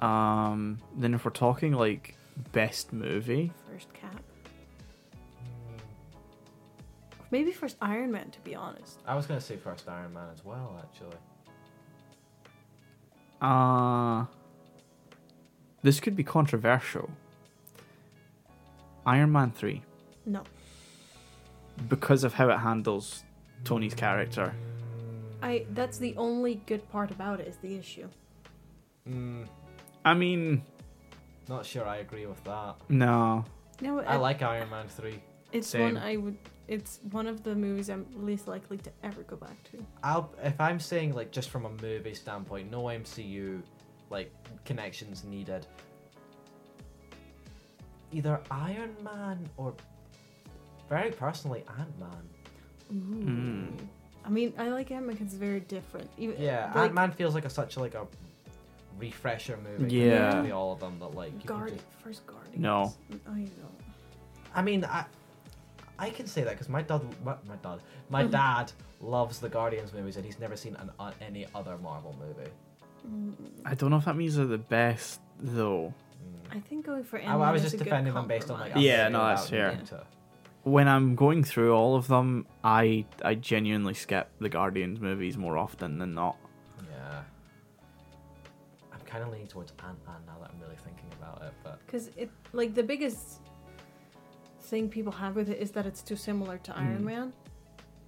Speaker 1: Um, then if we're talking like best movie,
Speaker 2: First Cap. Maybe first Iron Man to be honest.
Speaker 3: I was gonna say First Iron Man as well, actually.
Speaker 1: uh, this could be controversial. Iron Man three
Speaker 2: No.
Speaker 1: because of how it handles Tony's character.
Speaker 2: I that's the only good part about it is the issue.
Speaker 3: Mm,
Speaker 1: I mean,
Speaker 3: not sure I agree with that.
Speaker 1: no.
Speaker 2: No,
Speaker 3: I like Iron Man three.
Speaker 2: it's
Speaker 1: Same.
Speaker 2: one I would it's one of the movies I'm least likely to ever go back to.
Speaker 3: I'll if I'm saying like just from a movie standpoint, no MCU like connections needed. Either Iron Man or very personally Ant Man.
Speaker 2: Ooh.
Speaker 1: Mm.
Speaker 2: I mean, I like Ant Man because it's very different. Even,
Speaker 3: Yeah,
Speaker 2: like,
Speaker 3: Ant Man feels like a such a, like a refresher movie.
Speaker 1: Yeah.
Speaker 3: compared to all of them that like. You can
Speaker 2: Guard,
Speaker 3: just,
Speaker 2: first Guardians. Oh,
Speaker 1: No.
Speaker 2: I know.
Speaker 3: I mean, I I can say that because my dad, my, my dad,
Speaker 2: Mm-hmm.
Speaker 3: my dad loves the Guardians movies and he's never seen an, uh, any other Marvel movie.
Speaker 1: I don't know if that means they're the best though.
Speaker 2: Mm. I think going for Ant
Speaker 3: Mm. I,
Speaker 2: Man.
Speaker 3: I was
Speaker 2: is
Speaker 3: just
Speaker 2: a good
Speaker 3: defending them based on like.
Speaker 2: compromise.
Speaker 1: Yeah,
Speaker 3: other
Speaker 1: no,
Speaker 3: without
Speaker 1: that's fair.
Speaker 3: needing to-
Speaker 1: When I'm going through all of them, I I genuinely skip the Guardians movies more often than not.
Speaker 3: Yeah. I'm kind of leaning towards Ant Man now that I'm really thinking about it, but
Speaker 2: Because it like the biggest thing people have with it is that it's too similar to Iron
Speaker 1: Mm.
Speaker 2: Man.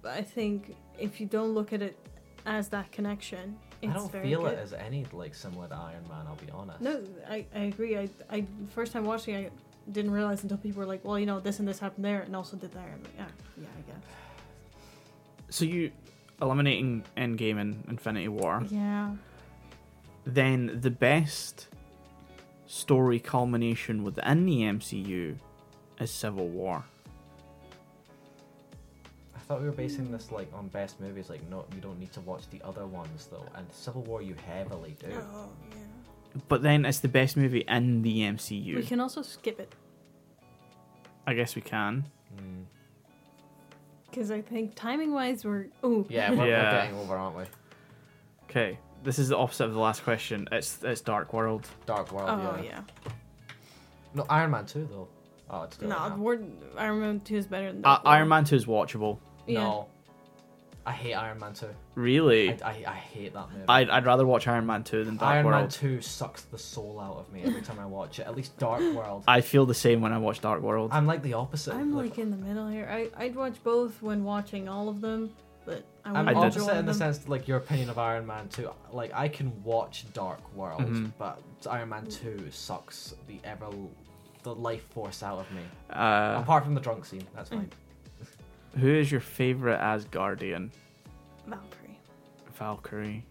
Speaker 2: But I think if you don't look at it as that connection, it's
Speaker 3: I don't
Speaker 2: very
Speaker 3: feel
Speaker 2: good.
Speaker 3: it as any like similar to Iron Man. I'll be honest.
Speaker 2: No, I, I agree. I, I first time watching, I didn't realize until people were like, well, you know, this and this happened there, and also did there. I'm like, yeah, yeah, I guess.
Speaker 1: So you eliminating Endgame and Infinity War,
Speaker 2: Yeah.
Speaker 1: then the best story culmination within the MCU is Civil War.
Speaker 3: I thought we were basing this like on best movies. Like, no, you don't need to watch the other ones though. And Civil War, you heavily do.
Speaker 2: Oh, yeah.
Speaker 1: But then it's the best movie in the MCU.
Speaker 2: We can also skip it
Speaker 1: I guess we can.
Speaker 3: Mm.
Speaker 2: because I think timing wise we're ooh
Speaker 3: Yeah, we're, we're
Speaker 1: Yeah.
Speaker 3: getting over, aren't we?
Speaker 1: Okay, this is the opposite of the last question. It's it's Dark World.
Speaker 3: Dark World.
Speaker 2: oh
Speaker 3: yeah.
Speaker 2: yeah,
Speaker 3: No, Iron Man two though. Oh, it's
Speaker 2: no
Speaker 3: good.
Speaker 2: nah, we're Iron Man two is better than
Speaker 1: Uh,
Speaker 2: Dark World.
Speaker 1: Iron Man Two is watchable.
Speaker 2: yeah.
Speaker 3: No. I hate Iron Man two.
Speaker 1: Really,
Speaker 3: I, I, I hate that movie.
Speaker 1: I'd, I'd rather watch Iron Man 2 than Dark
Speaker 3: Iron
Speaker 1: World.
Speaker 3: Man two sucks the soul out of me every time I watch it. At least Dark World.
Speaker 1: I feel the same when I watch Dark World.
Speaker 3: I'm like the opposite.
Speaker 2: I'm like in the middle here. I I'd watch both when watching all of them, but I wouldn't
Speaker 3: I'm
Speaker 1: did-
Speaker 2: watch
Speaker 3: opposite
Speaker 2: all of
Speaker 3: in the
Speaker 2: them.
Speaker 3: sense that, like your opinion of Iron Man two. Like I can watch Dark World,
Speaker 1: Mm-hmm.
Speaker 3: but Iron Man two sucks the ever the life force out of me.
Speaker 1: Uh,
Speaker 3: Apart from the drunk scene, that's fine.
Speaker 2: Mm.
Speaker 1: who is your favorite Asgardian?
Speaker 2: Valkyrie
Speaker 1: Valkyrie.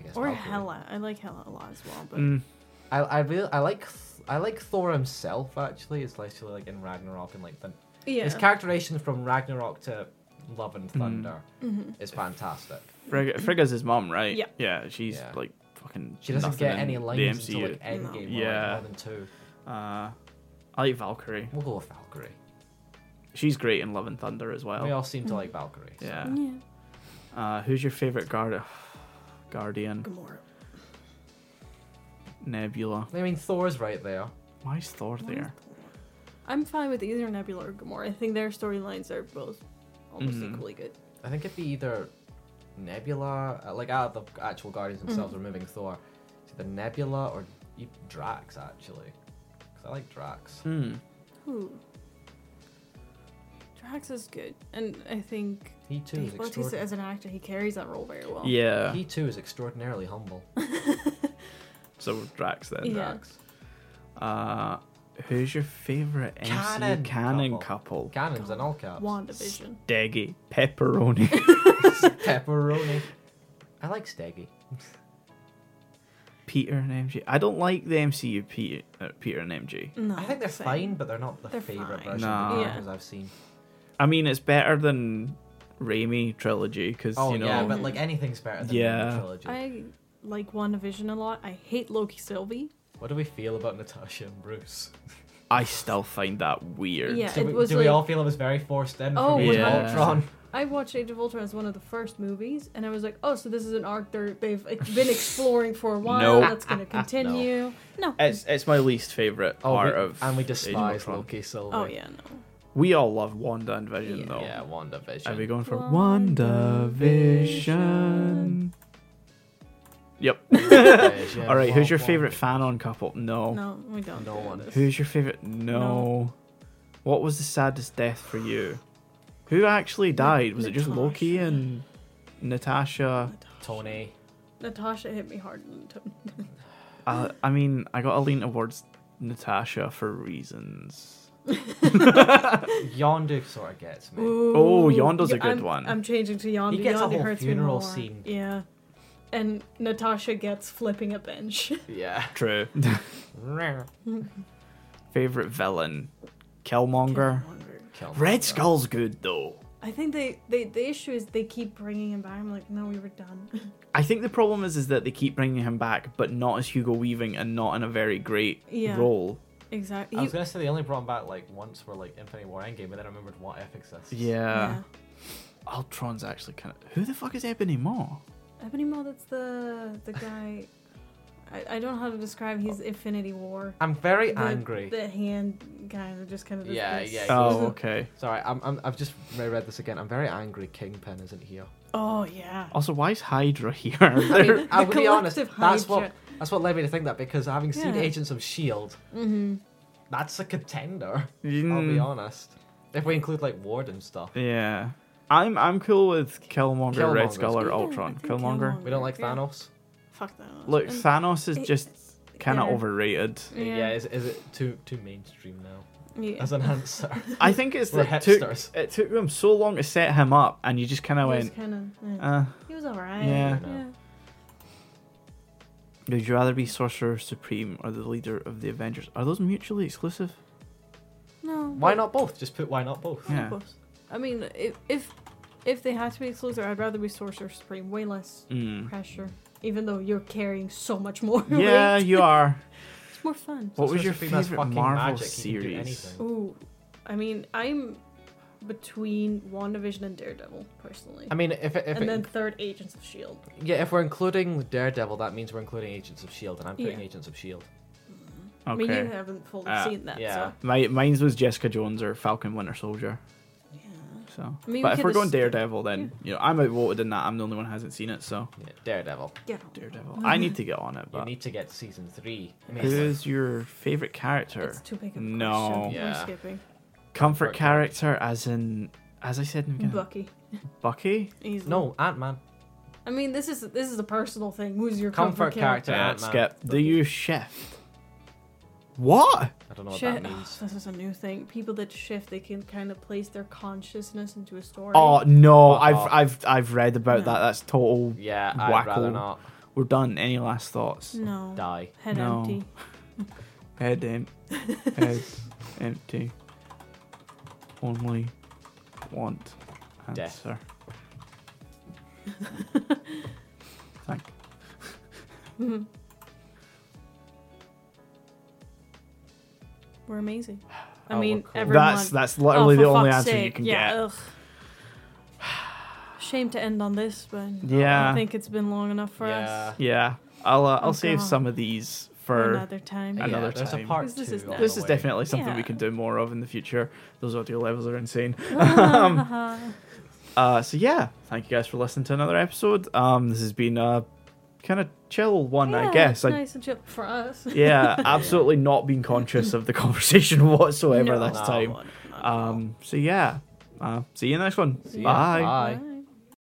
Speaker 3: I guess
Speaker 2: or
Speaker 3: Valkyrie.
Speaker 2: Hela. I like Hela a lot as well, but
Speaker 1: Mm,
Speaker 3: I, I really I like Th- I like Thor himself actually. It's actually like in Ragnarok and like the
Speaker 2: yeah,
Speaker 3: his characterization from Ragnarok to Love
Speaker 1: Mm-hmm.
Speaker 3: and Thunder
Speaker 2: Mm-hmm.
Speaker 3: is fantastic.
Speaker 1: Frigga, Frigga's his mom, right?
Speaker 2: Yeah.
Speaker 1: Yeah, she's
Speaker 3: Yeah.
Speaker 1: like fucking.
Speaker 3: She doesn't
Speaker 1: nothing
Speaker 3: get any
Speaker 1: in
Speaker 3: lines
Speaker 1: the
Speaker 3: until
Speaker 1: MCU.
Speaker 3: like Endgame or like,
Speaker 1: Yeah.
Speaker 3: more than two.
Speaker 1: Uh, I like Valkyrie.
Speaker 3: We'll go with Valkyrie.
Speaker 1: She's great in Love and Thunder as well.
Speaker 3: We all seem to like Valkyrie. so-
Speaker 1: yeah.
Speaker 2: yeah.
Speaker 1: Uh, who's your favorite guard? Guardian
Speaker 2: Gamora.
Speaker 1: Nebula.
Speaker 3: I mean, Thor's right there.
Speaker 1: Why is Thor there?
Speaker 2: I'm fine with either Nebula or Gamora. I think their storylines are both almost
Speaker 1: Mhm.
Speaker 2: equally good.
Speaker 3: I think it'd be either Nebula, uh, like out of the actual Guardians
Speaker 2: Mm-hmm.
Speaker 3: themselves, removing Thor. It's either Nebula or e- Drax actually, because I like Drax.
Speaker 1: Hmm.
Speaker 2: Ooh. Drax is good, and I think
Speaker 3: He too
Speaker 2: he,
Speaker 3: is
Speaker 2: once he's,
Speaker 3: extraordinary.
Speaker 2: as an actor, he carries that role very well.
Speaker 1: Yeah.
Speaker 3: He too is extraordinarily humble.
Speaker 1: So Drax then.
Speaker 2: Yeah.
Speaker 3: Drax.
Speaker 1: Uh, who's your favorite MCU
Speaker 3: Canon
Speaker 1: canon, couple?
Speaker 3: couple. Cannons in all caps.
Speaker 2: WandaVision.
Speaker 1: Deggy pepperoni.
Speaker 3: Pepperoni. I like Steggy.
Speaker 1: Peter and MJ. I don't like the MCU Peter, uh, Peter and MJ.
Speaker 2: No,
Speaker 3: I think they're
Speaker 2: same.
Speaker 3: fine, but they're not the
Speaker 2: They're
Speaker 3: favorite
Speaker 2: fine.
Speaker 3: version
Speaker 1: Nah.
Speaker 3: of the
Speaker 2: Yeah.
Speaker 3: characters I've seen.
Speaker 1: I mean, it's better than Raimi trilogy because
Speaker 3: Oh
Speaker 1: you know.
Speaker 3: yeah, but like anything's better than
Speaker 1: Yeah.
Speaker 3: the trilogy.
Speaker 2: I like WandaVision a lot. I hate Loki Sylvie.
Speaker 3: What do we feel about Natasha and Bruce?
Speaker 1: I still find that weird.
Speaker 2: Yeah.
Speaker 3: Do,
Speaker 2: It
Speaker 3: we,
Speaker 2: was
Speaker 3: do we
Speaker 2: like-
Speaker 3: all feel it was very forced in?
Speaker 2: Oh,
Speaker 3: from Age of
Speaker 1: 100%.
Speaker 3: Ultron.
Speaker 2: I watched Age of Ultron as one of the first movies, and I was like, oh, so this is an arc they're, they've ex- been exploring for a while.
Speaker 1: No.
Speaker 2: That's going to continue. No.
Speaker 1: It's it's my least favorite
Speaker 3: Oh,
Speaker 1: part
Speaker 3: we-
Speaker 1: of.
Speaker 3: and we
Speaker 1: Age of
Speaker 3: despise
Speaker 1: Ultron.
Speaker 3: Loki Silver.
Speaker 2: Oh, yeah, no.
Speaker 1: We all love Wanda and Vision
Speaker 2: Yeah.
Speaker 1: though.
Speaker 3: Yeah, WandaVision.
Speaker 1: Are we going for Wanda
Speaker 2: WandaVision.
Speaker 1: Vision? Yep.
Speaker 3: WandaVision.
Speaker 1: All right. Who's your
Speaker 3: Wah, wah.
Speaker 1: favorite fanon couple? No.
Speaker 2: No, we don't.
Speaker 3: No
Speaker 2: do
Speaker 3: one.
Speaker 2: this.
Speaker 1: Who's your favorite? No. What was the saddest death for you? Who actually died? Was it just Loki
Speaker 2: Natasha.
Speaker 1: and Natasha?
Speaker 3: Tony.
Speaker 2: Natasha hit me hard in the toe.
Speaker 1: I, I mean, I got a lean towards Natasha for reasons.
Speaker 3: Yondu sort of gets me.
Speaker 1: Oh, Yondo's a
Speaker 2: Yeah,
Speaker 1: good
Speaker 2: I'm-
Speaker 1: one.
Speaker 2: I'm changing to Yondo.
Speaker 3: He gets a
Speaker 2: Yondo
Speaker 3: whole
Speaker 2: hurts me
Speaker 3: funeral
Speaker 2: more.
Speaker 3: scene.
Speaker 2: Yeah. And Natasha gets flipping a bench.
Speaker 3: Yeah.
Speaker 1: True.
Speaker 3: Killmonger.
Speaker 1: favorite villain? Killmonger. Red Skull's good though.
Speaker 2: I think they, they the issue is they keep bringing him back. I'm like, no, we were done.
Speaker 1: I think the problem is is that they keep bringing him back, but not as Hugo Weaving and not in a very great
Speaker 2: Yeah.
Speaker 1: role.
Speaker 2: exactly.
Speaker 3: I was gonna say they only brought him back like once for like Infinity War Endgame, but then I remembered what F exists. uh,
Speaker 1: Yeah. Ultron's actually kind of. Who the fuck is Ebony Maw?
Speaker 2: Ebony Maw, that's the the guy. I, I don't know how to describe. He's Infinity War.
Speaker 3: I'm very
Speaker 2: The-
Speaker 3: angry.
Speaker 2: The hand guy that just kind of. does
Speaker 3: Yeah,
Speaker 2: this.
Speaker 3: yeah,
Speaker 1: Oh, okay.
Speaker 3: Sorry, I'm, I'm, I've just reread this again. I'm very angry Kingpin isn't here.
Speaker 2: Oh yeah.
Speaker 1: Also, why is Hydra here?
Speaker 3: I mean,
Speaker 1: They're-
Speaker 3: I would be honest,
Speaker 2: collective
Speaker 3: that's what,
Speaker 2: Hydra.
Speaker 3: that's what led me to think that because having seen
Speaker 2: Yeah.
Speaker 3: Agents of S.H.I.E.L.D.,
Speaker 2: Mm-hmm.
Speaker 3: E that's a contender. I'll be
Speaker 1: Mm,
Speaker 3: honest. If we include like Ward and stuff.
Speaker 1: yeah, I'm I'm cool with Killmonger,
Speaker 3: Killmonger's
Speaker 1: Red Skull, or
Speaker 2: good.
Speaker 1: Ultron.
Speaker 2: Yeah, I think
Speaker 1: Killmonger.
Speaker 2: Killmonger.
Speaker 3: We don't like
Speaker 2: Yeah.
Speaker 3: Thanos.
Speaker 2: Fuck that.
Speaker 1: Look,
Speaker 2: And-
Speaker 1: Thanos is
Speaker 2: it-
Speaker 1: just kind of
Speaker 2: yeah.
Speaker 1: overrated.
Speaker 2: Yeah.
Speaker 3: Yeah, is, is it too too mainstream now?
Speaker 2: yeah.
Speaker 3: As an answer.
Speaker 1: I think it's
Speaker 3: We're
Speaker 1: that it took,
Speaker 3: hipsters.
Speaker 1: it took them so long to set him up, and you just kind
Speaker 2: he
Speaker 1: of
Speaker 2: was
Speaker 1: went,
Speaker 2: kind of.
Speaker 1: uh,
Speaker 2: he was alright.
Speaker 1: yeah.
Speaker 2: yeah.
Speaker 1: "Would you rather be Sorcerer Supreme or the leader of the Avengers?" Are those mutually exclusive?
Speaker 2: No.
Speaker 3: why
Speaker 2: but-
Speaker 3: not both? Just put why not both.
Speaker 1: Yeah.
Speaker 2: both. I mean, if if if they had to be exclusive, I'd rather be Sorcerer Supreme. Way less
Speaker 1: Mm.
Speaker 2: pressure, even though you're carrying so much more.
Speaker 1: Yeah,
Speaker 2: weight.
Speaker 1: you are.
Speaker 2: it's more fun.
Speaker 1: What was
Speaker 3: Sorcerer
Speaker 1: your
Speaker 3: Supreme has
Speaker 1: favorite
Speaker 3: fucking
Speaker 1: Marvel
Speaker 3: magic, he can do
Speaker 1: series?
Speaker 3: anything.
Speaker 2: Ooh, I mean, I'm between WandaVision and Daredevil personally,
Speaker 3: I mean, if it, if it,
Speaker 2: and then third Agents of Shield.
Speaker 3: yeah, if we're including Daredevil, that means we're including Agents of Shield, E and I'm putting
Speaker 2: Yeah.
Speaker 3: Agents of Shield.
Speaker 2: I mean, you
Speaker 1: Okay.
Speaker 2: haven't fully
Speaker 1: Ah,
Speaker 2: seen that,
Speaker 3: Uh, yeah.
Speaker 2: so
Speaker 1: My mine's was Jessica Jones or Falcon Winter Soldier.
Speaker 2: yeah.
Speaker 1: So,
Speaker 2: I mean, we
Speaker 1: but if
Speaker 2: could
Speaker 1: we're going
Speaker 2: just-
Speaker 1: Daredevil, then you know I'm outvoted in that. I'm the only one who hasn't seen it, so
Speaker 3: Yeah, Daredevil.
Speaker 2: Get on.
Speaker 1: Daredevil. I need to get on it.
Speaker 3: You
Speaker 1: But
Speaker 3: need to get season three.
Speaker 1: who's your favorite character?
Speaker 2: It's too big of a
Speaker 1: No.
Speaker 2: question.
Speaker 3: Yeah.
Speaker 2: We're skipping.
Speaker 1: Comfort
Speaker 3: Bucky.
Speaker 1: character, as in, as I said in the beginning,
Speaker 2: Bucky.
Speaker 1: Bucky.
Speaker 2: Easily.
Speaker 3: No, Ant Man.
Speaker 2: I mean, this is this is a personal thing. Who's your
Speaker 3: Comfort
Speaker 2: comfort,
Speaker 3: character.
Speaker 2: character?
Speaker 3: Yeah,
Speaker 1: Yeah,
Speaker 3: man.
Speaker 1: skip. Do you shift? What?
Speaker 3: I don't know what
Speaker 2: Shit,
Speaker 3: that means.
Speaker 2: this is a new thing. People that shift, they can kind of place their consciousness into a story.
Speaker 1: Oh no,
Speaker 3: Fuck
Speaker 1: I've
Speaker 3: off.
Speaker 1: I've I've read about
Speaker 2: No.
Speaker 1: that. That's total.
Speaker 3: Yeah, I'd
Speaker 1: Whackle.
Speaker 3: rather not
Speaker 1: We're done. Any last thoughts?
Speaker 2: no.
Speaker 3: die.
Speaker 2: Head
Speaker 1: No.
Speaker 2: empty.
Speaker 1: Head em- head empty. Only want
Speaker 3: Death.
Speaker 1: answer. Thank.
Speaker 2: We're amazing. I
Speaker 3: Oh,
Speaker 2: mean,
Speaker 3: we're cool.
Speaker 2: everyone.
Speaker 1: That's that's
Speaker 2: Oh,
Speaker 1: literally
Speaker 2: for
Speaker 1: the only
Speaker 2: fuck's
Speaker 1: answer you
Speaker 2: sake.
Speaker 1: can
Speaker 2: yeah,
Speaker 1: get.
Speaker 2: Ugh. Shame to end on this, but
Speaker 1: Yeah.
Speaker 2: I think it's been long enough for
Speaker 3: yeah.
Speaker 2: us
Speaker 1: Yeah, I'll uh, I'll
Speaker 2: Oh,
Speaker 1: save
Speaker 2: God.
Speaker 1: some of these
Speaker 2: for
Speaker 1: for.
Speaker 2: another time.
Speaker 1: Yeah. another
Speaker 3: there's
Speaker 1: time.
Speaker 3: a part
Speaker 2: This
Speaker 3: two.
Speaker 2: is
Speaker 3: on
Speaker 2: now.
Speaker 3: the
Speaker 1: This is
Speaker 3: way.
Speaker 1: definitely something
Speaker 2: Yeah. Uh-huh.
Speaker 1: we can do more of in the future. Those audio levels are insane. Uh, so yeah, thank you guys for listening to another episode. Um, this has been a kind of chill one,
Speaker 2: yeah,
Speaker 1: I guess.
Speaker 2: It's
Speaker 1: I-
Speaker 2: nice and chill for us.
Speaker 1: yeah, absolutely not being conscious of the conversation whatsoever
Speaker 2: No.
Speaker 1: this
Speaker 3: No.
Speaker 1: time. Um, so yeah, uh, see you in the next one.
Speaker 3: See ya.
Speaker 1: Bye.
Speaker 3: Bye.
Speaker 2: Bye.